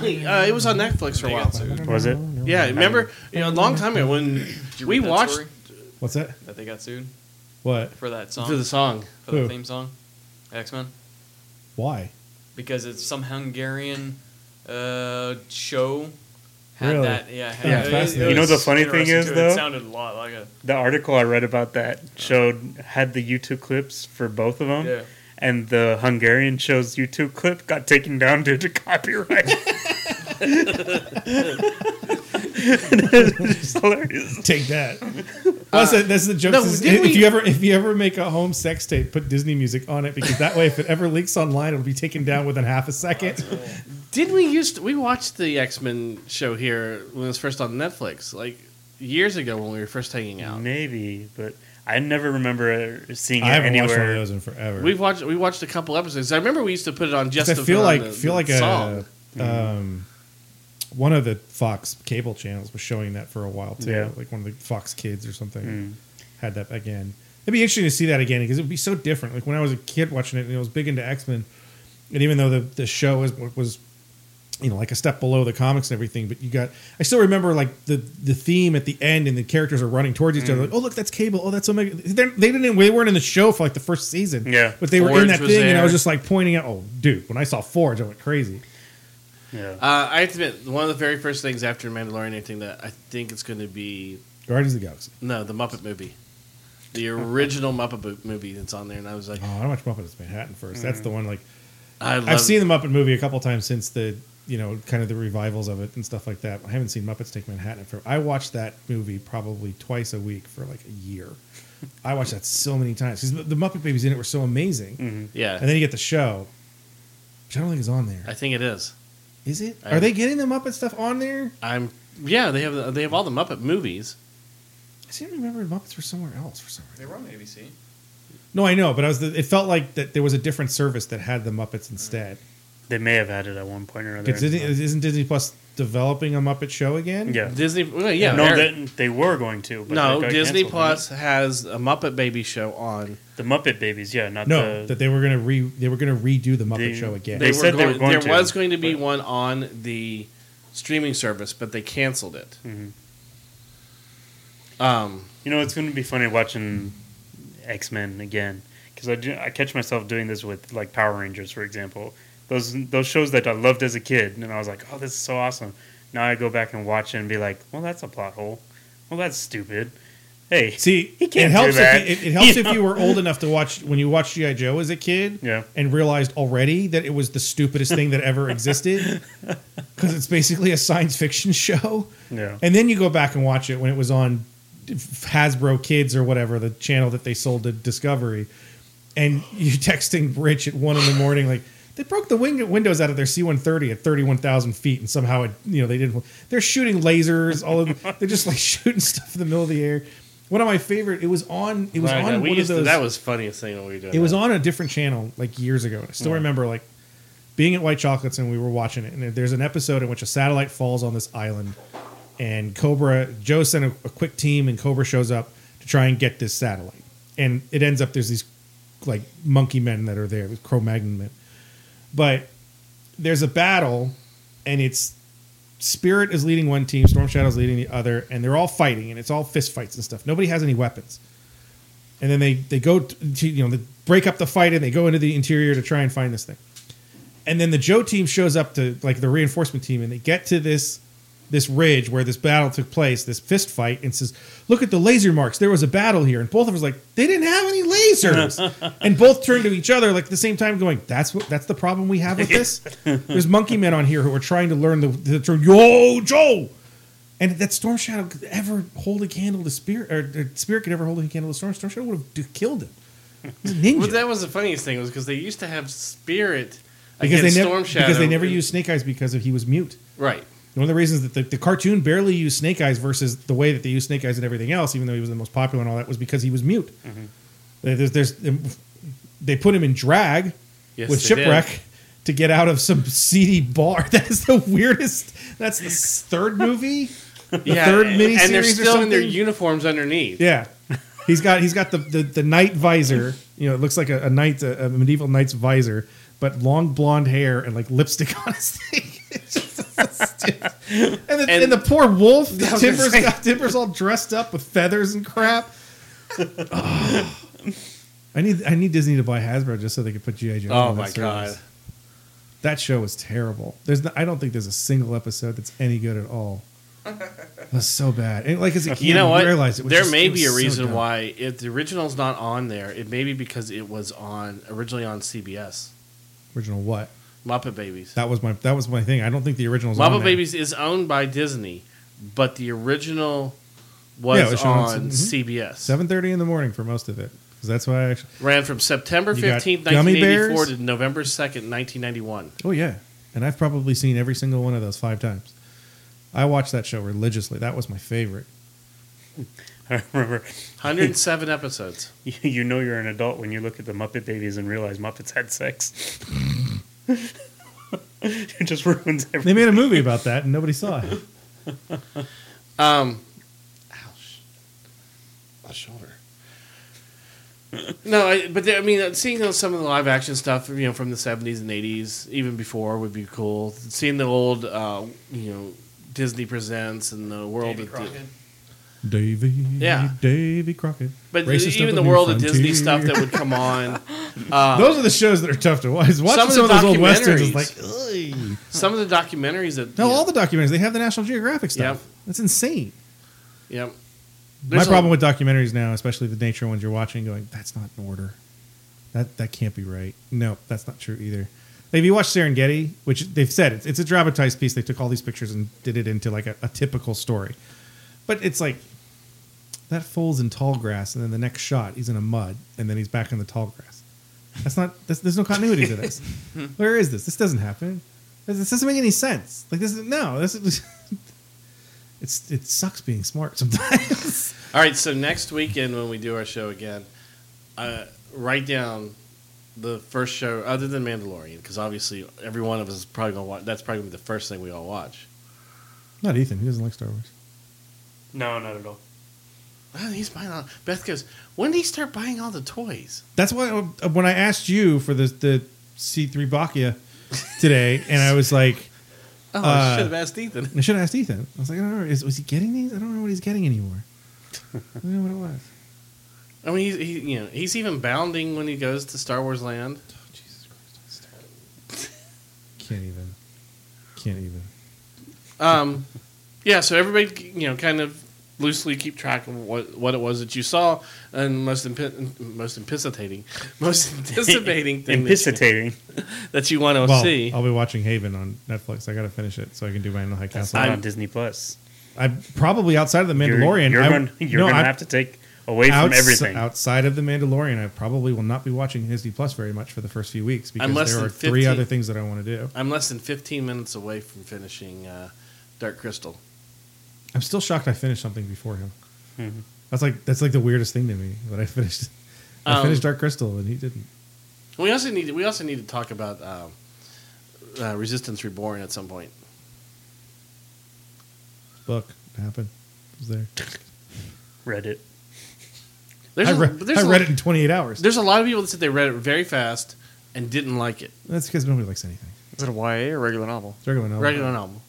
Speaker 6: Uh, it was on Netflix for a
Speaker 2: they
Speaker 6: while.
Speaker 2: got sued.
Speaker 1: was it?
Speaker 6: Yeah, remember you know, a long time ago when
Speaker 2: Did you
Speaker 6: we
Speaker 2: read that
Speaker 6: watched
Speaker 2: story
Speaker 7: What's that?
Speaker 2: that they got sued
Speaker 7: What?
Speaker 2: for that song
Speaker 6: to the song.
Speaker 2: for the
Speaker 7: Who?
Speaker 2: theme song, X Men,
Speaker 7: Why?
Speaker 2: because it's some Hungarian uh, show. Had
Speaker 7: Really?
Speaker 2: that, yeah. Had
Speaker 7: Yeah,
Speaker 2: it- it
Speaker 7: fascinating. You
Speaker 1: know
Speaker 2: was
Speaker 1: the funny thing
Speaker 2: interesting
Speaker 1: is,
Speaker 2: too.
Speaker 1: though?
Speaker 2: it sounded a lot like a
Speaker 1: the article I read about that showed had the YouTube clips for both of them,
Speaker 2: Yeah.
Speaker 1: and the Hungarian show's YouTube clip got taken down due to copyright. It's hilarious.
Speaker 7: Take that. Well, so that's the joke.
Speaker 6: no,
Speaker 7: is
Speaker 6: didn't
Speaker 7: if
Speaker 6: we-
Speaker 7: you ever if you ever make a home sex tape, put Disney music on it because that way, if it ever leaks online, it'll be taken down within half a second.
Speaker 6: Didn't we used to, we watched the X Men show here when it was first on Netflix, like years ago when we were first hanging out.
Speaker 1: Maybe, but I never remember seeing it
Speaker 7: I haven't watched one of
Speaker 1: anywhere.
Speaker 7: those in forever.
Speaker 6: We've watched we watched a couple episodes. I remember we used to put it on just.
Speaker 7: I
Speaker 6: to
Speaker 7: feel
Speaker 6: put on
Speaker 7: like
Speaker 6: the-
Speaker 7: feel
Speaker 6: the
Speaker 7: like a
Speaker 6: song.
Speaker 7: um, one of the Fox cable channels was showing that for a while too.
Speaker 1: Yeah. Hmm.
Speaker 7: Like one of the Fox Kids or something had that again. It'd be interesting to see that again because it would be so different. Like when I was a kid watching it, and I was big into X Men, and even though the the show was was you know like a step below the comics and everything, but you got I still remember like the the theme at the end and the characters are running towards
Speaker 1: Hmm.
Speaker 7: each other. Like, oh look, that's Cable. Oh, that's Omega. They're, they didn't they weren't in the show for like the first season.
Speaker 1: Yeah.
Speaker 7: but they were in
Speaker 6: Forge
Speaker 7: that
Speaker 6: was
Speaker 7: thing, and I
Speaker 6: there.
Speaker 7: was just like pointing out. Oh, dude, when I saw Forge, I went crazy.
Speaker 1: Yeah.
Speaker 6: Uh, I have to admit, one of the very first things after Mandalorian, anything that I think it's going to be
Speaker 7: Guardians of the Galaxy.
Speaker 6: no the Muppet movie, the original Muppet bo- movie that's on there, and I was like,
Speaker 7: Oh, I watched Muppets Manhattan first. That's the one. Like
Speaker 6: Mm. I love
Speaker 7: I've seen the Muppet movie a couple times since the you know kind of the revivals of it and stuff like that. I haven't seen Muppets Take Manhattan for. I watched that movie probably twice a week for like a year. I watched that so many times because the, the Muppet Babies in it were so amazing.
Speaker 6: Mm. Yeah,
Speaker 7: And then you get the show, which I don't think is on there.
Speaker 6: I think it is.
Speaker 7: Is it?
Speaker 6: I-
Speaker 7: Are they getting the Muppet stuff on there?
Speaker 6: I'm yeah. They have they have all the Muppet movies.
Speaker 7: I seem to remember the Muppets were somewhere else for some reason.
Speaker 2: They were on ABC.
Speaker 7: No, I know, but I was. The, it felt like that there was a different service that had the Muppets instead.
Speaker 1: they may have had it at one point or another.
Speaker 7: Because Disney, isn't Disney Plus developing a Muppet show again?
Speaker 1: yeah.
Speaker 6: Disney. Well, yeah,
Speaker 1: no,
Speaker 6: Eric-
Speaker 1: they, they were going to. But
Speaker 6: no.
Speaker 1: they got
Speaker 6: Disney
Speaker 1: canceled,
Speaker 6: Plus has a Muppet Baby show on.
Speaker 1: didn't they? The Muppet Babies, yeah, not
Speaker 7: No,
Speaker 1: the.
Speaker 7: that they were gonna re they were gonna redo the Muppet
Speaker 1: They-
Speaker 7: show again.
Speaker 1: They said they were going
Speaker 6: there
Speaker 1: to,
Speaker 6: was going to be
Speaker 1: but-
Speaker 6: one on the streaming service, but they canceled it.
Speaker 1: Mm-hmm.
Speaker 6: Um,
Speaker 1: you know, it's going to be funny watching X Men again because I do. I catch myself doing this with like Power Rangers, for example. Those those shows that I loved as a kid, and I was like, oh, this is so awesome. Now I go back and watch it and be like, well, that's a plot hole. Well, that's stupid. Hey,
Speaker 7: See,
Speaker 1: He can't
Speaker 7: it helps
Speaker 1: do that.
Speaker 7: if you, it, it helps
Speaker 1: You
Speaker 7: if you were old enough to watch when you watched GI Joe as a kid,
Speaker 1: Yeah.
Speaker 7: and realized already that it was the stupidest thing that ever existed because it's basically a science fiction show.
Speaker 1: Yeah.
Speaker 7: and then you go back and watch it when it was on Hasbro Kids or whatever the channel that they sold to Discovery, and you're texting Rich at one in the morning like. They broke the wing- windows out of their C-130 at 31,000 feet, and somehow it, you know, they didn't. They're shooting lasers. All of they're just like shooting stuff in the middle of the air. One of my favorite. It was on. It was
Speaker 6: right,
Speaker 7: on
Speaker 6: we
Speaker 7: one of
Speaker 6: used to-
Speaker 7: those.
Speaker 6: that was funniest thing when we were doing.
Speaker 7: it was
Speaker 6: that.
Speaker 7: on a different channel like years ago. And I still remember like being at White Chocolates and we were watching it. And there's an episode in which a satellite falls on this island, and Cobra Joe sent a, a quick team, and Cobra shows up to try and get this satellite. And it ends up there's these like monkey men that are there, these Cro-Magnon men. But there's a battle, and it's Spirit is leading one team, Storm Shadow's leading the other, and they're all fighting, and it's all fist fights and stuff. Nobody has any weapons, and then they they go t- to you know they break up the fight and they go into the interior to try and find this thing, and then the Joe team shows up to like the reinforcement team, and they get to this this ridge where this battle took place, this fist fight, and says, "Look at the laser marks. There was a battle here." And both of us like they didn't have any lasers, and both turned to each other like at the same time, going, "That's what that's the problem we have with this." There's monkey men on here who are trying to learn the, the term "Yo Joe," and that Storm Shadow could ever hold a candle to Spirit, or or Spirit could ever hold a candle to Storm. Storm Shadow would have d- killed him. He's a ninja.
Speaker 6: But that was the funniest thing was because they used to have Spirit
Speaker 7: because
Speaker 6: against
Speaker 7: they never
Speaker 6: Storm Shadow
Speaker 7: because they never
Speaker 6: and-
Speaker 7: used Snake Eyes because of, he was mute.
Speaker 6: right.
Speaker 7: One of the reasons that the, the cartoon barely used Snake Eyes versus the way that they used Snake Eyes and everything else, even though he was the most popular and all that, was because he was mute.
Speaker 6: Mm-hmm.
Speaker 7: There's, there's, they put him in drag
Speaker 6: Yes,
Speaker 7: with
Speaker 6: they did.
Speaker 7: Shipwreck to get out of some seedy bar. That is the weirdest. That's the s- third movie. The third
Speaker 6: and- and they're
Speaker 7: miniseries or
Speaker 6: still in their
Speaker 7: something?
Speaker 6: uniforms underneath.
Speaker 7: Yeah, he's got he's got the the, the night visor. You know, it looks like a, a knight, a, a medieval knight's visor, but long blonde hair and like lipstick on his thing. It's just so stupid. and, the, and,
Speaker 6: And-
Speaker 7: the poor wolf, the
Speaker 6: was
Speaker 7: Timber's
Speaker 6: gonna say-
Speaker 7: got Timber's all dressed up with feathers and crap. Oh. I need I need Disney to buy Hasbro just so they could put GI Joe.
Speaker 6: Oh
Speaker 7: on that
Speaker 6: my
Speaker 7: service.
Speaker 6: god.
Speaker 7: that show was terrible. There's no, I don't think there's a single episode that's any good at all. That's so bad. And like as a kid,
Speaker 6: You know
Speaker 7: I
Speaker 6: what?
Speaker 7: realized it was
Speaker 6: there
Speaker 7: just-
Speaker 6: may
Speaker 7: it was
Speaker 6: be a
Speaker 7: so
Speaker 6: reason
Speaker 7: dumb.
Speaker 6: why if the original's not on there, it may be because it was on originally on CBS.
Speaker 7: original what.
Speaker 6: Muppet Babies.
Speaker 7: That was my that was my thing. I don't think the original's on
Speaker 6: Muppet
Speaker 7: there.
Speaker 6: Babies is owned by Disney, but the original was,
Speaker 7: Yeah, it was shown on-
Speaker 6: on
Speaker 7: mhm.
Speaker 6: CBS.
Speaker 7: Seven thirty in the morning for most of it. 'Cause that's why I actually.
Speaker 6: Ran from September
Speaker 7: You got
Speaker 6: 15th,
Speaker 7: gummy
Speaker 6: 1984
Speaker 7: bears?
Speaker 6: to November 2nd, 1991.
Speaker 7: Oh yeah, and I've probably seen every single one of those five times. I watched that show religiously. That was my favorite.
Speaker 1: I remember
Speaker 6: 107 episodes.
Speaker 1: you, you know you're an adult when you look at the Muppet Babies and realize Muppets had sex. it just ruins
Speaker 7: They
Speaker 1: everything.
Speaker 7: made a movie about that, and nobody saw it.
Speaker 6: Um, ouch. My shoulder. no, I, but there, I mean, uh, seeing those- some of the live action stuff, you know, from the seventies and eighties, even before, would be cool. Seeing the old, uh, you know, Disney presents and the world
Speaker 2: Davy
Speaker 6: of Di-
Speaker 2: Crockett.
Speaker 7: Davy,
Speaker 6: Yeah.
Speaker 7: Davy Crockett.
Speaker 6: but
Speaker 7: Mm-hmm. Racist
Speaker 6: even
Speaker 7: up
Speaker 6: the
Speaker 7: a new
Speaker 6: world of
Speaker 7: frontier.
Speaker 6: Disney stuff that would come on. Uh,
Speaker 7: those are the shows that are tough to watch. Watching some, of
Speaker 6: of the
Speaker 7: those old westerns is
Speaker 6: documentaries.
Speaker 7: like, ugh.
Speaker 6: some of the documentaries that
Speaker 7: no,
Speaker 6: yeah,
Speaker 7: all the documentaries they have the National Geographic stuff.
Speaker 6: Yep.
Speaker 7: That's insane.
Speaker 6: yeah.
Speaker 7: My
Speaker 6: There's a-
Speaker 7: problem with documentaries now, especially the nature ones you're watching, going that's not in order. That that can't be right. No, that's not true either. Like if you watch Serengeti, which they've said it's, it's a dramatized piece, they took all these pictures and did it into like a, a typical story. But it's like that foal's in tall grass, and then the next shot he's in a mud, and then he's back in the tall grass. That's not. That's, there's no continuity to this. Where is this? This doesn't happen. This, this doesn't make any sense. Like this is no. This is. It's it sucks being smart sometimes.
Speaker 6: All right, so next weekend when we do our show again, uh, write down the first show other than Mandalorian because obviously every one of us is probably gonna watch. That's probably gonna be the first thing we all watch.
Speaker 7: Not Ethan. He doesn't like Star Wars.
Speaker 1: No, not at all.
Speaker 6: Oh, he's buying all. Beth goes, when did he start buying all the toys?
Speaker 7: That's why uh, when I asked you for the the C three Bakia today, and I was like,
Speaker 6: Oh,
Speaker 7: Uh,
Speaker 6: I should have asked Ethan.
Speaker 7: I should have asked Ethan. I was like, I don't know. Is, was he getting these? I don't know what he's getting anymore. I don't know what it was.
Speaker 6: I mean, he's he, you know he's even bounding when he goes to Star Wars Land.
Speaker 7: Can't even. Can't even.
Speaker 6: Um, yeah, so everybody, you know, kind of loosely keep track of what, what it was that you saw, and most impi- most anticipating, most anticipating thing that you-
Speaker 1: Anticipating.
Speaker 6: that you want to
Speaker 7: Well, oh.
Speaker 6: see.
Speaker 7: I'll be watching Haven on Netflix. I got to finish it so I can do my High
Speaker 1: That's
Speaker 7: Castle.
Speaker 1: not
Speaker 7: I'm,
Speaker 1: on Disney Plus.
Speaker 7: probably outside of the
Speaker 1: You're-
Speaker 7: Mandalorian.
Speaker 1: You're,
Speaker 7: I-
Speaker 1: gonna, you're
Speaker 7: no,
Speaker 1: gonna
Speaker 7: I'm-
Speaker 1: have to take away from
Speaker 7: outs-
Speaker 1: everything.
Speaker 7: outside of the Mandalorian, I probably will not be watching Disney Plus very much for the first few weeks because
Speaker 6: Unless
Speaker 7: there
Speaker 6: in
Speaker 7: are three
Speaker 6: 15
Speaker 7: other things that I want to do.
Speaker 6: I'm less than 15 minutes away from finishing uh, Dark Crystal.
Speaker 7: I'm still shocked I finished something before him.
Speaker 2: Mm-hmm.
Speaker 7: That's like that's like the weirdest thing to me that I finished. I
Speaker 6: Um,
Speaker 7: finished Dark Crystal and he didn't.
Speaker 6: We also need to, we also need to talk about um, uh, Resistance Reborn at some point.
Speaker 7: Book happened. It was there.
Speaker 1: Reddit.
Speaker 6: There's
Speaker 7: I,
Speaker 6: a-
Speaker 7: re-
Speaker 6: but there's
Speaker 7: I
Speaker 6: a
Speaker 7: read
Speaker 6: lo-
Speaker 7: it in 28 hours.
Speaker 6: There's a lot of people that said they read it very fast and didn't like it.
Speaker 7: That's because nobody likes anything.
Speaker 2: Is it a YA or regular novel?
Speaker 7: It's regular novel.
Speaker 6: Regular novel.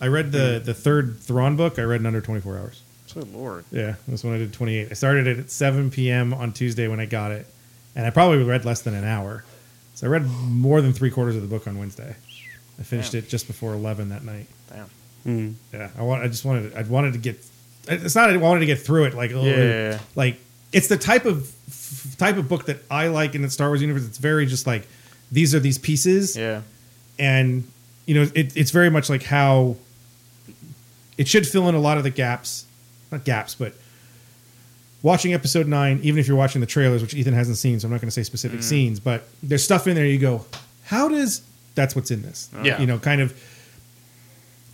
Speaker 7: I read the the third Thrawn book. I read in under 24 hours.
Speaker 2: Hmm. Good lord.
Speaker 7: Yeah, that's when I did 28. I started it at 7 p.m. on Tuesday when I got it, and I probably read less than an hour. So I read more than three quarters of the book on Wednesday. I finished it just before 11 that night.
Speaker 2: Damn. Hmm.
Speaker 1: Mm.
Speaker 7: Yeah, I want. I just wanted. I wanted to get. It's not. I wanted to get through it. Like, oh,
Speaker 2: Yeah.
Speaker 7: like it's the type of f- type of book that I like in the Star Wars universe. It's very just like these are these pieces,
Speaker 2: Yeah.
Speaker 7: and you know, it, it's very much like how it should fill in a lot of the gaps, not gaps, but watching episode nine, even if you're watching the trailers, which Ethan hasn't seen, so I'm not going to say specific
Speaker 6: Mm-hmm.
Speaker 7: scenes, but there's stuff in there. You go, how does that's what's in this?
Speaker 6: Yeah.
Speaker 7: you know, kind of.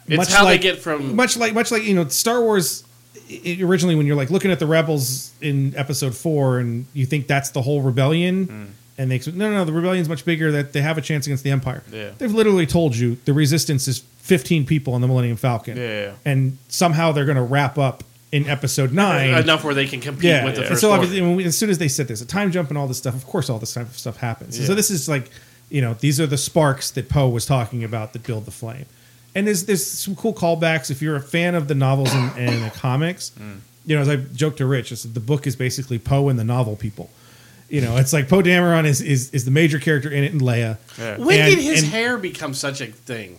Speaker 6: It's
Speaker 7: much
Speaker 6: how they
Speaker 7: like-
Speaker 6: get from-
Speaker 7: much like much like you know Star Wars. i- i- originally, when you're like looking at the rebels in episode four, and you think that's the whole rebellion,
Speaker 2: Mm.
Speaker 7: and they no, no, no, the rebellion's much bigger. That they have a chance against the Empire.
Speaker 2: Yeah.
Speaker 7: They've literally told you the resistance is 15 people on the Millennium Falcon.
Speaker 2: Yeah.
Speaker 7: And somehow they're going to wrap up in episode nine.
Speaker 6: Enough where they can compete
Speaker 7: yeah.
Speaker 6: with the
Speaker 7: And
Speaker 6: first
Speaker 7: so
Speaker 6: order.
Speaker 7: obviously, when we- as soon as they said there's a time jump and all this stuff, of course, all this type of stuff happens. So this is like, you know, these are the sparks that Poe was talking about that build the flame. And there's, there's some cool callbacks. If you're a fan of the novels and, and the comics, you know, as I joked to Rich, I said the book is basically Poe and the novel people. You know, it's like Poe Dameron is, is is the major character in it, and Leia.
Speaker 2: Yeah.
Speaker 6: When
Speaker 7: And-
Speaker 6: did his
Speaker 7: and-
Speaker 6: hair become such a thing?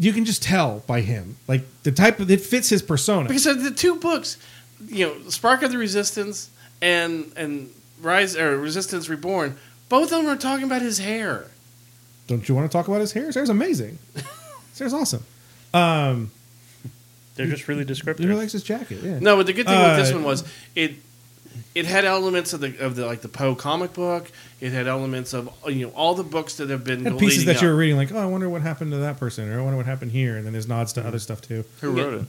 Speaker 7: you can just tell by him, like the type of it fits his persona.
Speaker 6: Because of the two books, you know, Spark of the Resistance and and Rise or Resistance Reborn, both of them are talking about his hair.
Speaker 7: Don't you want to talk about his hair? His hair's amazing. his hair's awesome.
Speaker 1: They're just really
Speaker 7: He
Speaker 1: descriptive.
Speaker 7: really likes his jacket. Yeah.
Speaker 6: No, but the good thing with this
Speaker 7: Uh,
Speaker 6: one was it it had elements of the of the like the Poe comic book. It had elements of you know all the books that have been
Speaker 7: And pieces
Speaker 6: leading
Speaker 7: that
Speaker 6: up.
Speaker 7: you were reading, like, oh, I wonder what happened to that person, or I wonder what happened here, and then there's nods
Speaker 6: Mm-hmm.
Speaker 7: to other stuff too.
Speaker 2: Who wrote it?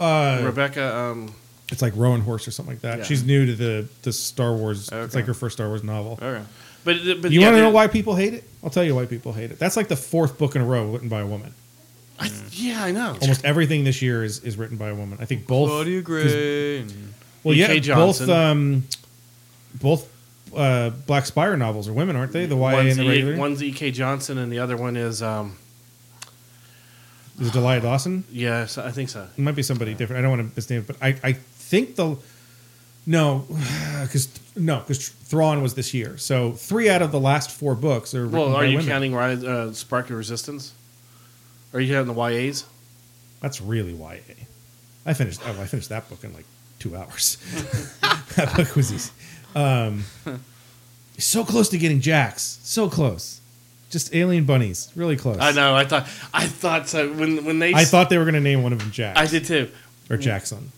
Speaker 7: Uh,
Speaker 6: Rebecca. Um,
Speaker 7: it's like Rowan Horse or something like that.
Speaker 6: Yeah.
Speaker 7: She's new to the the Star Wars. It's
Speaker 2: Okay.
Speaker 7: like her first Star Wars novel.
Speaker 2: Okay.
Speaker 6: but it- but
Speaker 7: you
Speaker 6: yeah,
Speaker 7: want to know
Speaker 6: the-
Speaker 7: why people hate it? I'll tell you why people hate it. That's like the fourth book in a row written by a woman.
Speaker 6: I, yeah, I know.
Speaker 7: Almost everything this year is, is written by a woman. I think both.
Speaker 2: Claudia Gray. and-
Speaker 7: Well,
Speaker 6: E.K.
Speaker 7: yeah,
Speaker 6: E Johnson.
Speaker 7: both um, both uh, Black Spire novels are women, aren't they? The YA
Speaker 6: one's,
Speaker 7: and the
Speaker 6: E-
Speaker 7: regular.
Speaker 6: one's E.K. Johnson and the other one is um,
Speaker 7: Is it Delia Dawson?
Speaker 6: yes, I think so.
Speaker 7: It might be somebody different. I don't want to misname it, but I, I think the no, because no, because Thrawn was this year. So three out of the last four books are written
Speaker 6: Well,
Speaker 7: by
Speaker 6: are you
Speaker 7: women.
Speaker 6: counting Rise, uh, Spark of Resistance? Are you counting the YAs?
Speaker 7: That's really YA. I finished. Oh, I finished that book in like two hours. that book was easy. Um, so close to getting Jax. So close. Just alien bunnies. Really close.
Speaker 6: I know. I thought. I thought so. When when they.
Speaker 7: I thought they were going to name one of them Jax
Speaker 6: I did too.
Speaker 7: or Jackson.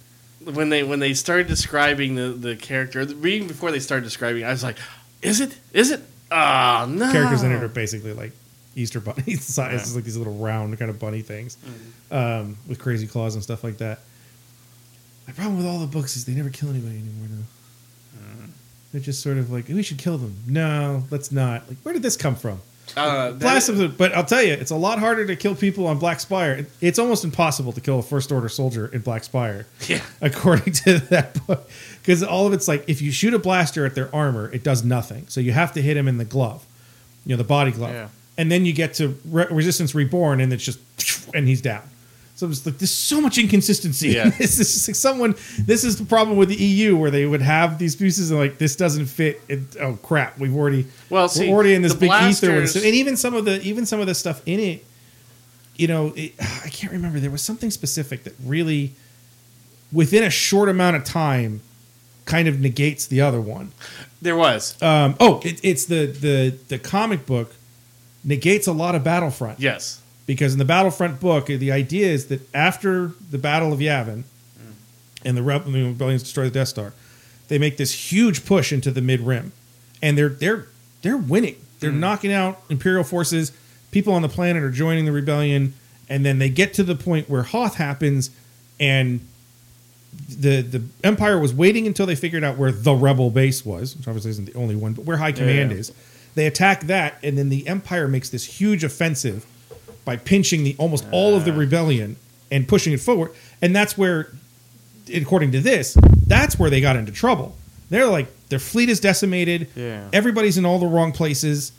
Speaker 6: when they when they started describing the the character, the- reading before they started describing, I was like, "Is it? Is it? Ah, no."
Speaker 7: Characters in it are basically like Easter bunny size, It's like these little round kind of bunny things um, with crazy claws and stuff like that. My problem with all the books is they never kill anybody anymore now. They're just sort of like, we should kill them. No, let's not. Like, where did this come from?
Speaker 6: Uh, that-
Speaker 7: Blasphemy, but I'll tell you, it's a lot harder to kill people on Black Spire. It- It's almost impossible to kill a First Order soldier in Black Spire,
Speaker 6: Yeah.
Speaker 7: according to that book, because all of it's like if you shoot a blaster at their armor, it does nothing. So you have to hit him in the glove, you know, the body glove,
Speaker 2: Yeah.
Speaker 7: and then you get to Re- Resistance Reborn, and it's just and he's down. So it's like there's so much inconsistency.
Speaker 6: Yeah.
Speaker 7: this is just like someone. This is the problem with the EU, where they would have these pieces and like this doesn't fit. It, oh crap, we've already
Speaker 6: Well, see,
Speaker 7: we're already in this
Speaker 6: the
Speaker 7: big Easter one.
Speaker 6: blasters-
Speaker 7: So, and even some of the even some of the stuff in it, you know, it, I can't remember. There was something specific that really, within a short amount of time, kind of negates the other one.
Speaker 6: there was
Speaker 7: Um, oh, it, it's the the the comic book negates a lot of Battlefront
Speaker 6: yes,
Speaker 7: because in the Battlefront book, the idea is that after the Battle of Yavin and the rebel the rebellions destroy the Death Star, they make this huge push into the mid rim, and they're they're they're winning. They're knocking out Imperial forces. People on the planet are joining the rebellion, and then they get to the point where Hoth happens, and the the Empire was waiting until they figured out where the Rebel base was, which obviously isn't the only one, but where High Command is. They attack that, and then the Empire makes this huge offensive by pinching the almost all of the rebellion and pushing it forward. And that's where, according to this, that's where they got into trouble. They're like their fleet is decimated.
Speaker 2: Yeah.
Speaker 7: Everybody's in all the wrong places.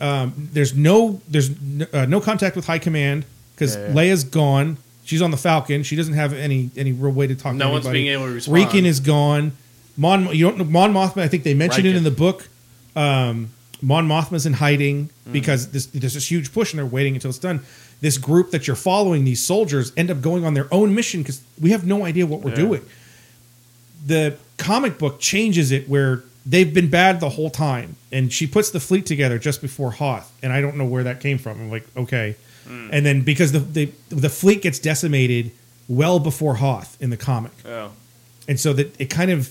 Speaker 7: Um, there's no there's no, uh, no contact with high command because
Speaker 2: Yeah, yeah.
Speaker 7: Leia's gone. She's on the Falcon. She doesn't have any any real way to talk.
Speaker 6: No
Speaker 7: to
Speaker 6: one's
Speaker 7: anybody.
Speaker 6: being able to respond.
Speaker 7: Reekin is gone. Mon you don't know Mon Mothma. I think they mentioned it
Speaker 6: Riken.
Speaker 7: in the book. Um, Mon Mothma's in hiding because this, there's this huge push and they're waiting until it's done. This group that you're following, these soldiers, end up going on their own mission because we have no idea what we're doing. The comic book changes it where they've been bad the whole time, and she puts the fleet together just before Hoth, and I don't know where that came from. I'm like, okay, and then because the the, the fleet gets decimated well before Hoth in the comic
Speaker 2: Oh.
Speaker 7: and so that it kind of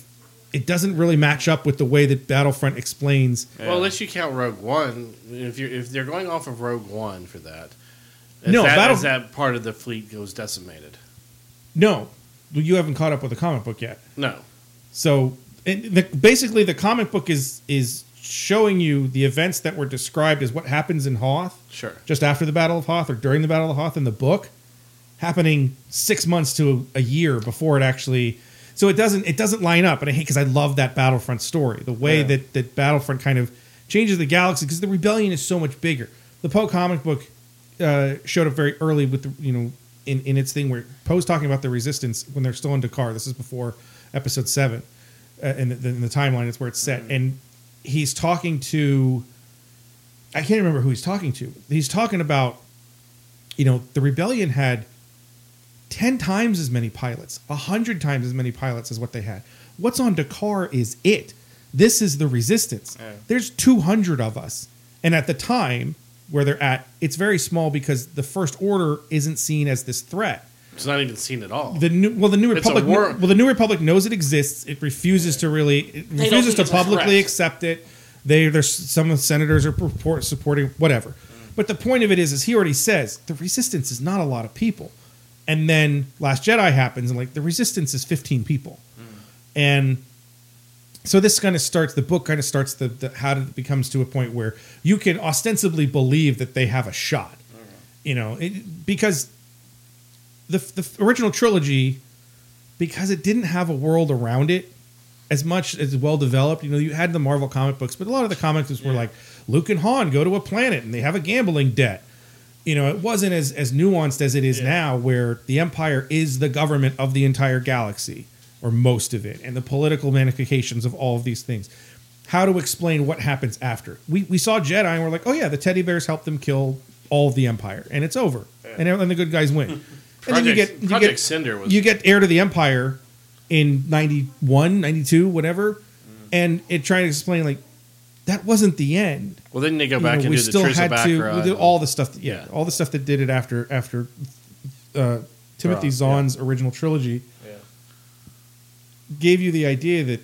Speaker 7: it doesn't really match up with the way that Battlefront explains.
Speaker 2: Yeah.
Speaker 6: well, unless you count Rogue One, if you are if they're going off of Rogue One for that, if
Speaker 7: No,
Speaker 6: that,
Speaker 7: Battle-
Speaker 6: as that part of the fleet goes decimated.
Speaker 7: No, you haven't caught up with the comic book yet.
Speaker 6: No,
Speaker 7: So it, the, basically, the comic book is is showing you the events that were described as what happens in Hoth,
Speaker 6: sure,
Speaker 7: just after the Battle of Hoth or during the Battle of Hoth in the book, happening six months to a year before it actually. So it doesn't it doesn't line up, and I hate because I love that Battlefront story. The way that that Battlefront kind of changes the galaxy because the rebellion is so much bigger. The Poe comic book uh, showed up very early with the, you know in, in its thing where Poe's talking about the resistance when they're still in Dakar. This is before episode seven, uh, and the, in the timeline is where it's set, and he's talking to. I can't remember who he's talking to. He's talking about, you know, the rebellion had ten times as many pilots, a hundred times as many pilots as what they had. What's on Dakar is it. This is the resistance. There's two hundred of us, and at the time, where they're at, it's very small because the First Order isn't seen as this threat.
Speaker 6: It's not even seen at all.
Speaker 7: The new, well, the New
Speaker 6: It's a
Speaker 7: Republic.
Speaker 6: war-
Speaker 7: Well, the New Republic knows it exists. It refuses to really. It refuses
Speaker 6: think
Speaker 7: to
Speaker 6: it's a
Speaker 7: publicly
Speaker 6: threat.
Speaker 7: accept it. They there's some senators are purport supporting whatever. But the point of it is, is he already says the resistance is not a lot of people, and then Last Jedi happens, and like the resistance is 15 people, and so this kind of starts the book kind of starts the, the how it becomes to a point where you can ostensibly believe that they have a shot you know it, because the, the original trilogy because it didn't have a world around it as much as well developed you know you had the marvel comic books but a lot of the comic books were like luke and han go to a planet and they have a gambling debt you know it wasn't as, as nuanced as it is now where the empire is the government of the entire galaxy or most of it and the political ramifications of all of these things how to explain what happens after we, we saw jedi and we're like oh yeah the teddy bears helped them kill all of the empire and it's over and, and the good guys win and then you
Speaker 6: Project-
Speaker 7: get you
Speaker 6: Project
Speaker 7: get
Speaker 6: Cinder was-
Speaker 7: you get heir to the empire in 91 92 whatever
Speaker 6: Mm.
Speaker 7: and it trying to explain like that wasn't the end
Speaker 6: well, then they go
Speaker 7: you
Speaker 6: back
Speaker 7: know,
Speaker 6: and do the Truce of
Speaker 7: to we
Speaker 6: Baccarat.
Speaker 7: did all the stuff. That, yeah,
Speaker 6: Yeah.
Speaker 7: all the stuff that did it after after uh, Timothy
Speaker 6: yeah.
Speaker 7: Zahn's original trilogy gave you the idea that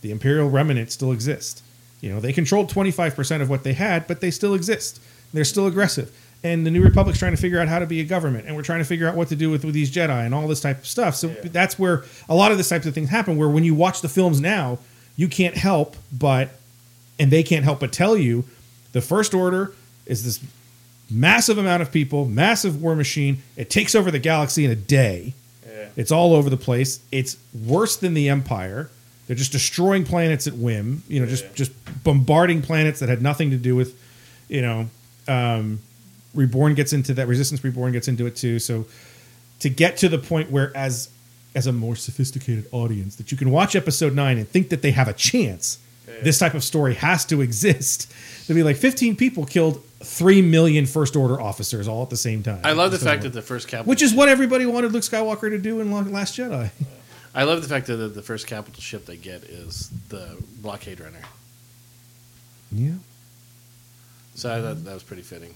Speaker 7: the Imperial remnant still exists. You know, they controlled twenty five percent of what they had, but they still exist. They're still aggressive, and the New Republic's trying to figure out how to be a government, and we're trying to figure out what to do with, with these Jedi and all this type of stuff. So that's where a lot of this types of things happen. Where when you watch the films now, you can't help but and they can't help but tell you the first order is this massive amount of people massive war machine it takes over the galaxy in a day it's all over the place it's worse than the empire they're just destroying planets at whim you know just just bombarding planets that had nothing to do with you know um, reborn gets into that resistance reborn gets into it too so to get to the point where as as a more sophisticated audience that you can watch episode 9 and think that they have a chance this type of story has to exist to be like 15 people killed 3 million first order officers all at the same time
Speaker 6: I love the
Speaker 7: So-
Speaker 6: fact that the first capital.
Speaker 7: which is what everybody wanted Luke Skywalker to do in Lo- Last Jedi.
Speaker 6: I love the fact that the- the first capital ship they get is the blockade runner.
Speaker 7: Yeah.
Speaker 6: So I thought that was pretty fitting.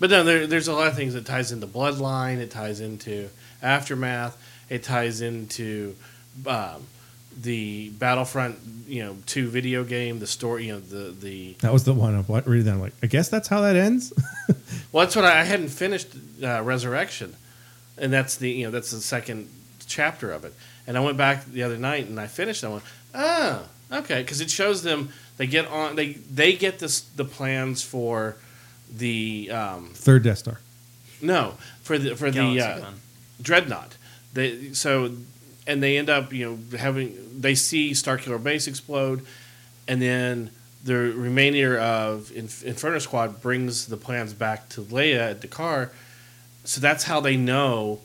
Speaker 6: But no, there, there's a lot of things that ties into bloodline. It ties into aftermath. It ties into um, the Battlefront, you know, two video game. The story, you know, the the.
Speaker 7: That was the one I'm like, reading that. I'm like, I guess that's how that ends.
Speaker 6: Well, that's what I, I hadn't finished uh, Resurrection, and that's the you know that's the second chapter of it. And I went back the other night and I finished that one. Oh, okay, because it shows them they get on they they get this the plans for the um,
Speaker 7: Third Death Star.
Speaker 6: No, for the for
Speaker 2: Galaxy
Speaker 6: the uh,
Speaker 2: Gun.
Speaker 6: dreadnought. They so and they end up you know having they see Starkiller Base explode, and then the remainder of Inf- Inferno Squad brings the plans back to Leia at Dakar. So that's how they know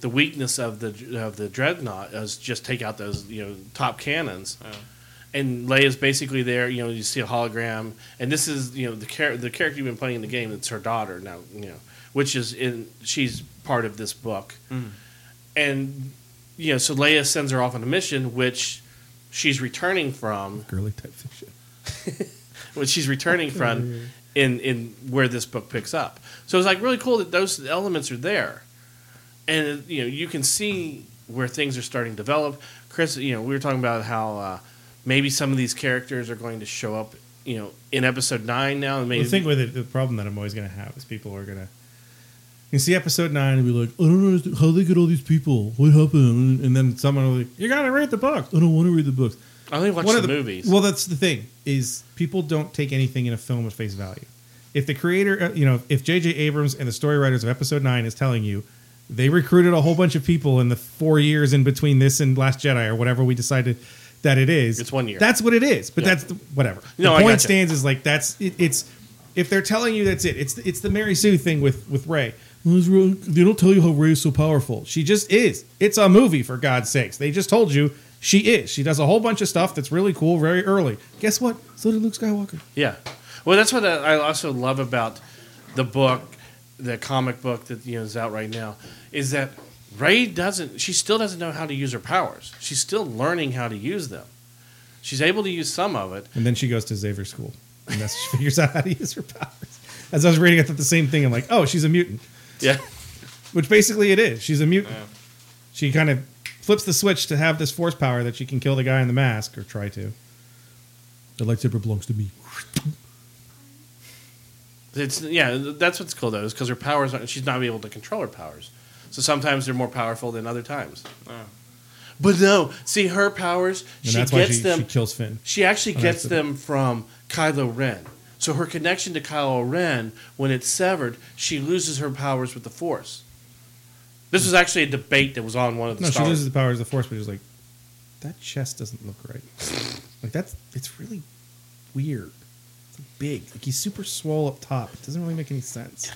Speaker 6: the weakness of the of the dreadnought is just take out those you know top cannons. And Leia's basically there, you know. You see a hologram, and this is, you know, the char- the character you've been playing in the game. It's her daughter now, you know, which is in she's part of this book, and you know, so Leia sends her off on a mission, which she's returning from,
Speaker 7: Girly type fiction.
Speaker 6: which she's returning from, in in where this book picks up. So it's like really cool that those elements are there, and you know, you can see where things are starting to develop. Chris, you know, we were talking about how uh, maybe some of these characters are going to show up, you know, in episode nine now, and maybe
Speaker 7: The thing with it, the problem that I'm always going to have is people are going to. You see episode nine and be like, I don't know how they get all these people. What happened? And then someone will be like, You got to read the books. I don't want to read the books.
Speaker 6: I only watch
Speaker 7: One
Speaker 6: the,
Speaker 7: of
Speaker 6: movies.
Speaker 7: Well, that's the thing is people don't take anything in a film at face value. If the creator, uh, you know, if J.J. Abrams and the story writers of Episode Nine is telling you they recruited a whole bunch of people in the four years in between this and Last Jedi or whatever we decided that it is,
Speaker 6: It's one year.
Speaker 7: That's what it is. But
Speaker 6: Yeah.
Speaker 7: that's the, whatever.
Speaker 6: No,
Speaker 7: the
Speaker 6: I
Speaker 7: point
Speaker 6: gotcha.
Speaker 7: stands is like that's it, it's if they're telling you that's it. It's it's the Mary Sue thing with with Ray. They don't tell you how Ray is so powerful. She just is. It's a movie for God's sakes. They just told you she is. She does a whole bunch of stuff that's really cool very early. Guess what? So did Luke Skywalker.
Speaker 6: Yeah. Well, that's what I I also love about the book, the comic book that you know is out right now, is that Ray doesn't. She still doesn't know how to use her powers. She's still learning how to use them. She's able to use some of it.
Speaker 7: And then she goes to Xavier School, and that's she figures out how to use her powers. As I was reading, I thought the same thing. I'm like, oh, she's a mutant,
Speaker 2: Yeah.
Speaker 7: which basically it is. She's a mutant. She kind of flips the switch to have this force power that she can kill the guy in the mask or try to. The lightsaber belongs to me.
Speaker 6: It's yeah, that's what's cool though, is because her powers aren't, she's not able to control her powers. So sometimes they're more powerful than other times.
Speaker 2: Oh.
Speaker 6: But no, see her powers,
Speaker 7: And
Speaker 6: she
Speaker 7: that's
Speaker 6: gets
Speaker 7: why she,
Speaker 6: them.
Speaker 7: she kills Finn.
Speaker 6: She actually
Speaker 7: An
Speaker 6: gets
Speaker 7: accident.
Speaker 6: them from Kylo Ren. So her connection to Kylo Ren, when it's severed, she loses her powers with the Force. This was actually a debate that was on one of the
Speaker 7: No, she
Speaker 6: Star
Speaker 7: loses
Speaker 6: Wars.
Speaker 7: the powers of the force, but she's like, that chest doesn't look right. Like that's it's really weird. It's big. Like he's super swole up top. It doesn't really make any sense.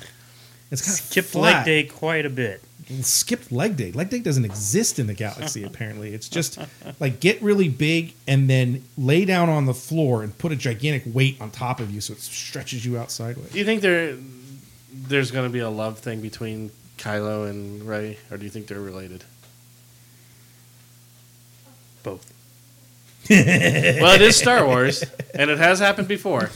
Speaker 7: It's kind
Speaker 1: Skipped
Speaker 7: of flat.
Speaker 1: leg day quite a bit.
Speaker 7: Skipped leg day. Leg day doesn't exist in the galaxy. Apparently, it's just like get really big and then lay down on the floor and put a gigantic weight on top of you so it stretches you out sideways.
Speaker 6: Do you think there, there's going to be a love thing between Kylo and Rey, or do you think they're related?
Speaker 1: Both.
Speaker 6: well, it is Star Wars, and it has happened before,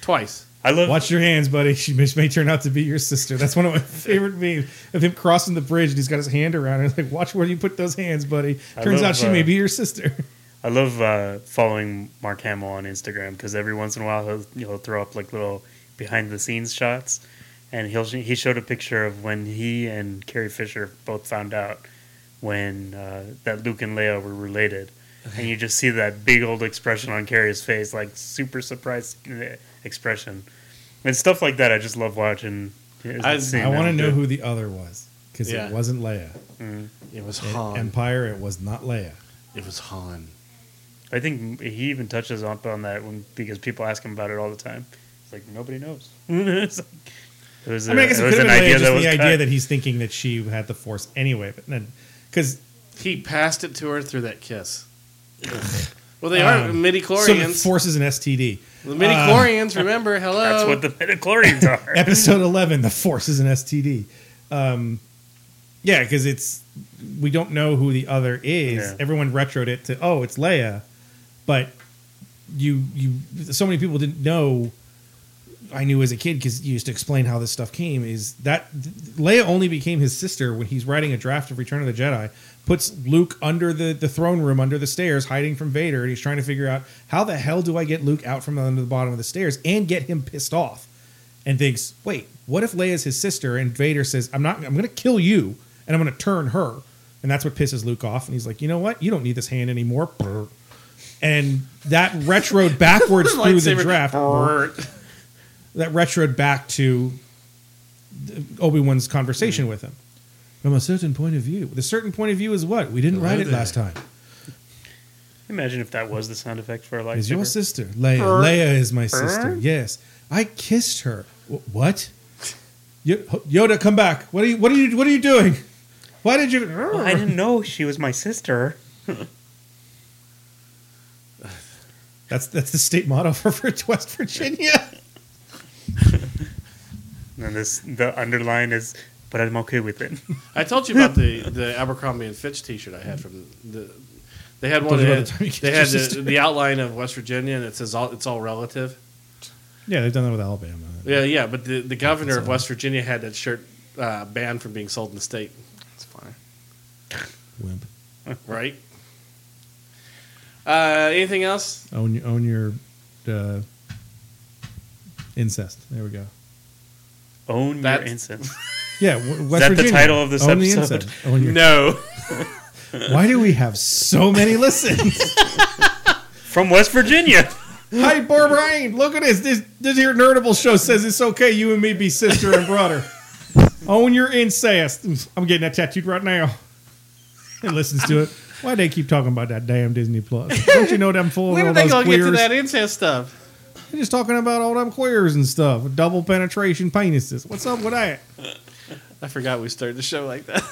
Speaker 6: twice.
Speaker 1: I love
Speaker 7: Watch your hands, buddy. She may, she may turn out to be your sister. That's one of my favorite memes of him crossing the bridge and he's got his hand around her. It's like, watch where you put those hands, buddy.
Speaker 1: I
Speaker 7: Turns
Speaker 1: love,
Speaker 7: out she
Speaker 1: uh,
Speaker 7: may be your sister.
Speaker 1: I love uh, following Mark Hamill on Instagram because every once in a while he'll he'll throw up like little behind the scenes shots, and he'll he showed a picture of when he and Carrie Fisher both found out when uh, that Luke and Leia were related, and you just see that big old expression on Carrie's face, like super surprised uh, expression, and stuff like that. I just love watching. eh,
Speaker 6: I-
Speaker 7: I want to know who the other was because
Speaker 6: Yeah.
Speaker 7: it wasn't Leia.
Speaker 6: It was
Speaker 7: In
Speaker 1: Um,
Speaker 6: Han.
Speaker 7: Empire, it was not Leia.
Speaker 6: it was Han.
Speaker 1: I think he even touches up on that when because people ask him about it all the time. It's like nobody knows. It's like- it was,
Speaker 7: I mean, I guess it could
Speaker 1: a- it was
Speaker 7: have
Speaker 1: an
Speaker 7: been Leia,
Speaker 1: idea
Speaker 7: just
Speaker 1: that
Speaker 7: the
Speaker 1: was
Speaker 7: idea
Speaker 1: cut.
Speaker 7: that he's thinking that she had the Force anyway. But then, because
Speaker 6: He passed it to her through that kiss. well, they are
Speaker 7: Um,
Speaker 6: midi
Speaker 7: so uh, the
Speaker 6: chlorians.
Speaker 7: Force is an STD.
Speaker 6: the midi chlorians, remember? Hello.
Speaker 1: That's what the
Speaker 7: Oh.
Speaker 1: midichlorians are.
Speaker 7: episode 11 the force is an std um yeah because it's we don't know who the other is
Speaker 1: Yeah.
Speaker 7: everyone retroed it to oh it's leia but you you so many people didn't know i knew as a kid because you used to explain how this stuff came is that leia only became his sister when he's writing a draft of return of the jedi puts luke under the the throne room under the stairs hiding from vader and he's trying to figure out how the hell do i get luke out from under the bottom of the stairs and get him pissed off and thinks, "Wait, what if Leia's his sister?" And Vader says, "I'm not. I'm going to kill you, and I'm going to turn her." And that's what pisses Luke off. And he's like, "You know what? You don't need this hand anymore." Brr. And that retroed backwards through the Oh.
Speaker 6: Lightsaber.
Speaker 7: draft. That retroed back to Obi Wan's conversation with him. From a certain point of view, the certain point of view is what we didn't
Speaker 6: Hello
Speaker 7: write it
Speaker 6: there.
Speaker 7: last time.
Speaker 1: Imagine if that was the sound effect for a
Speaker 7: Is your
Speaker 1: lightsaber.
Speaker 7: sister Leia? Leia is my sister. Yes, I kissed her. Wh- What? Yo- Yoda, come back! What are you? What are you? What are you doing? Why did you?
Speaker 1: Well, I didn't know she was my sister.
Speaker 7: That's that's the state motto for, for West Virginia.
Speaker 1: And this the underline is, but I'm okay with it.
Speaker 6: I told you about the, the Abercrombie and Fitch T-shirt I had from the. They had one.
Speaker 7: Told you
Speaker 6: that
Speaker 7: about the time you
Speaker 6: had-
Speaker 7: kissed
Speaker 6: they
Speaker 7: your
Speaker 6: had
Speaker 7: sister.
Speaker 6: the, the outline of West Virginia, and it says all, it's all relative.
Speaker 7: yeah, they've done that with Alabama.
Speaker 6: Yeah, yeah. But the, the governor of West Virginia had that shirt uh, banned from being sold in the state.
Speaker 2: It's fine.
Speaker 7: Wimp,
Speaker 6: Right. Uh, anything else?
Speaker 7: own your own your uh, incest. There we go.
Speaker 1: Own
Speaker 6: That's-
Speaker 1: your incense.
Speaker 7: Yeah, w- West
Speaker 1: that the
Speaker 7: Virginia.
Speaker 1: title of this
Speaker 7: own The
Speaker 1: episode?
Speaker 7: incest. Own your-
Speaker 6: No.
Speaker 7: Why do we have so many listens?
Speaker 1: From West Virginia.
Speaker 7: Hi, Barbara Ain. Look at this. This this here nerdable show says it's okay. You and me be sister and brother. Own your incest. I'm getting that tattooed right now. It listens to it. Why they keep talking about that damn Disney Plus? Don't you know them full
Speaker 6: When
Speaker 7: of
Speaker 6: are
Speaker 7: all
Speaker 6: they
Speaker 7: Oh, those
Speaker 6: gonna get to
Speaker 7: queers?
Speaker 6: that incest stuff?
Speaker 7: They're just talking about all them queers and stuff. Double penetration penises. What's up with that?
Speaker 6: I forgot we started the show like that.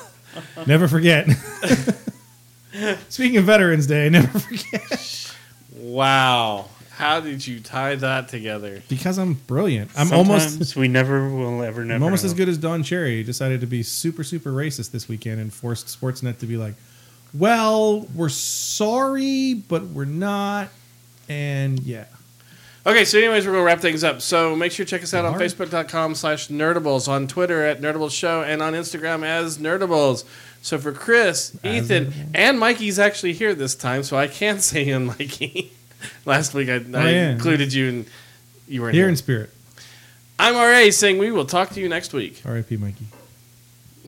Speaker 7: Never forget. Speaking of Veterans Day, never forget.
Speaker 6: Wow. How did you tie that together?
Speaker 7: Because I'm brilliant. I'm almost.
Speaker 1: Sometimes we never will ever never.
Speaker 7: I'm almost
Speaker 1: know.
Speaker 7: as good as Don Cherry. He decided to be super, super racist this weekend and forced Sportsnet to be like, "Well, we're sorry, but we're not." And yeah,
Speaker 6: Okay, so anyways, we're gonna wrap things up. So make sure to check us out on
Speaker 7: Alright.
Speaker 6: Facebook.com slash nerdables, on Twitter at Nerdables Show, and on Instagram as Nerdables. So for Chris, Ethan, and Mikey's actually here this time, so I can say him Mikey. Last week I, I
Speaker 7: Oh, yeah.
Speaker 6: included you and you weren't
Speaker 7: Here
Speaker 6: here.
Speaker 7: in spirit.
Speaker 6: I'm RA saying we will talk to you next week.
Speaker 7: R.I.P. Mikey.